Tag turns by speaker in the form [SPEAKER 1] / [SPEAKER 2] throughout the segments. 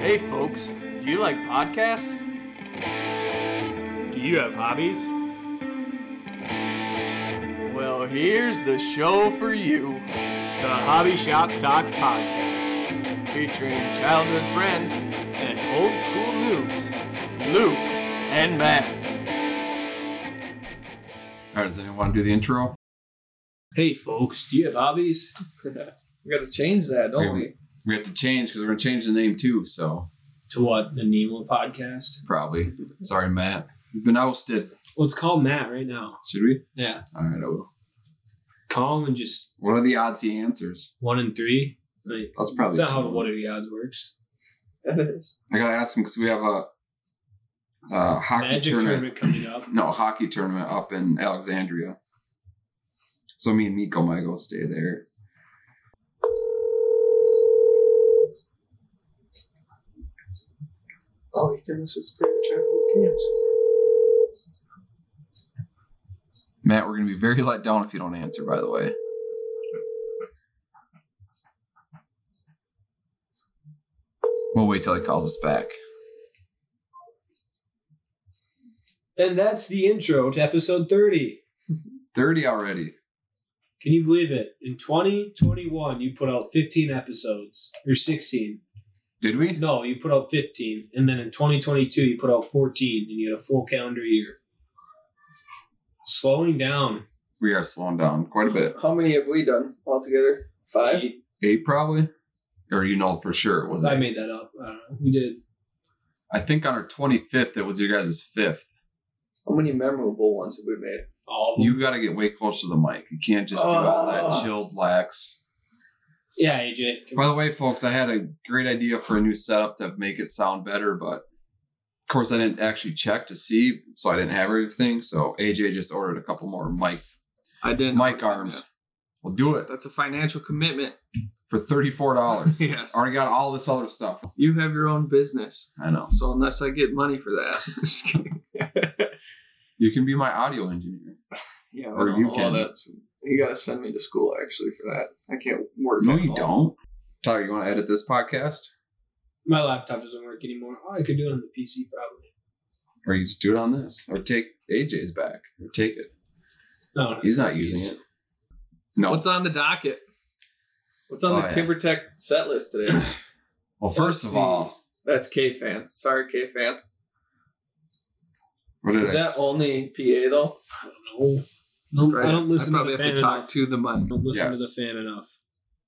[SPEAKER 1] Hey, folks, do you like podcasts?
[SPEAKER 2] Do you have hobbies?
[SPEAKER 1] Well, here's the show for you
[SPEAKER 2] The Hobby Shop Talk Podcast
[SPEAKER 1] featuring childhood friends
[SPEAKER 2] and Old School Noobs.
[SPEAKER 1] Luke and Matt.
[SPEAKER 3] All right, does anyone want to do the intro?
[SPEAKER 2] Hey, folks, do you have hobbies?
[SPEAKER 1] We gotta change that,
[SPEAKER 3] don't we? We have to change because we're going to change the name too. So
[SPEAKER 2] To what? The Nemo Podcast?
[SPEAKER 3] probably. Sorry, Matt. You've been ousted.
[SPEAKER 2] Well, it's called Matt right now.
[SPEAKER 3] Should we?
[SPEAKER 2] Yeah.
[SPEAKER 3] All right, I will.
[SPEAKER 2] Call him and just
[SPEAKER 3] What are the odds he answers?
[SPEAKER 2] one and three. Like,
[SPEAKER 3] That's probably.
[SPEAKER 2] that's not how one of the odds works.
[SPEAKER 3] I got to ask him because we have a, a hockey
[SPEAKER 2] Magic tournament coming up.
[SPEAKER 3] No, hockey tournament up in Alexandria. So me and Miko might go stay there.
[SPEAKER 4] Oh, you can listen to Spirit Travel with Cams.
[SPEAKER 3] Matt, we're going to be very let down if you don't answer, by the way. We'll wait till he calls us back.
[SPEAKER 2] And that's the intro to episode 30.
[SPEAKER 3] 30 already.
[SPEAKER 2] Can you believe it? In 2021, you put out 15 episodes, or 16.
[SPEAKER 3] Did we?
[SPEAKER 2] No, you put out 15, and then in 2022 you put out 14, and you had a full calendar year. Slowing down.
[SPEAKER 3] We are slowing down quite a bit.
[SPEAKER 4] How many have we done altogether? Five?
[SPEAKER 2] I,
[SPEAKER 3] Eight probably, or you know for sure it was.
[SPEAKER 2] I
[SPEAKER 3] eight.
[SPEAKER 2] made that up. I don't know. We did.
[SPEAKER 3] I think on our twenty fifth, it was your guys' fifth.
[SPEAKER 4] How many memorable ones have we made?
[SPEAKER 2] All of them.
[SPEAKER 3] You got to get way close to the mic. You can't just do all that
[SPEAKER 4] Ah.
[SPEAKER 3] chilled lax.
[SPEAKER 2] yeah, AJ.
[SPEAKER 3] By the way, folks, I had a great idea for a new setup to make it sound better, but of course I didn't actually check to see, so I didn't have everything. So AJ just ordered a couple more mic
[SPEAKER 5] I didn't.
[SPEAKER 3] mic arms. We'll do it
[SPEAKER 5] That's a financial commitment.
[SPEAKER 3] for thirty four dollars.
[SPEAKER 5] Yes.
[SPEAKER 3] Already got all this other stuff.
[SPEAKER 5] You have your own business.
[SPEAKER 3] I know.
[SPEAKER 5] So unless I get money for that, just kidding.
[SPEAKER 3] You can be my audio engineer.
[SPEAKER 5] Yeah,
[SPEAKER 3] Or
[SPEAKER 5] I don't
[SPEAKER 3] you
[SPEAKER 5] know,
[SPEAKER 3] can-
[SPEAKER 5] all that.
[SPEAKER 4] You gotta send me to school actually for that. I can't work.
[SPEAKER 3] No,
[SPEAKER 4] at
[SPEAKER 3] you
[SPEAKER 4] all.
[SPEAKER 3] don't. Tyler, you want to edit this podcast?
[SPEAKER 2] My laptop doesn't work anymore. Oh, I could do it on the PC probably.
[SPEAKER 3] or you just do it on this, or take AJ's back, or take it.
[SPEAKER 2] No, no.
[SPEAKER 3] He's not using it. No.
[SPEAKER 5] What's on the docket?
[SPEAKER 4] What's on
[SPEAKER 3] Oh,
[SPEAKER 4] the
[SPEAKER 3] yeah.
[SPEAKER 4] Timber Tech set list today?
[SPEAKER 3] well, first of all,
[SPEAKER 4] That's K fan. Sorry, K fan.
[SPEAKER 3] what did
[SPEAKER 4] Is
[SPEAKER 3] I
[SPEAKER 4] that
[SPEAKER 3] s-
[SPEAKER 4] only PA though?
[SPEAKER 2] I don't know. No, I don't listen
[SPEAKER 5] I
[SPEAKER 2] to
[SPEAKER 5] probably
[SPEAKER 2] the fan
[SPEAKER 5] have to
[SPEAKER 2] enough.
[SPEAKER 5] talk to the
[SPEAKER 2] I
[SPEAKER 5] mic.
[SPEAKER 2] don't listen
[SPEAKER 3] Yes.
[SPEAKER 2] to the fan enough.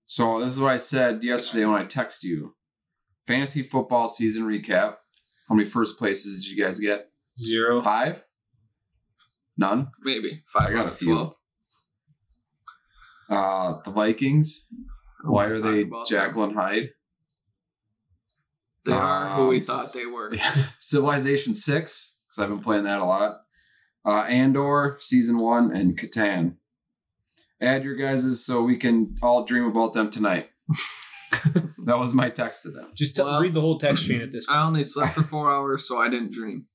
[SPEAKER 3] So this is what I said yesterday when I text you. Fantasy football season recap. How many first places did you guys get?
[SPEAKER 2] Zero.
[SPEAKER 3] Five. None.
[SPEAKER 5] Maybe five.
[SPEAKER 3] I got a
[SPEAKER 5] out of
[SPEAKER 3] few.
[SPEAKER 5] 12.
[SPEAKER 3] Uh, the Vikings. Why are they
[SPEAKER 5] Talk about them.
[SPEAKER 3] Jacqueline Hyde?
[SPEAKER 5] They are who we
[SPEAKER 3] Um,
[SPEAKER 5] thought they were.
[SPEAKER 3] Civilization Six, because I've been playing that a lot. Uh, Andor season one and Catan. Add your guys's so we can all dream about them tonight. that was my text to them.
[SPEAKER 2] Just t-
[SPEAKER 5] Well,
[SPEAKER 2] read the whole text chain at this point.
[SPEAKER 5] I only slept for four hours, so I didn't dream.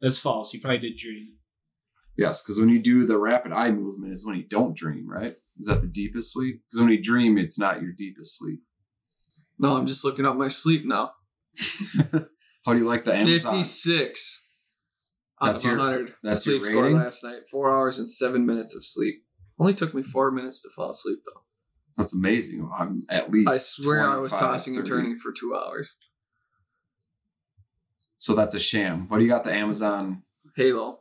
[SPEAKER 2] That's false. You probably did dream.
[SPEAKER 3] Yes, because when you do the rapid eye movement is when you don't dream, right? Is that the deepest sleep? Because when you dream, it's not your deepest sleep.
[SPEAKER 5] No, I'm just looking up my sleep now.
[SPEAKER 3] How do you like the Amazon?
[SPEAKER 5] Fifty-six. Out
[SPEAKER 3] That's
[SPEAKER 5] of
[SPEAKER 3] your-
[SPEAKER 5] 100.
[SPEAKER 3] that's your
[SPEAKER 5] sleep score
[SPEAKER 3] rating?
[SPEAKER 5] last night. Four hours and seven minutes of sleep. Only took me four minutes to fall asleep though.
[SPEAKER 3] That's amazing. I'm at least.
[SPEAKER 5] I swear I was
[SPEAKER 3] 25,
[SPEAKER 5] tossing and
[SPEAKER 3] 30.
[SPEAKER 5] turning for two hours.
[SPEAKER 3] So that's a sham. What do you got? The Amazon.
[SPEAKER 5] Halo.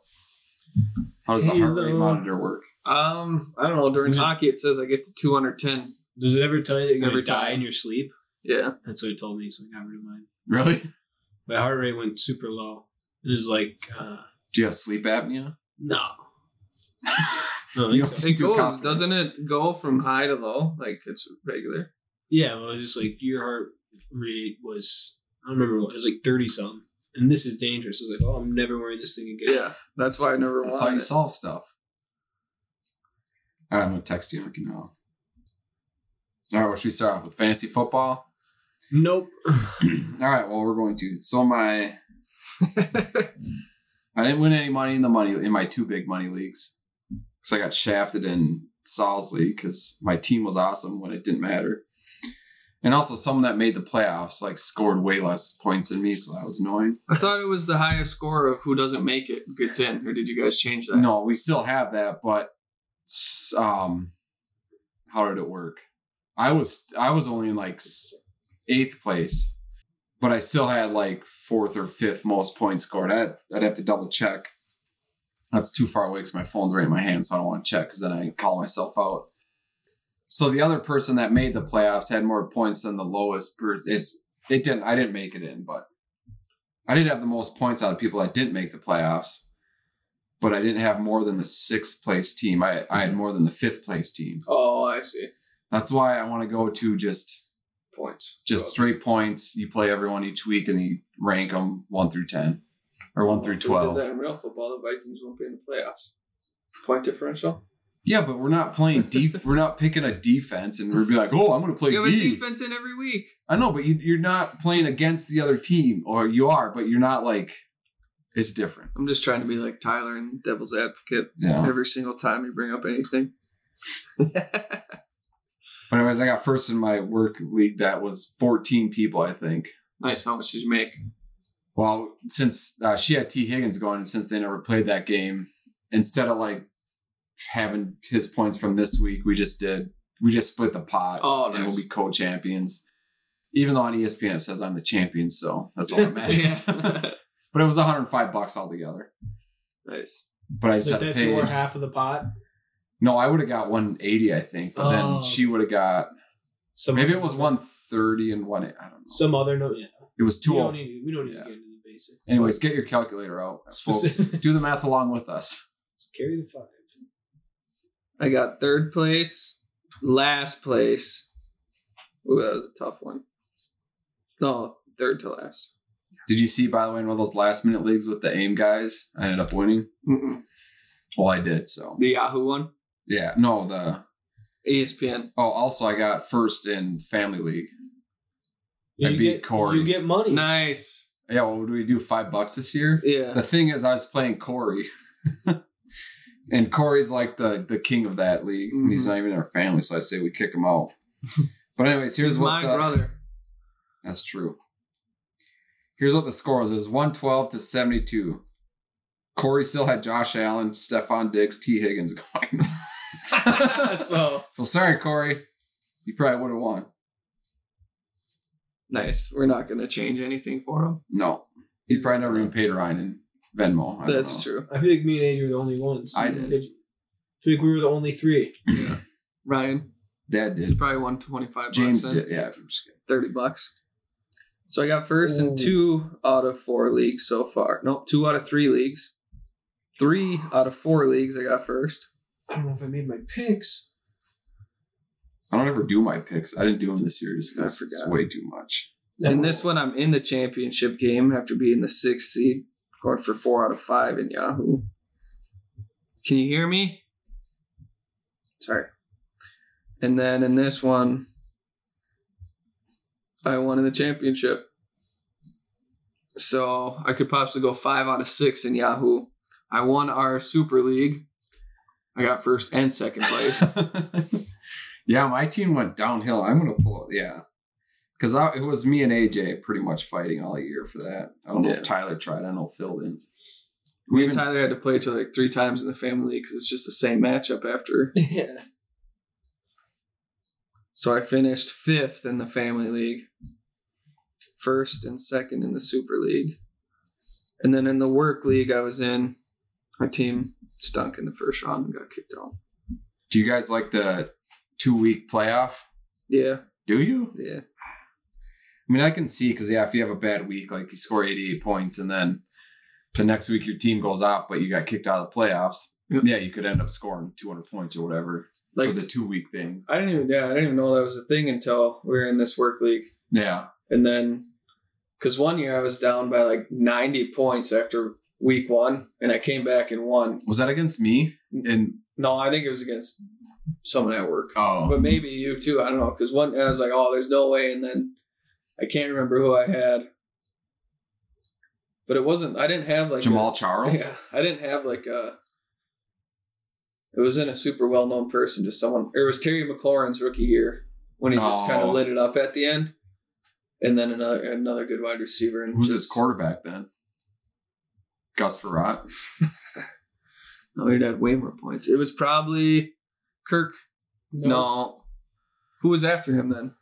[SPEAKER 3] How does the heart rate
[SPEAKER 2] Halo.
[SPEAKER 3] monitor work?
[SPEAKER 5] Um, I don't know. During
[SPEAKER 2] Is it-
[SPEAKER 5] hockey, it says I get to 210.
[SPEAKER 2] Does it ever tell you that you're
[SPEAKER 5] Every
[SPEAKER 2] going to die
[SPEAKER 5] time.
[SPEAKER 2] in your sleep?
[SPEAKER 5] Yeah.
[SPEAKER 2] That's what it told me, so I got rid of mine.
[SPEAKER 3] Really?
[SPEAKER 2] my heart rate went super low. It was like, uh,
[SPEAKER 3] Do you have sleep apnea?
[SPEAKER 2] no. No, I
[SPEAKER 3] You
[SPEAKER 2] think
[SPEAKER 3] don't
[SPEAKER 2] so.
[SPEAKER 3] think
[SPEAKER 5] It
[SPEAKER 3] too
[SPEAKER 5] goes,
[SPEAKER 3] confident.
[SPEAKER 5] doesn't it go from high to low? Like it's regular.
[SPEAKER 2] Yeah, well, it was just like your heart rate was, I don't remember what, it was like 30 something. And this is dangerous. I was like, oh, I'm never wearing this thing again.
[SPEAKER 5] Yeah. That's why I never
[SPEAKER 3] That's how
[SPEAKER 5] wanted
[SPEAKER 3] you
[SPEAKER 5] it.
[SPEAKER 3] solve stuff. All right, I'm gonna text you. I can know. All right, what should we start off with? Fantasy football.
[SPEAKER 2] Nope.
[SPEAKER 3] All right, well we're going to. So my, I didn't win any money in the money in my two big money leagues because I got shafted in Sol's League because my team was awesome when it didn't matter. And also, some that made the playoffs like scored way less points than me, so that was annoying.
[SPEAKER 1] I thought it was the highest score of who doesn't make it gets in. Or did you guys change that?
[SPEAKER 3] No, we still have that, but s- um, how did it work? I was I was only in like s- eighth place, but I still had like fourth or fifth most points scored. I'd, I'd have to double check. That's too far away because my phone's right in my hand, so I don't want to check because then I call myself out. So the other person that made the playoffs had more points than the lowest. per- It's, it didn't. I didn't make it in, but I did have the most points out of people that didn't make the playoffs but I didn't have more than the sixth place team. I, I
[SPEAKER 1] Mm-hmm.
[SPEAKER 3] had more than the fifth place team.
[SPEAKER 1] Oh, I see.
[SPEAKER 3] That's why I want to go to just
[SPEAKER 1] Points.
[SPEAKER 3] just straight points. You play everyone each week and you rank them one through ten or one through
[SPEAKER 1] If we Did that
[SPEAKER 3] twelve.
[SPEAKER 1] in real football, the Vikings won't be in the playoffs. Point differential.
[SPEAKER 3] Yeah, but we're not playing def- We're not picking a defense and we're be like, oh, I'm going to play
[SPEAKER 1] You have a
[SPEAKER 3] D.
[SPEAKER 1] defense in every week.
[SPEAKER 3] I know, but you, you're not playing against the other team, or you are, but you're not like it's different.
[SPEAKER 1] I'm just trying to be like Tyler and Devil's Advocate
[SPEAKER 3] Yeah.
[SPEAKER 1] every single time you bring up anything.
[SPEAKER 3] But anyways, I got first in my work league. That was 14 people, I think.
[SPEAKER 1] Nice. How much did you make?
[SPEAKER 3] Well, since uh, she had T. Higgins going, and since they never played that game, instead of like having his points from this week, we just did we just split the pot,
[SPEAKER 1] Oh,
[SPEAKER 3] and we'll
[SPEAKER 1] nice.
[SPEAKER 3] be co-champions. Even though on E ESPN it says I'm the champion, so that's all that matters. but it was 105 bucks altogether.
[SPEAKER 1] nice.
[SPEAKER 3] But I just
[SPEAKER 2] Like
[SPEAKER 3] had
[SPEAKER 2] that's
[SPEAKER 3] to pay.
[SPEAKER 2] your half of the pot.
[SPEAKER 3] no, I would have got 180, I think. But
[SPEAKER 2] Oh.
[SPEAKER 3] then she would have got
[SPEAKER 2] Some
[SPEAKER 3] maybe it was 130 and one. I don't know.
[SPEAKER 2] Some other no. Yeah.
[SPEAKER 3] it was
[SPEAKER 2] We don't
[SPEAKER 3] 205.
[SPEAKER 2] need. We don't need
[SPEAKER 3] Yeah.
[SPEAKER 2] to get into the basics.
[SPEAKER 3] Anyways, get your calculator out, folks.
[SPEAKER 2] Specific-
[SPEAKER 3] Do the math along with us.
[SPEAKER 2] Let's carry the five.
[SPEAKER 1] I got third place, last place. Ooh, that was a tough one. No, third to last.
[SPEAKER 3] Did you see, by the way, in one of those last minute leagues with the AIM guys? I ended up winning.
[SPEAKER 1] Mm-mm.
[SPEAKER 3] Well, I did. So,
[SPEAKER 1] The Yahoo one,
[SPEAKER 3] yeah. No, the.
[SPEAKER 1] E ESPN.
[SPEAKER 3] Oh, also, I got first in Family League. I
[SPEAKER 2] You
[SPEAKER 3] beat
[SPEAKER 2] get,
[SPEAKER 3] Corey.
[SPEAKER 2] You get money.
[SPEAKER 1] Nice.
[SPEAKER 3] Yeah, what would we do? Five bucks this year?
[SPEAKER 1] Yeah.
[SPEAKER 3] The thing is, I was playing Corey. and Corey's like the, the king of that league. and
[SPEAKER 1] Mm-hmm.
[SPEAKER 3] He's not even in our family. So I say we kick him out. But, anyways, here's
[SPEAKER 1] He's my
[SPEAKER 3] what the,
[SPEAKER 1] brother.
[SPEAKER 3] That's true. Here's what the score was. It was 112 to 72. Corey still had Josh Allen, Stefan Diggs, T. Higgins going.
[SPEAKER 1] so
[SPEAKER 3] so sorry, Corey. You probably would have won.
[SPEAKER 1] nice. We're not gonna change anything for him.
[SPEAKER 3] No. He probably never even paid Ryan in Venmo. I don't know.
[SPEAKER 1] That's true.
[SPEAKER 2] I feel like me and Adrian were the only ones.
[SPEAKER 3] I did.
[SPEAKER 2] you? I feel like we were the only three.
[SPEAKER 1] Ryan,
[SPEAKER 3] Dad
[SPEAKER 1] he's
[SPEAKER 3] did.
[SPEAKER 1] probably won twenty five.
[SPEAKER 3] James
[SPEAKER 1] bucks then.
[SPEAKER 3] did. Yeah. I'm just kidding.
[SPEAKER 1] 30 bucks. So I got first in
[SPEAKER 2] Ooh.
[SPEAKER 1] two out of four leagues so far. No, two out of three leagues. Three out of four leagues I got first.
[SPEAKER 2] I don't know if I made my picks.
[SPEAKER 3] I don't ever do my picks. I didn't do them this year just because
[SPEAKER 1] I
[SPEAKER 3] it's
[SPEAKER 1] forgot.
[SPEAKER 3] way too much.
[SPEAKER 1] And this one I'm in the championship game after being the sixth seed, going for four out of five in Yahoo. Can you hear me? Sorry. And then in this one, I won in the championship. So I could possibly go five out of six in Yahoo. I won our Super League. I got first and second place.
[SPEAKER 3] yeah, my team went downhill. I'm gonna pull it. Yeah, because it was me and AJ pretty much fighting all year for that. I don't know
[SPEAKER 1] Yeah.
[SPEAKER 3] if Tyler tried. I know Phil didn't.
[SPEAKER 1] Me and Tyler had to play each other like three times in the family because it's just the same matchup after
[SPEAKER 2] yeah.
[SPEAKER 1] So I finished fifth in the Family League, first and second in the Super League. And then in the Work League, I was in. Our team stunk in the first round and got kicked out.
[SPEAKER 3] Do you guys like the two week playoff?
[SPEAKER 1] Yeah,
[SPEAKER 3] Do you?
[SPEAKER 1] yeah.
[SPEAKER 3] I mean, I can see because yeah, if you have a bad week, like you score 88 points, and then the next week your team goes out, but you got kicked out of the playoffs.
[SPEAKER 1] Yep.
[SPEAKER 3] Yeah, you could end up scoring 200 points or whatever
[SPEAKER 1] Like
[SPEAKER 3] for the two week thing.
[SPEAKER 1] I didn't even yeah I didn't even know that was a thing until we were in this Work League.
[SPEAKER 3] Yeah,
[SPEAKER 1] And then, because one year I was down by like ninety points after week one, and I came back and won.
[SPEAKER 3] was that against me?
[SPEAKER 1] Mm.
[SPEAKER 3] And
[SPEAKER 1] No, I think it was against someone at work.
[SPEAKER 3] oh,
[SPEAKER 1] but maybe you too. I don't know because one and I was like, oh, there's no way, and then I can't remember who I had. But it wasn't. I didn't have like uh,
[SPEAKER 3] Jamal
[SPEAKER 1] A,
[SPEAKER 3] Charles.
[SPEAKER 1] yeah, I didn't have like a It was in a super well known person, just someone. Or it was Terry McLaurin's rookie year when he just kind
[SPEAKER 3] Oh.
[SPEAKER 1] of lit it up at the end, and then another another good wide receiver. And
[SPEAKER 3] Who's his quarterback then? Gus Ferrat.
[SPEAKER 1] No, he'd Oh, had way more points. It was probably Kirk. No. Who was after him then?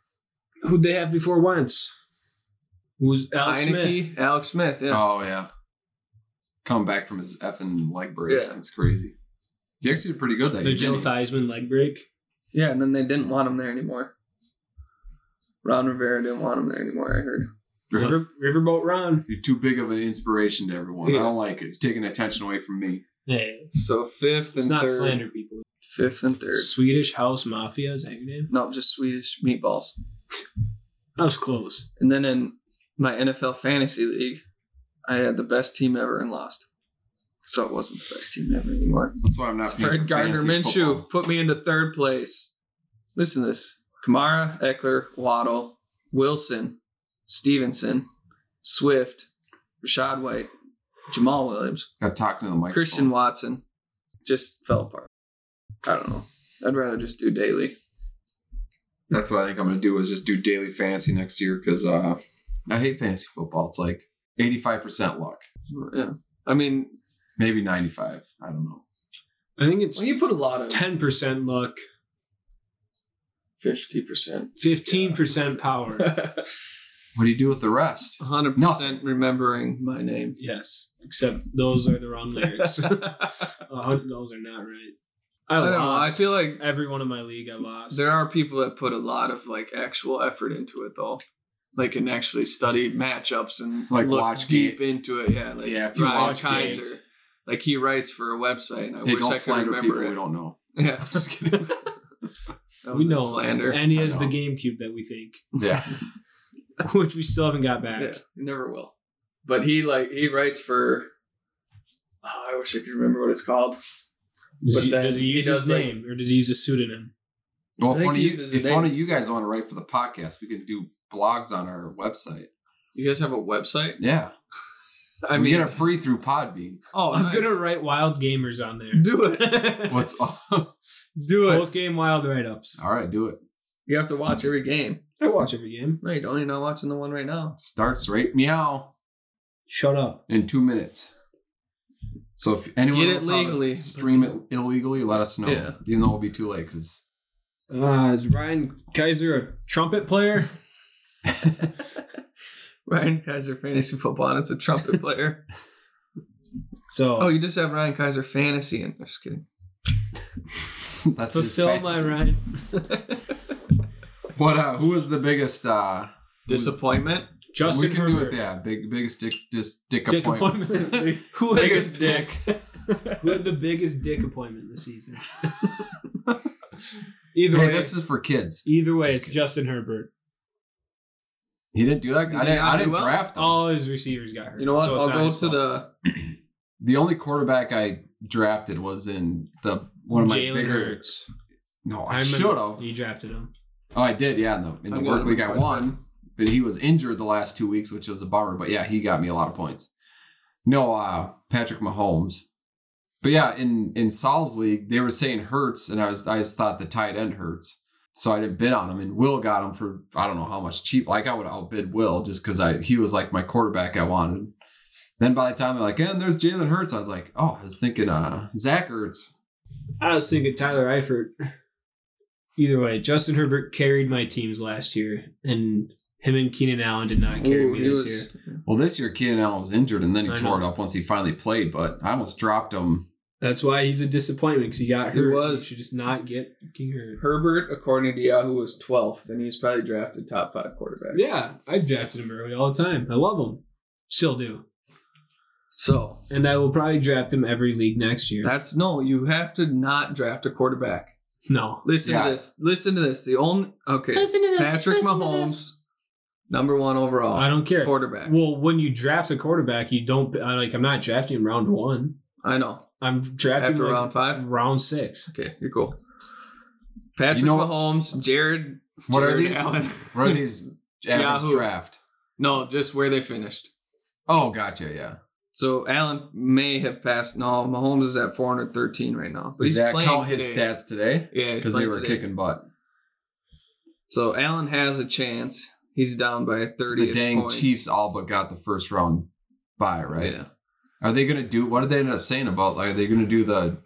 [SPEAKER 2] Who'd they have before Wentz? Who was Alex Smith?
[SPEAKER 1] Heineke? Alex Smith. Yeah.
[SPEAKER 3] Oh yeah. Coming back from his effing leg break.
[SPEAKER 1] Yeah.
[SPEAKER 3] It's crazy. He actually did pretty good that
[SPEAKER 2] The
[SPEAKER 3] year.
[SPEAKER 2] Joe
[SPEAKER 3] didn't he?
[SPEAKER 2] Theismann leg break.
[SPEAKER 1] Yeah, and then they didn't want him there anymore. Ron Rivera didn't want him there anymore. I heard.
[SPEAKER 3] Really?
[SPEAKER 2] River, Riverboat Ron.
[SPEAKER 3] You're too big of an inspiration to everyone.
[SPEAKER 2] Yeah.
[SPEAKER 3] I don't like it. You're taking attention away from me.
[SPEAKER 2] Hey,
[SPEAKER 1] So fifth and
[SPEAKER 2] it's not
[SPEAKER 1] third.
[SPEAKER 2] slander people.
[SPEAKER 1] Fifth and third.
[SPEAKER 2] Swedish House Mafia is that your name?
[SPEAKER 1] No, just Swedish meatballs.
[SPEAKER 2] That was close.
[SPEAKER 1] And then in my NFL fantasy league, I had the best team ever and lost. So it wasn't the best team ever anymore.
[SPEAKER 3] That's why I'm not paying
[SPEAKER 1] Fred
[SPEAKER 3] for
[SPEAKER 1] Gardner
[SPEAKER 3] fantasy
[SPEAKER 1] Minshew
[SPEAKER 3] football.
[SPEAKER 1] put me into third place. Listen to this Kamara, Eckler, Waddle, Wilson, Stevenson, Swift, Rashad White, Jamal Williams,
[SPEAKER 3] Got talking to oh. the microphone.
[SPEAKER 1] Christian Watson just fell apart. I don't know. I'd rather just do daily.
[SPEAKER 3] That's what I think I'm gonna do is just do daily fantasy next year because uh, I hate fantasy football. It's like 85 percent luck,
[SPEAKER 1] Yeah. I mean,
[SPEAKER 3] maybe 95. I don't know.
[SPEAKER 2] I think it's
[SPEAKER 1] well, you put a lot of
[SPEAKER 2] ten percent luck,
[SPEAKER 1] 50%.
[SPEAKER 2] fifteen percent power.
[SPEAKER 1] 100%
[SPEAKER 3] What do you do with the rest? Nothing.
[SPEAKER 1] remembering my name.
[SPEAKER 2] yes, except those are the wrong lyrics. A hundred- those are not right. I
[SPEAKER 1] I don't
[SPEAKER 2] lost.
[SPEAKER 1] know. I feel like
[SPEAKER 2] Every one of my league I lost.
[SPEAKER 1] there are people that put a lot of like actual effort into it though. Like and actually study matchups and
[SPEAKER 3] Like
[SPEAKER 1] look
[SPEAKER 3] watch
[SPEAKER 1] deep into it. Yeah. Like
[SPEAKER 3] Yeah, if you
[SPEAKER 1] Brian
[SPEAKER 3] watch
[SPEAKER 1] Kaiser.
[SPEAKER 2] games.
[SPEAKER 1] Like he writes for a website and I
[SPEAKER 3] Hey,
[SPEAKER 1] wish
[SPEAKER 3] don't
[SPEAKER 1] I could
[SPEAKER 3] slander people
[SPEAKER 1] remember
[SPEAKER 3] we
[SPEAKER 1] it.
[SPEAKER 3] don't know.
[SPEAKER 1] Yeah.
[SPEAKER 3] Just kidding.
[SPEAKER 1] That
[SPEAKER 2] we
[SPEAKER 1] was a
[SPEAKER 2] know
[SPEAKER 1] slander.
[SPEAKER 2] and he
[SPEAKER 3] I
[SPEAKER 2] has the
[SPEAKER 3] know.
[SPEAKER 2] GameCube that we think,
[SPEAKER 3] yeah,
[SPEAKER 2] which we still haven't got back.
[SPEAKER 1] Yeah, you never will. But he like he writes for oh, I wish I could remember what it's called.
[SPEAKER 2] Does,
[SPEAKER 1] But
[SPEAKER 2] he,
[SPEAKER 1] then
[SPEAKER 2] does he
[SPEAKER 1] he
[SPEAKER 2] use
[SPEAKER 1] does,
[SPEAKER 2] his
[SPEAKER 1] like-
[SPEAKER 2] name or does he use a pseudonym?
[SPEAKER 3] Well,
[SPEAKER 1] I
[SPEAKER 3] if
[SPEAKER 1] think
[SPEAKER 3] one, of
[SPEAKER 1] he
[SPEAKER 3] you,
[SPEAKER 1] uses his
[SPEAKER 3] if one
[SPEAKER 1] name.
[SPEAKER 3] of you guys want to write for the podcast, we can do blogs on our website.
[SPEAKER 1] You guys have a website?
[SPEAKER 3] Yeah.
[SPEAKER 1] I
[SPEAKER 3] we
[SPEAKER 1] mean,
[SPEAKER 3] get a free through Podbean.
[SPEAKER 1] oh,
[SPEAKER 2] I'm
[SPEAKER 1] nice.
[SPEAKER 2] gonna write Wild Gamers on there.
[SPEAKER 1] do it.
[SPEAKER 3] What's all
[SPEAKER 1] Do it.
[SPEAKER 2] Post game Wild write ups.
[SPEAKER 3] right? Do it.
[SPEAKER 1] You have to watch every game.
[SPEAKER 2] I watch every game.
[SPEAKER 1] No, you don't. You're not watching the one right now.
[SPEAKER 3] Starts right meow
[SPEAKER 2] Shut up.
[SPEAKER 3] in two minutes. So if anyone
[SPEAKER 1] Get it
[SPEAKER 3] else how to
[SPEAKER 1] legally.
[SPEAKER 3] stream it illegally, let us know.
[SPEAKER 1] Yeah.
[SPEAKER 3] Even though it'll be too late because
[SPEAKER 2] Uh, is Ryan Kaiser a trumpet player?
[SPEAKER 1] Ryan Kaiser fantasy football, and it's a trumpet player.
[SPEAKER 2] So
[SPEAKER 1] oh, you just have Ryan Kaiser fantasy, and just kidding.
[SPEAKER 3] that's his
[SPEAKER 2] fulfill my
[SPEAKER 3] fantasy.
[SPEAKER 2] Ryan.
[SPEAKER 3] What? Uh, who was the biggest? uh
[SPEAKER 1] Disappointment.
[SPEAKER 2] Justin
[SPEAKER 3] We can do
[SPEAKER 2] Herbert.
[SPEAKER 3] it. Yeah, big biggest dick. Dis, dick,
[SPEAKER 2] Dick
[SPEAKER 3] appointment.
[SPEAKER 2] appointment. Who had
[SPEAKER 3] Biggest
[SPEAKER 2] the- Who had the biggest dick appointment this season? either
[SPEAKER 3] Hey,
[SPEAKER 2] way,
[SPEAKER 3] this is for kids.
[SPEAKER 2] either way,
[SPEAKER 3] just
[SPEAKER 2] it's
[SPEAKER 3] kidding.
[SPEAKER 2] Justin Herbert.
[SPEAKER 3] He didn't do that.
[SPEAKER 1] Did
[SPEAKER 3] I
[SPEAKER 1] he
[SPEAKER 3] didn't.
[SPEAKER 1] not
[SPEAKER 3] I
[SPEAKER 1] do
[SPEAKER 3] didn't
[SPEAKER 1] well?
[SPEAKER 3] draft him.
[SPEAKER 2] All his receivers got hurt.
[SPEAKER 1] You know what?
[SPEAKER 2] so it's
[SPEAKER 1] I'll
[SPEAKER 2] not
[SPEAKER 1] go
[SPEAKER 2] his
[SPEAKER 1] to
[SPEAKER 2] fault.
[SPEAKER 1] the.
[SPEAKER 3] the only quarterback I drafted was in the one of my
[SPEAKER 2] Jalen
[SPEAKER 3] bigger.
[SPEAKER 2] Hurts.
[SPEAKER 3] No, I,
[SPEAKER 2] I remember
[SPEAKER 3] should have.
[SPEAKER 2] You drafted him.
[SPEAKER 3] Oh, I did. Yeah, in the in the
[SPEAKER 1] I'm
[SPEAKER 3] work
[SPEAKER 1] going
[SPEAKER 3] week I
[SPEAKER 1] with-
[SPEAKER 3] won, but he was injured the last two weeks, which was a bummer. But yeah, he got me a lot of points. No, uh, Patrick Mahomes. But yeah, in in Saul's league, they were saying Hurts, and I was I just thought the tight end Hurts, so I didn't bid on him. And Will got him for I don't know how much cheap. Like I would outbid Will just because I he was like my quarterback I wanted. Then by the time they're like, and there's Jalen Hurts, I was like, oh, I was thinking uh Zach Hurts.
[SPEAKER 2] I was thinking Tyler Eifert. Either way, Justin Herbert carried my teams last year, and him and Keenan Allen did not carry
[SPEAKER 1] Ooh,
[SPEAKER 2] me
[SPEAKER 1] he
[SPEAKER 2] this
[SPEAKER 1] was-
[SPEAKER 2] year.
[SPEAKER 3] Well, this year Keenan Allen was injured, and then he
[SPEAKER 2] I
[SPEAKER 3] tore
[SPEAKER 2] know.
[SPEAKER 3] it up once he finally played. But I almost dropped him
[SPEAKER 2] That's why he's a disappointment because he got
[SPEAKER 1] He
[SPEAKER 2] hurt.
[SPEAKER 1] was.
[SPEAKER 2] You should just not get fucking hurt.
[SPEAKER 1] Herbert, according to Yahoo, was 12th, and he's probably drafted top five quarterback.
[SPEAKER 2] Yeah, I drafted him early all the time. I love him, still do,
[SPEAKER 1] So
[SPEAKER 2] and I will probably draft him every league next year.
[SPEAKER 1] that's no. You have to not draft a quarterback.
[SPEAKER 2] no,
[SPEAKER 1] Listen
[SPEAKER 3] Yeah.
[SPEAKER 1] to this. Listen to this. The only okay.
[SPEAKER 6] Listen to this.
[SPEAKER 1] Patrick
[SPEAKER 6] listen to this.
[SPEAKER 1] Mahomes, number one overall
[SPEAKER 2] I don't care.
[SPEAKER 1] quarterback.
[SPEAKER 2] Well, when you draft a quarterback, you don't I, like. I'm not drafting him round one.
[SPEAKER 1] I know.
[SPEAKER 2] I'm drafting
[SPEAKER 1] After
[SPEAKER 2] like,
[SPEAKER 1] round five,
[SPEAKER 2] round six.
[SPEAKER 1] Okay, you're cool. Patrick
[SPEAKER 3] You know what-
[SPEAKER 1] Mahomes, Jared.
[SPEAKER 3] What are
[SPEAKER 1] Jared
[SPEAKER 3] these?
[SPEAKER 1] Allen.
[SPEAKER 3] What are these average
[SPEAKER 1] Yahoo.
[SPEAKER 3] draft?
[SPEAKER 1] No, just where they finished.
[SPEAKER 3] Oh, gotcha. Yeah.
[SPEAKER 1] So Allen may have passed. No, Mahomes is at 413 right now. But
[SPEAKER 3] Does
[SPEAKER 1] he's
[SPEAKER 3] that
[SPEAKER 1] playing
[SPEAKER 3] count his
[SPEAKER 1] today.
[SPEAKER 3] stats today?
[SPEAKER 1] Yeah, he's
[SPEAKER 3] Because they
[SPEAKER 1] playing
[SPEAKER 3] were
[SPEAKER 1] today.
[SPEAKER 3] kicking butt.
[SPEAKER 1] So Allen has a chance. He's down by 30
[SPEAKER 3] So the dang
[SPEAKER 1] points.
[SPEAKER 3] Chiefs all but got the first round bye, right?
[SPEAKER 1] Yeah.
[SPEAKER 3] Are they going to do what did they end up saying about like are they going to do the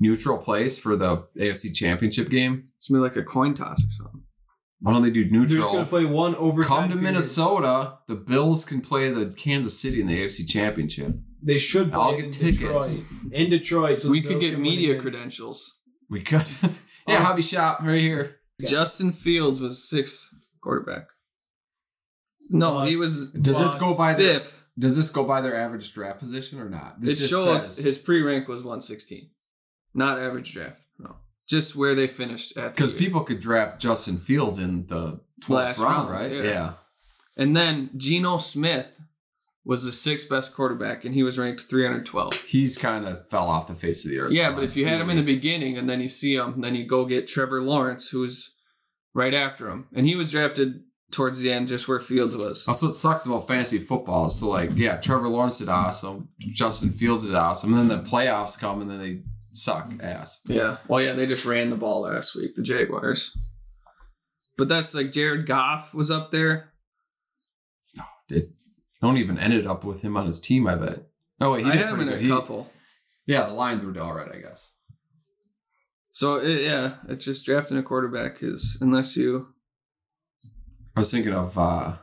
[SPEAKER 3] neutral place for the AFC Championship game?
[SPEAKER 1] It's gonna be like a coin toss or something.
[SPEAKER 3] Why don't they do
[SPEAKER 2] They're just gonna
[SPEAKER 3] neutral?
[SPEAKER 2] play one overtime.
[SPEAKER 3] Come to
[SPEAKER 2] period.
[SPEAKER 3] Minnesota, the Bills can play the Kansas City in the AFC Championship.
[SPEAKER 2] They should play
[SPEAKER 3] I'll
[SPEAKER 2] it
[SPEAKER 3] get
[SPEAKER 2] in
[SPEAKER 3] tickets.
[SPEAKER 2] Detroit. In Detroit, so
[SPEAKER 1] we
[SPEAKER 2] the
[SPEAKER 1] could
[SPEAKER 2] Bills
[SPEAKER 1] get
[SPEAKER 2] can win
[SPEAKER 1] media
[SPEAKER 2] again.
[SPEAKER 1] credentials.
[SPEAKER 3] We could, yeah, hobby shop right here.
[SPEAKER 1] Justin Fields was sixth quarterback. No, he was
[SPEAKER 3] Does this go by their
[SPEAKER 1] fifth.
[SPEAKER 3] Does this go by their average draft position or not? This
[SPEAKER 1] it
[SPEAKER 3] just
[SPEAKER 1] shows
[SPEAKER 3] says
[SPEAKER 1] his pre rank was 116, not average draft. No, just where they finished at. the
[SPEAKER 3] because
[SPEAKER 1] year.
[SPEAKER 3] people could draft Justin Fields in the
[SPEAKER 1] Last
[SPEAKER 3] twelfth round,
[SPEAKER 1] rounds,
[SPEAKER 3] right?
[SPEAKER 1] yeah.
[SPEAKER 3] Yeah.
[SPEAKER 1] and then Geno Smith was the sixth best quarterback, and he was ranked 312.
[SPEAKER 3] he's kind of fell off the face of the earth.
[SPEAKER 1] Yeah,
[SPEAKER 3] the
[SPEAKER 1] but
[SPEAKER 3] last
[SPEAKER 1] if you had
[SPEAKER 3] few
[SPEAKER 1] him in the
[SPEAKER 3] years.
[SPEAKER 1] beginning and then you see him, then you go get Trevor Lawrence, who's right after him, and he was drafted towards the end, just where Fields was.
[SPEAKER 3] That's what sucks about fantasy football. So like, yeah, Trevor Lawrence did awesome, Justin Fields did awesome, and then the playoffs come and then they suck ass.
[SPEAKER 1] Yeah. Well, yeah, they just ran the ball last week, the Jaguars. But that's like Jared Goff was up there.
[SPEAKER 3] It don't even ended up with him on his team. I bet. Oh wait, he
[SPEAKER 1] I
[SPEAKER 3] did
[SPEAKER 1] had him
[SPEAKER 3] pretty
[SPEAKER 1] in a
[SPEAKER 3] good. He-
[SPEAKER 1] couple.
[SPEAKER 3] yeah, the lines were all right, I guess.
[SPEAKER 1] So it, yeah, it's just drafting a quarterback is unless you.
[SPEAKER 3] I was thinking of uh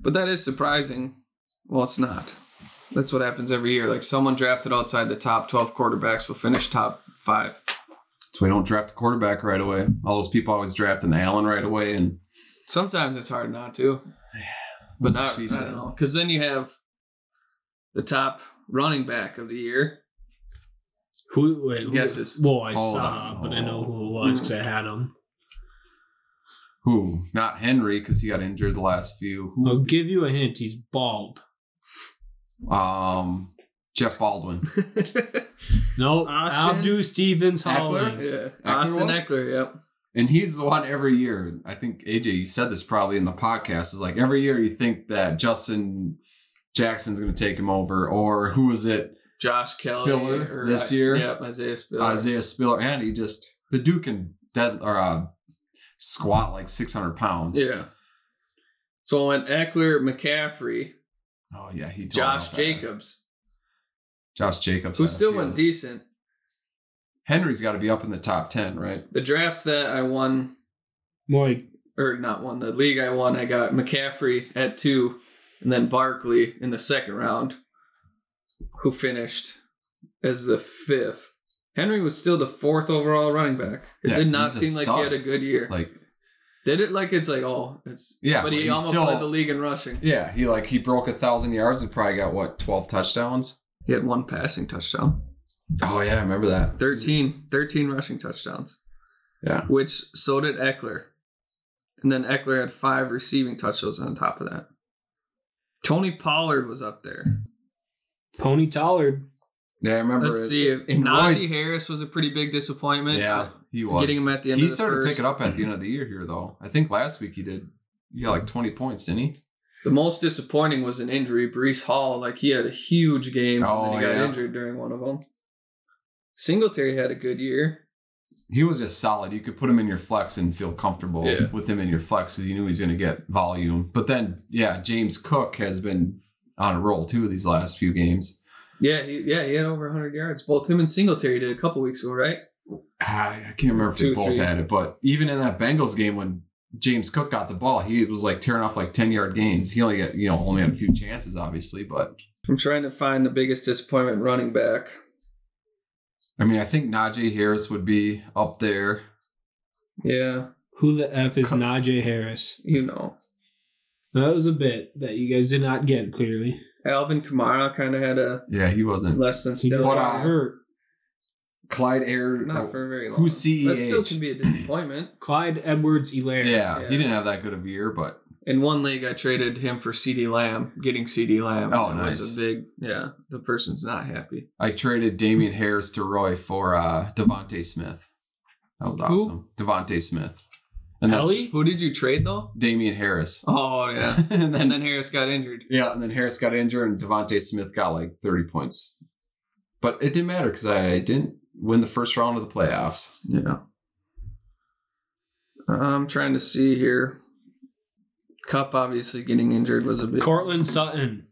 [SPEAKER 1] But that is surprising. Well, it's not. That's what happens every year. Like someone drafted outside the top twelve quarterbacks will finish top five.
[SPEAKER 3] so we don't draft the quarterback right away. All those people always drafting Allen right away and
[SPEAKER 1] Sometimes it's hard not to. But not,
[SPEAKER 3] That's what she
[SPEAKER 1] I
[SPEAKER 3] said.
[SPEAKER 1] don't know. Because then you have the top running back of the year.
[SPEAKER 2] Who? Wait, who
[SPEAKER 1] Guesses.
[SPEAKER 2] Well, I
[SPEAKER 3] Hold
[SPEAKER 2] saw,
[SPEAKER 3] on. Hmm.
[SPEAKER 2] but I know who it was because I had him.
[SPEAKER 3] Who? Not Henry because he got injured the last few.
[SPEAKER 2] I'll
[SPEAKER 3] Who?
[SPEAKER 2] give you a hint. He's bald.
[SPEAKER 3] Um, Jeff Baldwin.
[SPEAKER 2] No,
[SPEAKER 1] Austin?
[SPEAKER 2] Abdu Stevens
[SPEAKER 3] Eckler?
[SPEAKER 2] Howling.
[SPEAKER 1] Yeah,
[SPEAKER 3] Eckler
[SPEAKER 1] Austin
[SPEAKER 3] was?
[SPEAKER 1] Eckler. Yep.
[SPEAKER 3] And he's the one every year. I think AJ, you said this probably in the podcast. Is like every year you think that Justin Jackson's going to take him over, or who was it?
[SPEAKER 1] Josh Kelly
[SPEAKER 3] Spiller this year?
[SPEAKER 1] Yep, Isaiah Spiller.
[SPEAKER 3] Isaiah Spiller. And he just the Duke can dead or uh, squat like six hundred pounds.
[SPEAKER 1] Yeah. So I went Eckler, McCaffrey,
[SPEAKER 3] Oh yeah, he. tore
[SPEAKER 1] Josh
[SPEAKER 3] up that.
[SPEAKER 1] Jacobs,
[SPEAKER 3] Josh Jacobs.
[SPEAKER 1] who
[SPEAKER 3] on the
[SPEAKER 1] still
[SPEAKER 3] field.
[SPEAKER 1] went decent.
[SPEAKER 3] Henry's got to be up in the top ten, right?
[SPEAKER 1] The draft that I won,
[SPEAKER 2] More like
[SPEAKER 1] or not won, the league I won, I got McCaffrey at two, and then Barkley in the second round, who finished as the fifth. Henry was still the fourth overall running back. It
[SPEAKER 3] Yeah,
[SPEAKER 1] did not
[SPEAKER 3] he's a
[SPEAKER 1] seem like he had
[SPEAKER 3] stud.
[SPEAKER 1] a good year.
[SPEAKER 3] Like
[SPEAKER 1] did it like it's like oh it's
[SPEAKER 3] yeah,
[SPEAKER 1] but he
[SPEAKER 3] he's
[SPEAKER 1] almost
[SPEAKER 3] still-
[SPEAKER 1] led the league in rushing.
[SPEAKER 3] Yeah, he like he broke a thousand yards and probably got what twelve touchdowns.
[SPEAKER 1] He had one passing touchdown.
[SPEAKER 3] Oh yeah, I remember that.
[SPEAKER 1] 13, 13 rushing touchdowns.
[SPEAKER 3] Yeah.
[SPEAKER 1] Which so did Eckler. And then Eckler had five receiving touchdowns on top of that. Tony Pollard was up there.
[SPEAKER 2] Pony Tollard.
[SPEAKER 3] Yeah, I remember.
[SPEAKER 1] Let's
[SPEAKER 3] it.
[SPEAKER 1] see. If,
[SPEAKER 3] in
[SPEAKER 1] Najee
[SPEAKER 3] Royce-
[SPEAKER 1] Harris was a pretty big disappointment.
[SPEAKER 3] Yeah, he was
[SPEAKER 1] Getting him at the end
[SPEAKER 3] He
[SPEAKER 1] of the
[SPEAKER 3] started
[SPEAKER 1] first.
[SPEAKER 3] picking up at the end of the year here though. I think last week he did. He got like twenty points, didn't he?
[SPEAKER 1] The most disappointing was an injury. Brees Hall, like he had a huge game, and
[SPEAKER 3] Oh,
[SPEAKER 1] then he got
[SPEAKER 3] yeah.
[SPEAKER 1] injured during one of them. Singletary had a good year.
[SPEAKER 3] He was just solid. You could put him in your flex and feel comfortable
[SPEAKER 1] Yeah.
[SPEAKER 3] with him in your flex because you knew he's going to get volume. But then, yeah, James Cook has been on a roll too these last few games.
[SPEAKER 1] Yeah, he, yeah, he had over 100 yards. Both him and Singletary did a couple weeks ago, right?
[SPEAKER 3] Ah, I can't remember if
[SPEAKER 1] Two,
[SPEAKER 3] they both
[SPEAKER 1] three.
[SPEAKER 3] had it, but even in that Bengals game when James Cook got the ball, he was like tearing off like ten yard gains. He only got you know only had a few chances, obviously, but
[SPEAKER 1] I'm trying to find the biggest disappointment running back.
[SPEAKER 3] I mean I think Najee Harris would be up there.
[SPEAKER 1] Yeah,
[SPEAKER 2] Who the f is Najee Harris?
[SPEAKER 1] you know.
[SPEAKER 2] That was a bit that you guys did not get clearly.
[SPEAKER 1] Alvin Kamara kind of had a
[SPEAKER 3] Yeah, he wasn't.
[SPEAKER 1] less than
[SPEAKER 2] He just
[SPEAKER 1] stellar.
[SPEAKER 3] What,
[SPEAKER 2] got
[SPEAKER 3] uh,
[SPEAKER 2] hurt.
[SPEAKER 3] Clyde Air.
[SPEAKER 1] Not for very long.
[SPEAKER 3] Who's
[SPEAKER 1] That still
[SPEAKER 3] CEH?
[SPEAKER 1] can be a disappointment.
[SPEAKER 2] Clyde Edwards Elaire.
[SPEAKER 3] yeah,
[SPEAKER 1] Yeah.
[SPEAKER 3] he didn't have that good of a year, but
[SPEAKER 1] In one league, I traded him for CD Lamb, getting CD Lamb.
[SPEAKER 3] Oh,
[SPEAKER 1] It was
[SPEAKER 3] nice.
[SPEAKER 1] a big, yeah, the person's not happy.
[SPEAKER 3] I traded Damian Harris to Roy for uh Devonte Smith. That was awesome. Devonte Smith. And that's
[SPEAKER 2] Ellie?
[SPEAKER 1] Who did you trade though?
[SPEAKER 3] Damian Harris.
[SPEAKER 1] Oh yeah.
[SPEAKER 3] and
[SPEAKER 1] and
[SPEAKER 3] then
[SPEAKER 1] then Harris got injured.
[SPEAKER 3] yeah, and then Harris got injured, and Devonte Smith got like thirty points. But it didn't matter because I didn't win the first round of the playoffs.
[SPEAKER 1] Yeah. I'm trying to see here. Cup obviously getting injured was a big
[SPEAKER 2] Cortland Sutton.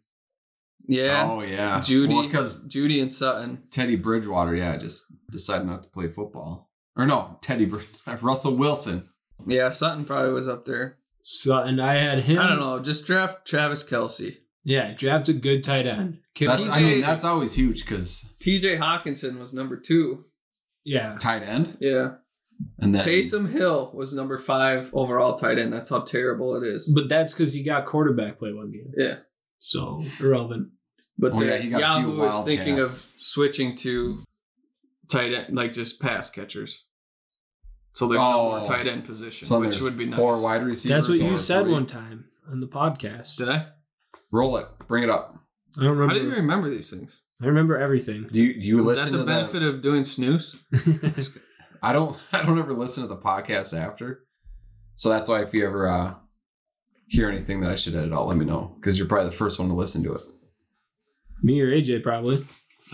[SPEAKER 1] Yeah.
[SPEAKER 3] Oh yeah,
[SPEAKER 1] Judy
[SPEAKER 3] because
[SPEAKER 1] Judy and Sutton.
[SPEAKER 3] Teddy Bridgewater, yeah, just decided not to play football. Or no, Teddy Brid- Russell Wilson.
[SPEAKER 1] Yeah, Sutton probably was up there.
[SPEAKER 2] Sutton. I had him.
[SPEAKER 1] I don't know. Just draft Travis Kelsey.
[SPEAKER 2] Yeah, draft a good tight end. Kill-
[SPEAKER 3] That's, I mean, that's always huge because
[SPEAKER 1] TJ Hawkinson was number two.
[SPEAKER 2] yeah.
[SPEAKER 3] tight end
[SPEAKER 1] Yeah.
[SPEAKER 3] and then
[SPEAKER 1] Taysom Hill was number five overall tight end. That's how terrible it is.
[SPEAKER 2] But that's because he got quarterback play one game.
[SPEAKER 1] Yeah.
[SPEAKER 2] So irrelevant.
[SPEAKER 1] But
[SPEAKER 3] Oh,
[SPEAKER 1] the
[SPEAKER 3] yeah, he got a few
[SPEAKER 1] Yahoo is
[SPEAKER 3] wildcat.
[SPEAKER 1] thinking of switching to tight end, like just pass catchers. So there's no
[SPEAKER 3] Oh.
[SPEAKER 1] more tight end position,
[SPEAKER 3] so
[SPEAKER 1] which
[SPEAKER 3] there's
[SPEAKER 1] would be nice.
[SPEAKER 3] four wide receivers.
[SPEAKER 2] That's what
[SPEAKER 3] or
[SPEAKER 2] you said
[SPEAKER 3] three.
[SPEAKER 2] one time on the podcast.
[SPEAKER 1] Did I?
[SPEAKER 3] Roll it. Bring it up.
[SPEAKER 2] I don't
[SPEAKER 1] How
[SPEAKER 2] remember.
[SPEAKER 1] do you remember these things?
[SPEAKER 2] I remember everything.
[SPEAKER 3] Do you, do you
[SPEAKER 1] Is that
[SPEAKER 3] listen
[SPEAKER 1] the
[SPEAKER 3] to
[SPEAKER 1] benefit of doing snooze?
[SPEAKER 3] I don't. I don't ever listen to the podcast after. So that's why if you ever uh, hear anything that I should edit out, let me know because you're probably the first one to listen to it.
[SPEAKER 2] Me or AJ probably.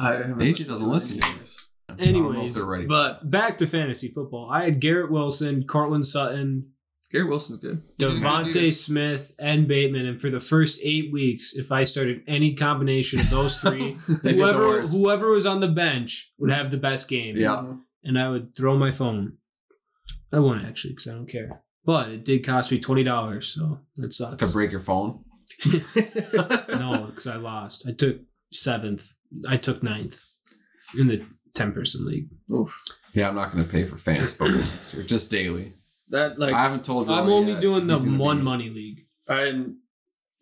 [SPEAKER 1] I haven't
[SPEAKER 3] AJ doesn't listen to I don't know if
[SPEAKER 2] Anyways,
[SPEAKER 3] they're ready.
[SPEAKER 1] But
[SPEAKER 2] Back to fantasy football. I had Garrett Wilson, Cortland Sutton,
[SPEAKER 1] Gary Wilson's good.
[SPEAKER 2] Devontae Smith, and Bateman. And for the first eight weeks, if I started any combination of those three,
[SPEAKER 3] They did the
[SPEAKER 2] whoever
[SPEAKER 3] worst.
[SPEAKER 2] whoever was on the bench would have the best game.
[SPEAKER 3] yeah,
[SPEAKER 2] And I would throw my phone. I won't actually because I don't care. But it did cost me twenty dollars, so that sucks.
[SPEAKER 3] to break your phone.
[SPEAKER 2] no, because I lost. I took seventh. I took ninth in the ten person league.
[SPEAKER 3] Yeah, I'm not going to pay for fantasy football next year, just daily.
[SPEAKER 1] That like
[SPEAKER 3] I haven't
[SPEAKER 1] Oh,
[SPEAKER 3] told.
[SPEAKER 2] I'm
[SPEAKER 3] Roy
[SPEAKER 2] only
[SPEAKER 3] yet.
[SPEAKER 2] doing the
[SPEAKER 3] He's gonna
[SPEAKER 2] one
[SPEAKER 3] be-
[SPEAKER 2] money league.
[SPEAKER 1] I'm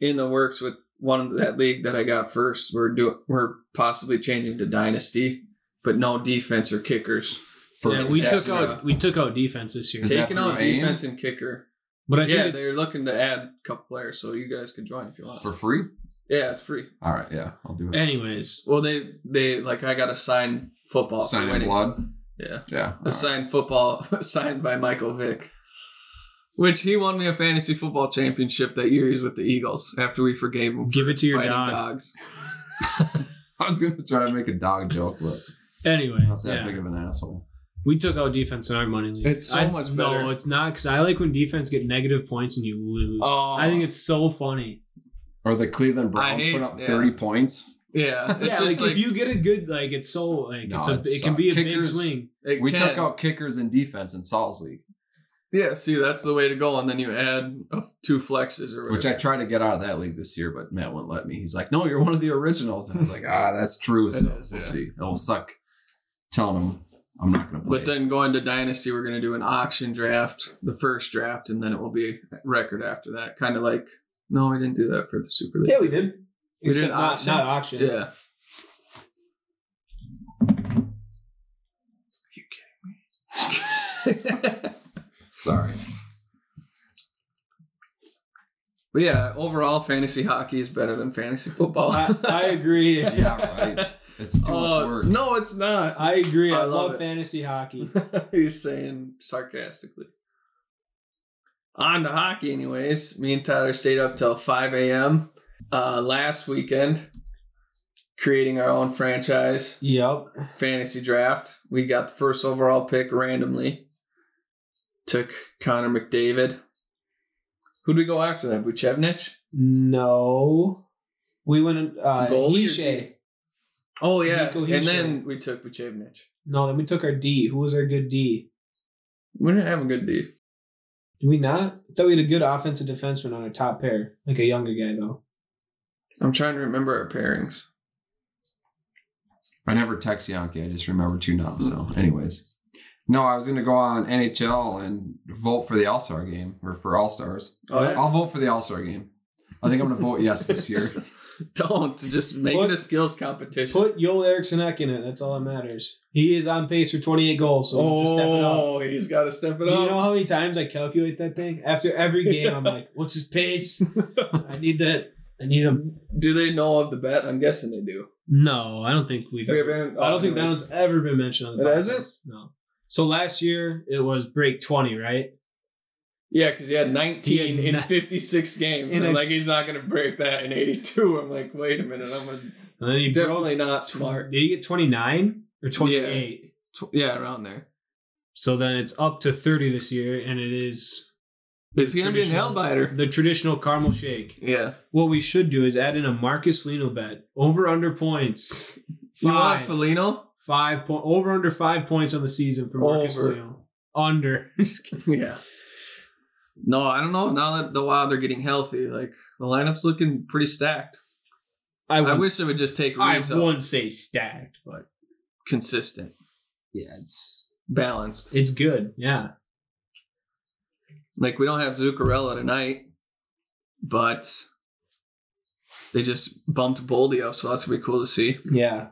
[SPEAKER 1] in the works with one of that league that I got first. We're doing we're possibly changing to dynasty, but no defense or kickers.
[SPEAKER 3] For
[SPEAKER 2] yeah, we took
[SPEAKER 3] extra-
[SPEAKER 2] out we took out defense this year.
[SPEAKER 3] Is that
[SPEAKER 1] Taking
[SPEAKER 3] through
[SPEAKER 1] out
[SPEAKER 3] AIM?
[SPEAKER 1] defense and kicker.
[SPEAKER 2] But I think
[SPEAKER 1] Yeah,
[SPEAKER 2] it's
[SPEAKER 1] they're looking to add a couple players, so you guys can join if you want.
[SPEAKER 3] for free.
[SPEAKER 1] yeah, it's free.
[SPEAKER 3] All right, yeah, I'll do it.
[SPEAKER 2] anyways.
[SPEAKER 1] Well, they they like I got a signed football. for
[SPEAKER 3] Sign in
[SPEAKER 1] winning.
[SPEAKER 3] blood.
[SPEAKER 1] Yeah,
[SPEAKER 3] Yeah.
[SPEAKER 1] a signed football signed by Michael Vick. Which he won me a fantasy football championship that year. He's with the Eagles after we forgave him.
[SPEAKER 2] Give it to your
[SPEAKER 1] fighting
[SPEAKER 2] dog.
[SPEAKER 1] dogs.
[SPEAKER 3] I was gonna try to make a dog joke, but not
[SPEAKER 2] Anyways,
[SPEAKER 3] that
[SPEAKER 2] yeah.
[SPEAKER 3] big of an asshole.
[SPEAKER 2] we took out defense in our money league.
[SPEAKER 1] It's so
[SPEAKER 2] I-
[SPEAKER 1] much better.
[SPEAKER 2] No, it's not because I like when defense get negative points and you lose.
[SPEAKER 1] Oh.
[SPEAKER 2] I think it's so funny.
[SPEAKER 3] Or the Cleveland Browns
[SPEAKER 1] hate-
[SPEAKER 3] put up
[SPEAKER 1] yeah.
[SPEAKER 3] 30 points.
[SPEAKER 1] Yeah, it's
[SPEAKER 2] yeah, like,
[SPEAKER 1] just like,
[SPEAKER 2] if you get a good like, it's so like
[SPEAKER 3] No,
[SPEAKER 2] it's a,
[SPEAKER 3] it
[SPEAKER 2] it can
[SPEAKER 3] sucks.
[SPEAKER 2] be a big
[SPEAKER 3] Kickers-
[SPEAKER 2] swing.
[SPEAKER 1] it
[SPEAKER 3] We
[SPEAKER 1] can-
[SPEAKER 3] took out kickers and defense in Saul's league,
[SPEAKER 1] Yeah, see, that's the way to go, and then you add a f- two flexes or whatever.
[SPEAKER 3] which I tried to get out of that league this year, but Matt wouldn't let me. He's like, "No, you're one of the originals." And I was like, "Ah, that's true." So
[SPEAKER 1] It is,
[SPEAKER 3] we'll
[SPEAKER 1] yeah.
[SPEAKER 3] see. It'll suck telling him I'm not gonna play.
[SPEAKER 1] But then going to Dynasty, we're going to do an auction draft, the first draft, and then it will be record after that. Kind of like, no, we didn't do that for the Super League.
[SPEAKER 2] Yeah, we did.
[SPEAKER 1] We
[SPEAKER 2] Except
[SPEAKER 1] did an
[SPEAKER 2] not,
[SPEAKER 1] auction?
[SPEAKER 2] not auction.
[SPEAKER 1] Yeah. Are you kidding me?
[SPEAKER 3] Sorry.
[SPEAKER 1] but yeah, overall, fantasy hockey is better than fantasy football.
[SPEAKER 2] I, I agree.
[SPEAKER 3] Yeah, right. It's too much
[SPEAKER 1] Oh,
[SPEAKER 3] work.
[SPEAKER 1] no, it's not.
[SPEAKER 2] I agree. I,
[SPEAKER 1] I
[SPEAKER 2] love,
[SPEAKER 1] love it.
[SPEAKER 2] fantasy hockey.
[SPEAKER 1] He's saying sarcastically. On to hockey, anyways. Me and Tyler stayed up till 5 a.m. Uh, last weekend, creating our own franchise
[SPEAKER 2] yep.
[SPEAKER 1] fantasy draft. We got the first overall pick randomly. Took Connor McDavid. Who'd we go after that? Buchevnich?
[SPEAKER 2] No. We went uh
[SPEAKER 1] Goalie or
[SPEAKER 2] Heishay.
[SPEAKER 1] D? Oh, yeah.
[SPEAKER 2] Nico
[SPEAKER 1] and
[SPEAKER 2] Hischier.
[SPEAKER 1] then we took Buchevnich.
[SPEAKER 2] No, then we took our D. Who was our good D?
[SPEAKER 1] We didn't have a good D.
[SPEAKER 2] Did we not? I thought we had a good offensive defenseman on our top pair, like a younger guy though.
[SPEAKER 1] I'm trying to remember our pairings.
[SPEAKER 3] I never text Yankee. I just remember two now. So, anyways, no, I was gonna go on NHL and vote for the All Star game or for All Stars.
[SPEAKER 1] Oh, yeah.
[SPEAKER 3] I'll vote for the All Star game. I think I'm gonna vote yes this year.
[SPEAKER 1] Don't just make
[SPEAKER 2] Put-
[SPEAKER 1] it a skills competition.
[SPEAKER 2] Put Joel Eriksson Ek in it. That's all that matters. He is on pace for 28 goals, so oh, to step it up.
[SPEAKER 1] Oh, he's got to step
[SPEAKER 2] Do
[SPEAKER 1] it
[SPEAKER 2] you
[SPEAKER 1] up.
[SPEAKER 2] know how many times I calculate that thing? After every game, I'm like, "What's his pace? I need that. I need him."
[SPEAKER 1] do they know of the bet? I'm guessing they do.
[SPEAKER 2] No, I don't think we've.
[SPEAKER 1] They haven't-
[SPEAKER 2] I don't think that
[SPEAKER 1] anyways.
[SPEAKER 2] one's ever been mentioned on the
[SPEAKER 1] It
[SPEAKER 2] podcast.
[SPEAKER 1] hasn't?
[SPEAKER 2] No. So last year it was break 20, right?
[SPEAKER 1] Yeah, because he had 19
[SPEAKER 2] He had
[SPEAKER 1] in
[SPEAKER 2] ni-
[SPEAKER 1] 56 games.
[SPEAKER 2] in
[SPEAKER 1] I'm
[SPEAKER 2] a-
[SPEAKER 1] like, he's not going to break that in 82. I'm like, wait a minute. I'm a,
[SPEAKER 2] And then he broke.
[SPEAKER 1] definitely not smart.
[SPEAKER 2] Did he get 29 or 28?
[SPEAKER 1] Tw- Yeah, around there.
[SPEAKER 2] So then it's up to 30 this year, and it is
[SPEAKER 1] It's going to be an
[SPEAKER 2] Traditional-
[SPEAKER 1] hell biter.
[SPEAKER 2] the traditional caramel shake.
[SPEAKER 1] Yeah.
[SPEAKER 2] What we should do is add in a Marcus Lino bet. Over under points.
[SPEAKER 1] You want
[SPEAKER 2] Five.
[SPEAKER 1] Felino?
[SPEAKER 2] five point over under five points on the season for Marcus
[SPEAKER 1] Over.
[SPEAKER 2] Lino. Under. Just kidding.
[SPEAKER 1] Yeah.
[SPEAKER 5] No, I don't know. Now that the Wild are getting healthy, like the lineup's looking pretty stacked.
[SPEAKER 2] I,
[SPEAKER 5] I
[SPEAKER 2] wouldn't-
[SPEAKER 5] wish they would just take
[SPEAKER 2] I
[SPEAKER 5] Reeves out.
[SPEAKER 2] wouldn't say stacked, but
[SPEAKER 5] consistent,
[SPEAKER 2] yeah, it's
[SPEAKER 5] balanced.
[SPEAKER 2] it's good. Yeah.
[SPEAKER 5] Like we don't have Zuccarello tonight, but they just bumped Boldy up, so that's gonna be cool to see.
[SPEAKER 2] Yeah.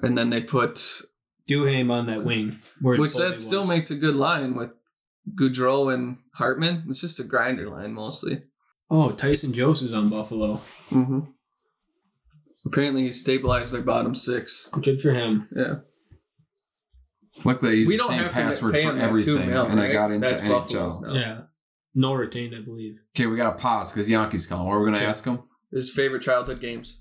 [SPEAKER 5] And then they put,
[SPEAKER 2] Duham on that wing. Where
[SPEAKER 5] which
[SPEAKER 2] Foley
[SPEAKER 5] that still
[SPEAKER 2] was.
[SPEAKER 5] makes a good line with Goudreau and Hartman. It's just a grinder line mostly.
[SPEAKER 2] Oh, Tyson Jost is on Buffalo.
[SPEAKER 5] Mm-hmm. Apparently, he stabilized their bottom six.
[SPEAKER 2] Good for him.
[SPEAKER 5] Yeah,
[SPEAKER 3] Luckily, I used
[SPEAKER 1] We
[SPEAKER 3] the
[SPEAKER 1] don't
[SPEAKER 3] same
[SPEAKER 1] have to
[SPEAKER 3] password
[SPEAKER 1] pay
[SPEAKER 3] for
[SPEAKER 1] him that two
[SPEAKER 3] everything,
[SPEAKER 1] mil,
[SPEAKER 3] and I
[SPEAKER 1] right?
[SPEAKER 3] got into
[SPEAKER 1] That's Buffalo's
[SPEAKER 3] NHL.
[SPEAKER 1] now.
[SPEAKER 2] Yeah. No retained, I believe.
[SPEAKER 3] Okay, we got to pause because Yankees calling. What are we going to
[SPEAKER 5] Okay.
[SPEAKER 3] ask him?
[SPEAKER 5] his favorite childhood games.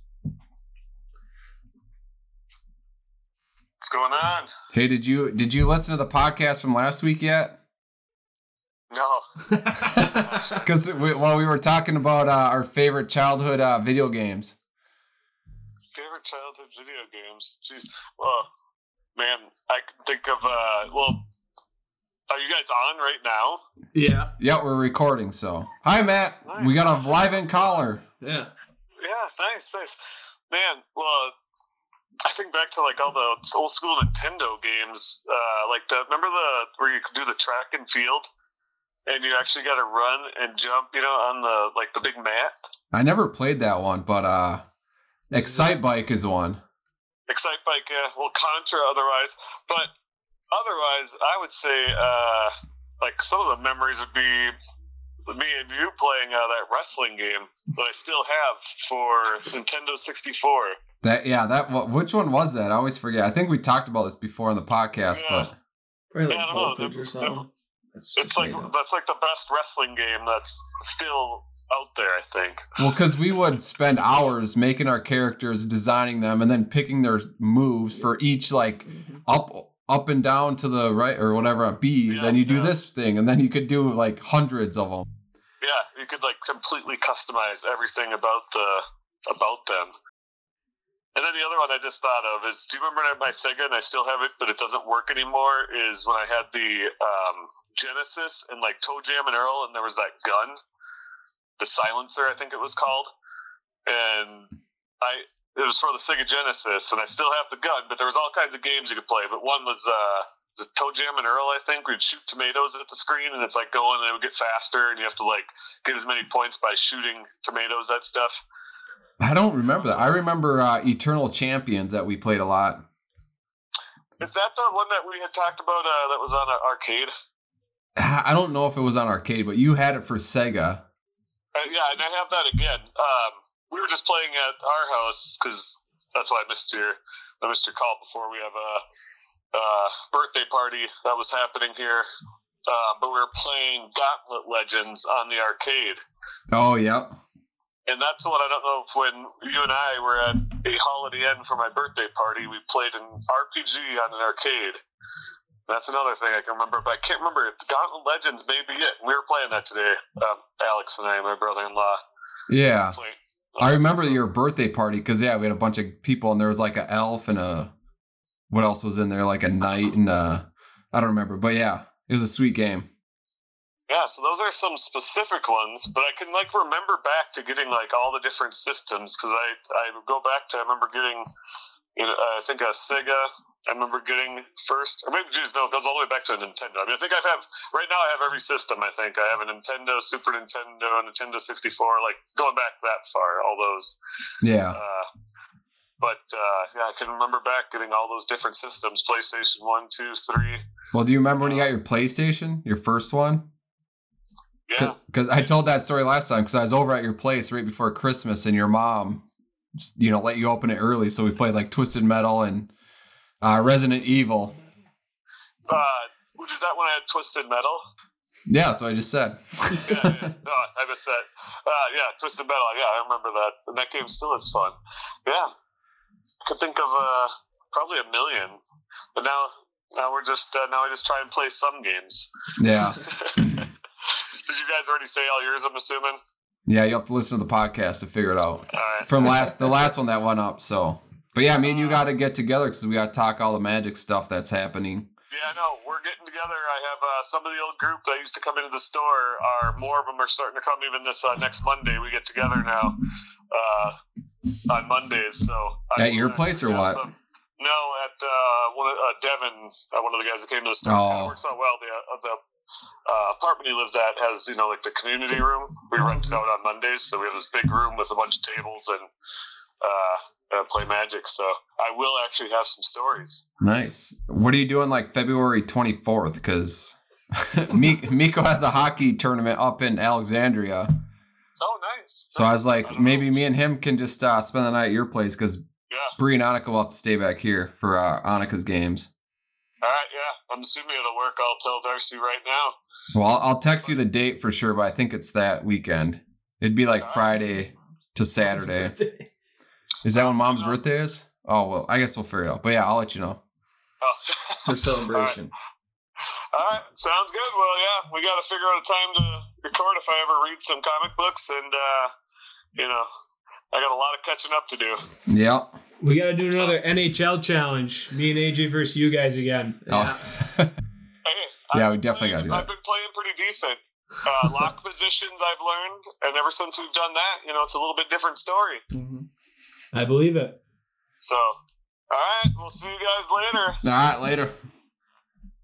[SPEAKER 7] What's going on?
[SPEAKER 3] Hey, did you did you listen to the podcast from last week yet?
[SPEAKER 7] No.
[SPEAKER 3] Because we, while we were talking about uh, our favorite childhood uh, video games,
[SPEAKER 7] Favorite childhood video games? Jeez. Well, man, I could think of, uh, well, are you guys on right now?
[SPEAKER 5] Yeah,
[SPEAKER 3] yeah, we're recording. So, hi, Matt. We got a live in caller.
[SPEAKER 5] yeah.
[SPEAKER 7] Yeah, nice, nice. Man, well, I think back to like all the old school Nintendo games, uh, like the, remember the, where you could do the track and field? And you actually got to run and jump, you know, on the like the big mat.
[SPEAKER 3] I never played that one, but uh, Excite Bike is one.
[SPEAKER 7] Excite Bike, uh, well, Contra otherwise. But otherwise, I would say, uh, like, some of the memories would be me and you playing uh, that wrestling game that I still have for Nintendo 64.
[SPEAKER 3] That yeah, that wh- which one was that? I always forget. I think we talked about this before on the podcast,
[SPEAKER 7] Yeah.
[SPEAKER 3] but
[SPEAKER 4] Probably
[SPEAKER 7] Yeah, I
[SPEAKER 4] like
[SPEAKER 7] don't know,
[SPEAKER 4] voltage or
[SPEAKER 7] that's-
[SPEAKER 4] something. That's
[SPEAKER 7] It's
[SPEAKER 4] just
[SPEAKER 7] like,
[SPEAKER 4] made up.
[SPEAKER 7] that's like the best wrestling game that's still out there, I think.
[SPEAKER 3] well, because we would spend hours making our characters, designing them, and then picking their moves for each like up up and down to the right or whatever a B.
[SPEAKER 7] Yeah,
[SPEAKER 3] then you do
[SPEAKER 7] yeah.
[SPEAKER 3] this thing, and then you could do like hundreds of them.
[SPEAKER 7] Yeah, you could like completely customize everything about the about them. And then the other one I just thought of is: Do you remember my Sega? And I still have it, but it doesn't work anymore. Is when I had the um, Genesis and like Toe Jam and Earl, and there was that gun, the silencer, I think it was called, and I it was for the Sega Genesis, and I still have the gun. But there was all kinds of games you could play, but one was. Uh, the Toe Jam and Earl, I think, we'd shoot tomatoes at the screen, and it's like going, and it would get faster, and you have to like get as many points by shooting tomatoes at stuff.
[SPEAKER 3] I don't remember that. I remember uh, Eternal Champions that we played a lot.
[SPEAKER 7] Is that the one that we had talked about uh, that was on an arcade?
[SPEAKER 3] I I don't know if it was on arcade, but you had it for Sega.
[SPEAKER 7] Uh, yeah, and I have that again. Um, we were just playing at our house because that's why I missed your I missed your call before. We have a uh, birthday party that was happening here, uh, but we were playing Gauntlet Legends on the arcade.
[SPEAKER 3] Oh, yep.
[SPEAKER 7] And that's the one I don't know if when you and I were at a Holiday Inn for my birthday party, we played an RPG on an arcade. That's another thing I can remember, but I can't remember. Gauntlet Legends may be it. We were playing that today. Um, Alex and I, my brother in law,
[SPEAKER 3] Yeah.
[SPEAKER 7] playing.
[SPEAKER 3] I remember your birthday party because yeah, we had a bunch of people and there was like an elf and a what else was in there like a knight and a I don't remember, but yeah, it was a sweet game.
[SPEAKER 7] Yeah, so those are some specific ones, but I can like remember back to getting like all the different systems because I I go back to I remember getting, you know, uh, I think a Sega. I remember getting first, or maybe just no, it goes all the way back to a Nintendo. I mean, I think I have right now. I have every system. I think I have a Nintendo, Super Nintendo, Nintendo sixty four. Like going back that far, all those.
[SPEAKER 3] Yeah,
[SPEAKER 7] Uh, but uh, yeah, I can remember back getting all those different systems: PlayStation one, two, three.
[SPEAKER 3] well, do you remember when you got your PlayStation, your first one?
[SPEAKER 7] Yeah,
[SPEAKER 3] Because I told that story last time because I was over at your place right before Christmas and your mom, you know, let you open it early, so we played like Twisted Metal and uh, Resident Evil.
[SPEAKER 7] uh, which is that when I had Twisted Metal.
[SPEAKER 3] Yeah, that's what I just said.
[SPEAKER 7] yeah, yeah. No, I missed that. Uh, yeah, Twisted Metal. Yeah, I remember that. And that game still is fun. Yeah, I could think of uh, probably a million, but now now we're just uh, now I just try and play some games.
[SPEAKER 3] yeah.
[SPEAKER 7] Did you guys already say all yours? I'm assuming.
[SPEAKER 3] Yeah, you have to listen to the podcast to figure it out.
[SPEAKER 7] All right.
[SPEAKER 3] From last the last one that went up, so but yeah, me and you gotta get together because we gotta talk all the magic stuff that's happening.
[SPEAKER 7] Yeah, no, we're getting together. I have uh, some of the old group that used to come into the store are more of them are starting to come even this uh, next Monday. We get together now uh, on Mondays. So I
[SPEAKER 3] At your
[SPEAKER 7] will, uh,
[SPEAKER 3] place or
[SPEAKER 7] have
[SPEAKER 3] what?
[SPEAKER 7] some- no, at uh, one of, uh, Devin, uh, one of the guys that came to the store. It kinda
[SPEAKER 3] Oh.
[SPEAKER 7] works out well. The, uh, the uh, apartment he lives at has you know like the community room. We rent it out on Mondays, so we have this big room with a bunch of tables and. Uh, uh, play magic, so I will actually have some stories.
[SPEAKER 3] Nice. What are you doing like February twenty fourth? Because Miko has a hockey tournament up in Alexandria,
[SPEAKER 7] Oh, nice!
[SPEAKER 3] so I was like, maybe me and him can just uh, spend the night at your place because
[SPEAKER 7] yeah.
[SPEAKER 3] Bree and Annika will have to stay back here for uh, Annika's games.
[SPEAKER 7] All right, yeah. I'm assuming it'll work. I'll tell Darcy right now.
[SPEAKER 3] Well, I'll, I'll text you the date for sure, but I think it's that weekend. It'd be like Friday to Saturday. Is that when mom's birthday is? Oh, well, I guess we'll figure it out. But yeah, I'll let you know.
[SPEAKER 7] Oh.
[SPEAKER 5] Her celebration.
[SPEAKER 7] All right, sounds good. Well, yeah, we got to figure out a time to record if I ever read some comic books, and uh, you know, I got a lot of catching up to do.
[SPEAKER 3] Yep.
[SPEAKER 2] We gotta do another NHL challenge. Me and AJ versus you guys again.
[SPEAKER 3] Oh.
[SPEAKER 7] Hey,
[SPEAKER 3] Yeah,
[SPEAKER 7] I've
[SPEAKER 3] we definitely
[SPEAKER 7] been playing-
[SPEAKER 3] gotta do that.
[SPEAKER 7] I've been playing pretty decent. Uh, lock positions I've learned, and ever since we've done that, you know, it's a little bit different story.
[SPEAKER 2] I believe it.
[SPEAKER 7] So, all right, we'll see you guys later.
[SPEAKER 3] All right, later.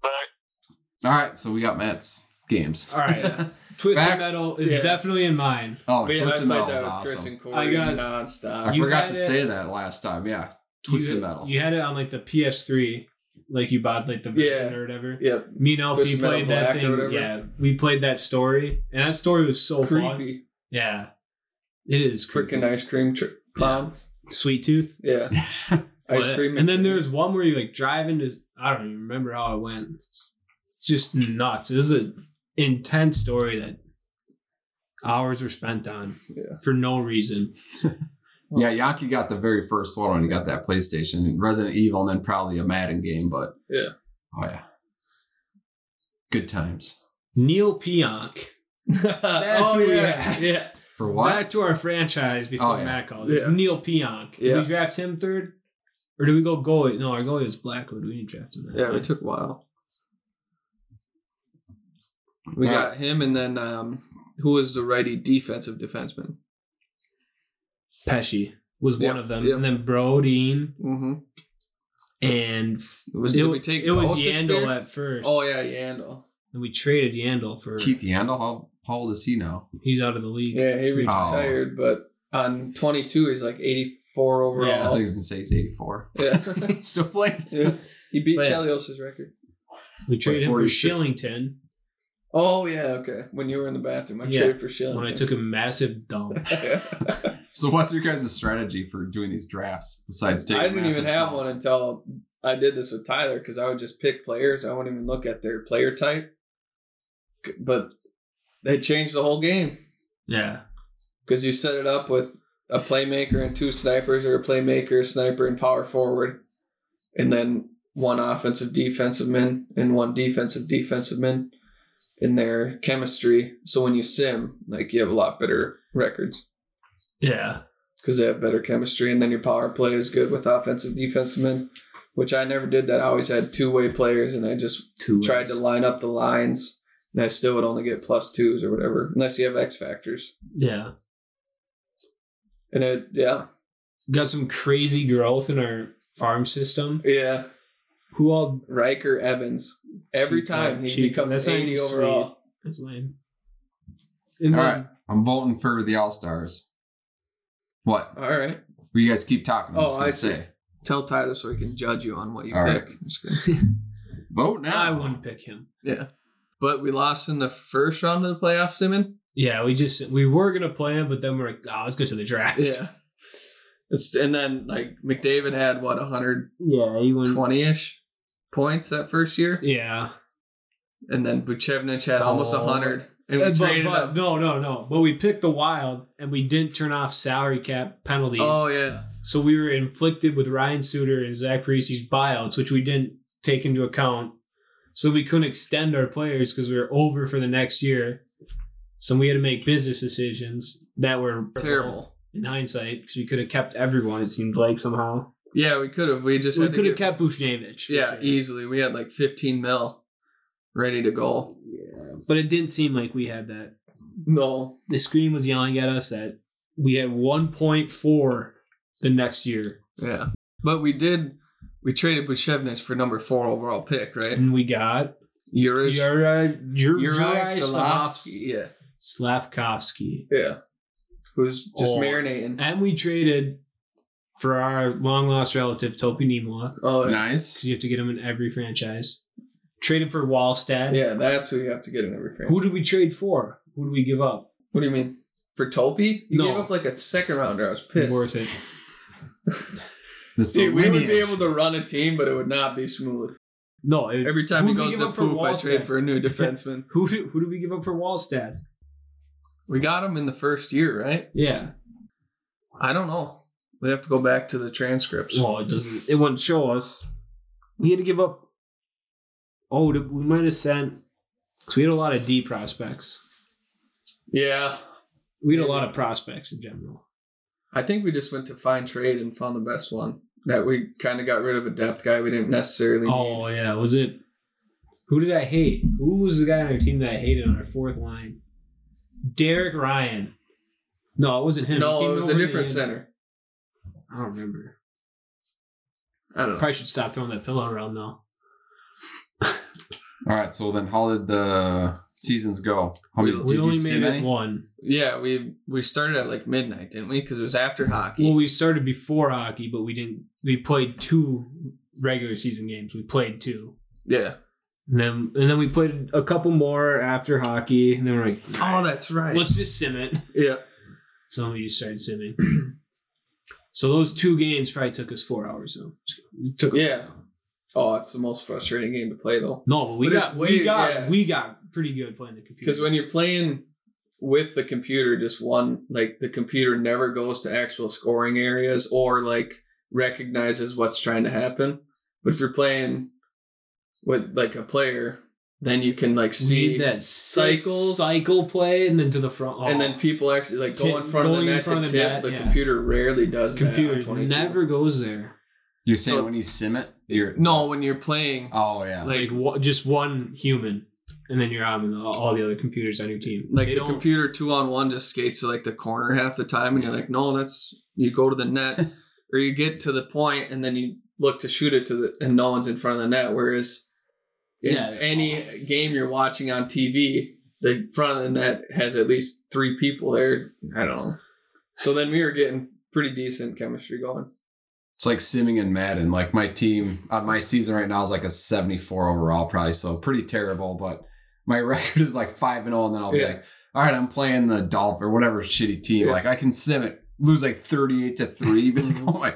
[SPEAKER 7] Bye.
[SPEAKER 3] All right, so we got Matt's games.
[SPEAKER 2] All right. Twisted
[SPEAKER 3] Back-
[SPEAKER 2] Metal is
[SPEAKER 1] Yeah.
[SPEAKER 2] definitely in mine.
[SPEAKER 3] Oh,
[SPEAKER 1] But yeah, I played
[SPEAKER 3] Twisted Metal
[SPEAKER 1] that
[SPEAKER 3] is
[SPEAKER 1] with Chris
[SPEAKER 3] awesome.
[SPEAKER 1] and Corey
[SPEAKER 2] I got-
[SPEAKER 1] nonstop.
[SPEAKER 3] I
[SPEAKER 2] You
[SPEAKER 3] forgot
[SPEAKER 2] had
[SPEAKER 3] to
[SPEAKER 2] it-
[SPEAKER 3] say that last time. Yeah, Twisted
[SPEAKER 2] you,
[SPEAKER 3] Metal.
[SPEAKER 2] You had it on like the PS3, like you bought like the version
[SPEAKER 1] Yeah.
[SPEAKER 2] or whatever.
[SPEAKER 1] Yep.
[SPEAKER 2] Me and LP
[SPEAKER 1] Twisted Metal
[SPEAKER 2] played that
[SPEAKER 1] Black or
[SPEAKER 2] thing.
[SPEAKER 1] whatever.
[SPEAKER 2] Yeah, we played that story, and that story was so fun.
[SPEAKER 1] Creepy.
[SPEAKER 2] Yeah, it is creepy.
[SPEAKER 1] Freaking ice cream tr- clown.
[SPEAKER 2] Sweet Tooth.
[SPEAKER 1] Yeah. ice
[SPEAKER 2] What?
[SPEAKER 1] cream.
[SPEAKER 2] And then there's one where you like drive into. I don't even remember how it went. It's just nuts. This is an intense story that hours were spent on
[SPEAKER 1] Yeah.
[SPEAKER 2] for no reason.
[SPEAKER 3] Yeah, Yaki got the very first one when he got that PlayStation, Resident Evil, and then probably a Madden game. But
[SPEAKER 1] Yeah.
[SPEAKER 3] oh yeah, good times
[SPEAKER 2] Neil Pionk.
[SPEAKER 1] That's
[SPEAKER 2] who we
[SPEAKER 1] Oh, Uh, yeah.
[SPEAKER 2] had.
[SPEAKER 1] yeah.
[SPEAKER 3] for what?
[SPEAKER 2] Back to our franchise before
[SPEAKER 3] Oh, yeah.
[SPEAKER 2] Matt called. It's
[SPEAKER 1] Yeah.
[SPEAKER 2] Neil Pionk. Did
[SPEAKER 1] Yeah.
[SPEAKER 2] we draft him third? Or do we go goalie? No, our goalie is Blackwood. We didn't draft him. that
[SPEAKER 5] Yeah,
[SPEAKER 2] high.
[SPEAKER 5] it took a while. We
[SPEAKER 3] All
[SPEAKER 5] got him, and then um, who was the righty defensive defenseman?
[SPEAKER 2] Pesci was one
[SPEAKER 5] Yeah,
[SPEAKER 2] of them.
[SPEAKER 5] yeah.
[SPEAKER 2] And then Brodeen
[SPEAKER 5] Mm-hmm.
[SPEAKER 2] and f-
[SPEAKER 5] It was.
[SPEAKER 2] it,
[SPEAKER 5] did
[SPEAKER 2] wa-
[SPEAKER 5] we take?
[SPEAKER 2] it was
[SPEAKER 5] Yandel.
[SPEAKER 2] Yandel at first.
[SPEAKER 5] Oh yeah, Yandel.
[SPEAKER 2] And we traded Yandel for
[SPEAKER 3] Keith Yandel, how, how old is he now?
[SPEAKER 2] he's out of the league.
[SPEAKER 1] Yeah, he retired, but on 22, he's like 84
[SPEAKER 3] I think
[SPEAKER 1] overall.
[SPEAKER 3] he's gonna say he's eighty-four.
[SPEAKER 1] Yeah.
[SPEAKER 3] Still playing.
[SPEAKER 1] yeah. He beat
[SPEAKER 2] But-
[SPEAKER 1] Chelios's record.
[SPEAKER 2] We traded him for
[SPEAKER 3] 46.
[SPEAKER 2] Shillington
[SPEAKER 1] Oh, yeah. Okay. When you were in the bathroom, I
[SPEAKER 2] Yeah.
[SPEAKER 1] traded for Shelley.
[SPEAKER 2] when I took a massive dump.
[SPEAKER 3] So, what's your guys' strategy for doing these drafts besides taking?
[SPEAKER 1] I didn't even
[SPEAKER 3] massive
[SPEAKER 1] have
[SPEAKER 3] dump?
[SPEAKER 1] one until I did this with Tyler because I would just pick players. I wouldn't even look at their player type. C- But they changed the whole game
[SPEAKER 2] yeah.
[SPEAKER 1] because you set it up with a playmaker and two snipers, or a playmaker, sniper, and power forward, and then one offensive defensive man and one defensive defensive man in their chemistry. So when you sim, like you have a lot better records
[SPEAKER 2] Yeah.
[SPEAKER 1] because they have better chemistry, and then your power play is good with offensive defensemen, which I never did. That I always had two way players, and I just
[SPEAKER 2] Two
[SPEAKER 1] tried to
[SPEAKER 2] ways.
[SPEAKER 1] line up the lines, and I still would only get plus twos or whatever, unless you have X factors.
[SPEAKER 2] Yeah.
[SPEAKER 1] And it, yeah,
[SPEAKER 2] Got some crazy growth in our farm system.
[SPEAKER 1] yeah,
[SPEAKER 2] Who all
[SPEAKER 1] Riker Evans. Every
[SPEAKER 2] Cheap,
[SPEAKER 1] time he
[SPEAKER 2] cheap.
[SPEAKER 1] becomes
[SPEAKER 2] That's not even
[SPEAKER 1] eighty
[SPEAKER 2] sweet.
[SPEAKER 1] overall.
[SPEAKER 2] That's lame. And
[SPEAKER 3] All
[SPEAKER 2] then-
[SPEAKER 3] right, I'm voting for the All Stars. What?
[SPEAKER 1] All right,
[SPEAKER 3] Well, you guys keep talking. I'm
[SPEAKER 1] Oh,
[SPEAKER 3] just gonna
[SPEAKER 1] I see.
[SPEAKER 3] say.
[SPEAKER 5] Tell Tyler so he can judge you on what you
[SPEAKER 3] All
[SPEAKER 5] pick.
[SPEAKER 3] right.
[SPEAKER 5] I'm just kidding.
[SPEAKER 3] Vote now.
[SPEAKER 1] Oh.
[SPEAKER 2] I wouldn't pick him.
[SPEAKER 5] But we lost in the first round of the playoffs, Simon.
[SPEAKER 2] Yeah, we just we were gonna play him, but then we're like, oh, let's go to the draft.
[SPEAKER 5] Yeah. It's and then like McDavid had what 120
[SPEAKER 2] yeah, he went.
[SPEAKER 5] ish points that first year.
[SPEAKER 2] Yeah,
[SPEAKER 1] and then Buchevnich had almost
[SPEAKER 2] Oh.
[SPEAKER 1] almost hundred, and we
[SPEAKER 2] Uh, but,
[SPEAKER 1] traded
[SPEAKER 2] but-
[SPEAKER 1] him.
[SPEAKER 2] no, no, no. But we picked the wild and we didn't turn off salary cap penalties.
[SPEAKER 1] Oh yeah,
[SPEAKER 2] So we were inflicted with Ryan Suter and Zach Parisi's buyouts, which we didn't take into account. So we couldn't extend our players because we were over for the next year. So we had to make business decisions that were
[SPEAKER 1] terrible.
[SPEAKER 2] in hindsight because we could have kept everyone. It seemed like somehow
[SPEAKER 1] Yeah, we could have. We just
[SPEAKER 2] we
[SPEAKER 1] had to
[SPEAKER 2] could have
[SPEAKER 1] get-
[SPEAKER 2] kept Bushnevich. for
[SPEAKER 1] Yeah,
[SPEAKER 2] sure.
[SPEAKER 1] easily. We had like fifteen mil ready to go.
[SPEAKER 2] but it didn't seem like we had that.
[SPEAKER 1] No,
[SPEAKER 2] The screen was yelling at us that we had 1.4 the next year,
[SPEAKER 1] yeah, but we did. We traded Buchevnich for number four overall pick, right?
[SPEAKER 2] and we got
[SPEAKER 1] Yurish,
[SPEAKER 2] Juraj
[SPEAKER 1] Yuri
[SPEAKER 2] Slavkovsky.
[SPEAKER 1] Slavsky. Yeah,
[SPEAKER 2] Slavkovsky.
[SPEAKER 1] yeah. Who's just
[SPEAKER 2] Oh.
[SPEAKER 1] marinating?
[SPEAKER 2] And we traded for our long lost relative, Topi Nimwa,
[SPEAKER 1] Oh yeah.
[SPEAKER 3] Nice.
[SPEAKER 2] because you have to get him in every franchise. Traded for Wallstad.
[SPEAKER 1] yeah, that's who you have to get in every frame.
[SPEAKER 2] Who did we trade for? Who did we give up?
[SPEAKER 1] What do you mean? For Topi? You
[SPEAKER 2] No.
[SPEAKER 1] gave up like a second rounder. I was pissed.
[SPEAKER 2] Worth it.
[SPEAKER 3] This
[SPEAKER 1] See, we would be able to run a team, but it would not be smooth.
[SPEAKER 2] No, it-
[SPEAKER 1] Every time he
[SPEAKER 2] Who'd we
[SPEAKER 1] goes
[SPEAKER 2] give
[SPEAKER 1] to
[SPEAKER 2] up for
[SPEAKER 1] poop, I
[SPEAKER 2] Wallstedt?
[SPEAKER 1] trade for a new defenseman.
[SPEAKER 2] who did, who did we give up for Wallstad?
[SPEAKER 1] we got him in the first year, right?
[SPEAKER 2] Yeah.
[SPEAKER 1] I don't know. We'd have to go back to the transcripts.
[SPEAKER 2] Well, it doesn't. It wouldn't show us. We had to give up. Oh, did- we might have sent because we had a lot of D prospects.
[SPEAKER 1] yeah.
[SPEAKER 2] We had a lot of prospects in general.
[SPEAKER 1] I think we just went to find trade and found the best one. That we kind of got rid of a depth guy we didn't necessarily need.
[SPEAKER 2] Oh yeah, was it? Who did I hate? Who was the guy on our team that I hated on our fourth line? Derek Ryan. No, it wasn't him. He
[SPEAKER 1] No,
[SPEAKER 2] came
[SPEAKER 1] it was a
[SPEAKER 2] over
[SPEAKER 1] different
[SPEAKER 2] and-
[SPEAKER 1] center.
[SPEAKER 2] I don't remember.
[SPEAKER 1] I don't know.
[SPEAKER 2] Probably should stop throwing that pillow around now.
[SPEAKER 3] All right. So then, how did the seasons go? How many,
[SPEAKER 1] We-
[SPEAKER 2] we
[SPEAKER 3] did you
[SPEAKER 2] only
[SPEAKER 3] see
[SPEAKER 2] made it
[SPEAKER 3] many?
[SPEAKER 2] one.
[SPEAKER 1] Yeah, we we started at like midnight, didn't we? Because it was after hockey.
[SPEAKER 2] Well, we started before hockey, but we didn't. We played two regular season games. We played two,
[SPEAKER 1] yeah.
[SPEAKER 2] and then and then we played a couple more after hockey, and then we're like,
[SPEAKER 1] Oh, that's right.
[SPEAKER 2] let's just sim it.
[SPEAKER 1] yeah.
[SPEAKER 2] So we just started simming. so those two games probably took us four hours though. It took
[SPEAKER 1] Yeah. Oh, it's the most frustrating game to play though.
[SPEAKER 2] no, but we
[SPEAKER 1] But it's
[SPEAKER 2] got we
[SPEAKER 1] way-
[SPEAKER 2] got
[SPEAKER 1] yeah.
[SPEAKER 2] we got pretty good playing the computer.
[SPEAKER 1] Because when you're playing with the computer, just one like the computer never goes to actual scoring areas or like recognizes what's trying to happen. But if you're playing with like a player, then you can like
[SPEAKER 2] We
[SPEAKER 1] see
[SPEAKER 2] did that cycle
[SPEAKER 1] cycles.
[SPEAKER 2] cycle play and then to the front. Oh,
[SPEAKER 1] and then people actually like go
[SPEAKER 2] Tip-
[SPEAKER 1] in front of the
[SPEAKER 2] going in
[SPEAKER 1] net to
[SPEAKER 2] front of the
[SPEAKER 1] tip.
[SPEAKER 2] net,
[SPEAKER 1] the
[SPEAKER 2] yeah.
[SPEAKER 1] computer rarely does that.
[SPEAKER 2] computer
[SPEAKER 1] on 22.
[SPEAKER 2] never goes there.
[SPEAKER 3] You say
[SPEAKER 1] So-
[SPEAKER 3] when you sim it, you're
[SPEAKER 1] No, when you're playing
[SPEAKER 3] Oh yeah.
[SPEAKER 1] like
[SPEAKER 2] Like wha- just one human, and then you're on all, all the other computers on your team.
[SPEAKER 1] like
[SPEAKER 2] They
[SPEAKER 1] the
[SPEAKER 2] don't-
[SPEAKER 1] computer two on one just skates to like the corner half the time and you're like no that's you go to the net or you get to the point and then you look to shoot it to the and no one's in front of the net whereas in
[SPEAKER 2] Yeah.
[SPEAKER 1] any game you're watching on tv the front of the net has at least three people there i don't know so then we were getting pretty decent chemistry going
[SPEAKER 3] It's like simming in Madden. Like my team on my season right now is like a 74 overall, probably. So pretty terrible, but my record is like 5 and 0. And then I'll be
[SPEAKER 1] Yeah.
[SPEAKER 3] like, all right, I'm playing the Dolphin or whatever shitty team.
[SPEAKER 1] Yeah. Mm-hmm.
[SPEAKER 3] Like I can sim it, lose like 38 to 3. But like, oh my,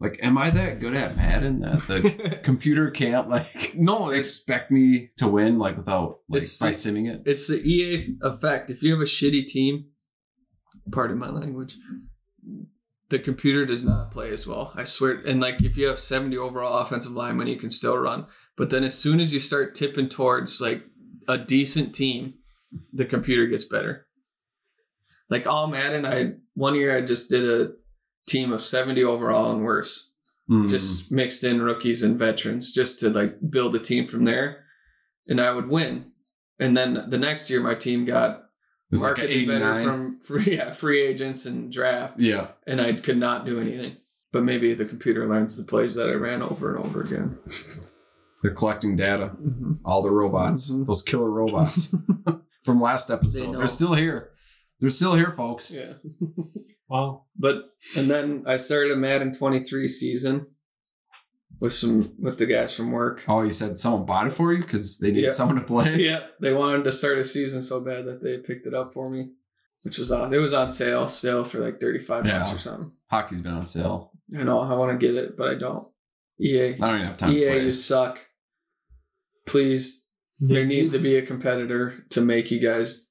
[SPEAKER 3] like, am I that good at Madden that the computer can't like
[SPEAKER 1] no it's
[SPEAKER 3] expect me to win like without like
[SPEAKER 1] It's-
[SPEAKER 3] by simming it?
[SPEAKER 1] it's the ea effect if you have a shitty team pardon my language the computer does not play as well. I swear. And like, if you have 70 overall offensive linemen, you can still run. But then as soon as you start tipping towards like a decent team, the computer gets better. Like all Madden, I one year I just did a team of 70 overall and worse,
[SPEAKER 3] Mm.
[SPEAKER 1] just mixed in rookies and veterans, just to like build a team from there, and I would win. And then the next year, my team got
[SPEAKER 3] It's like an
[SPEAKER 1] markedly better
[SPEAKER 3] 89.
[SPEAKER 1] from free yeah, free agents and draft
[SPEAKER 3] yeah.
[SPEAKER 1] and I could not do anything. But maybe the computer learns the plays that I ran over and over again.
[SPEAKER 3] They're collecting data. all the robots,
[SPEAKER 1] Mhm.
[SPEAKER 3] those killer robots from last
[SPEAKER 1] They
[SPEAKER 3] episode.
[SPEAKER 1] know.
[SPEAKER 3] They are still here. They're still here, folks.
[SPEAKER 1] Yeah.
[SPEAKER 2] wow.
[SPEAKER 1] But and then I started a Madden 23 season with some with the guys from work.
[SPEAKER 3] Oh, you said someone bought it for you because they needed
[SPEAKER 1] Yeah.
[SPEAKER 3] someone to play.
[SPEAKER 1] Yeah, they wanted to start a season so bad that they picked it up for me, which was on. It was on sale still for like 35 bucks
[SPEAKER 3] Yeah.
[SPEAKER 1] or something.
[SPEAKER 3] Hockey's been on sale.
[SPEAKER 1] I know I want to get it, but I don't. E EA,
[SPEAKER 3] I don't even have time to
[SPEAKER 1] EA,
[SPEAKER 3] play.
[SPEAKER 1] you suck. Please There needs to be a competitor to make you guys.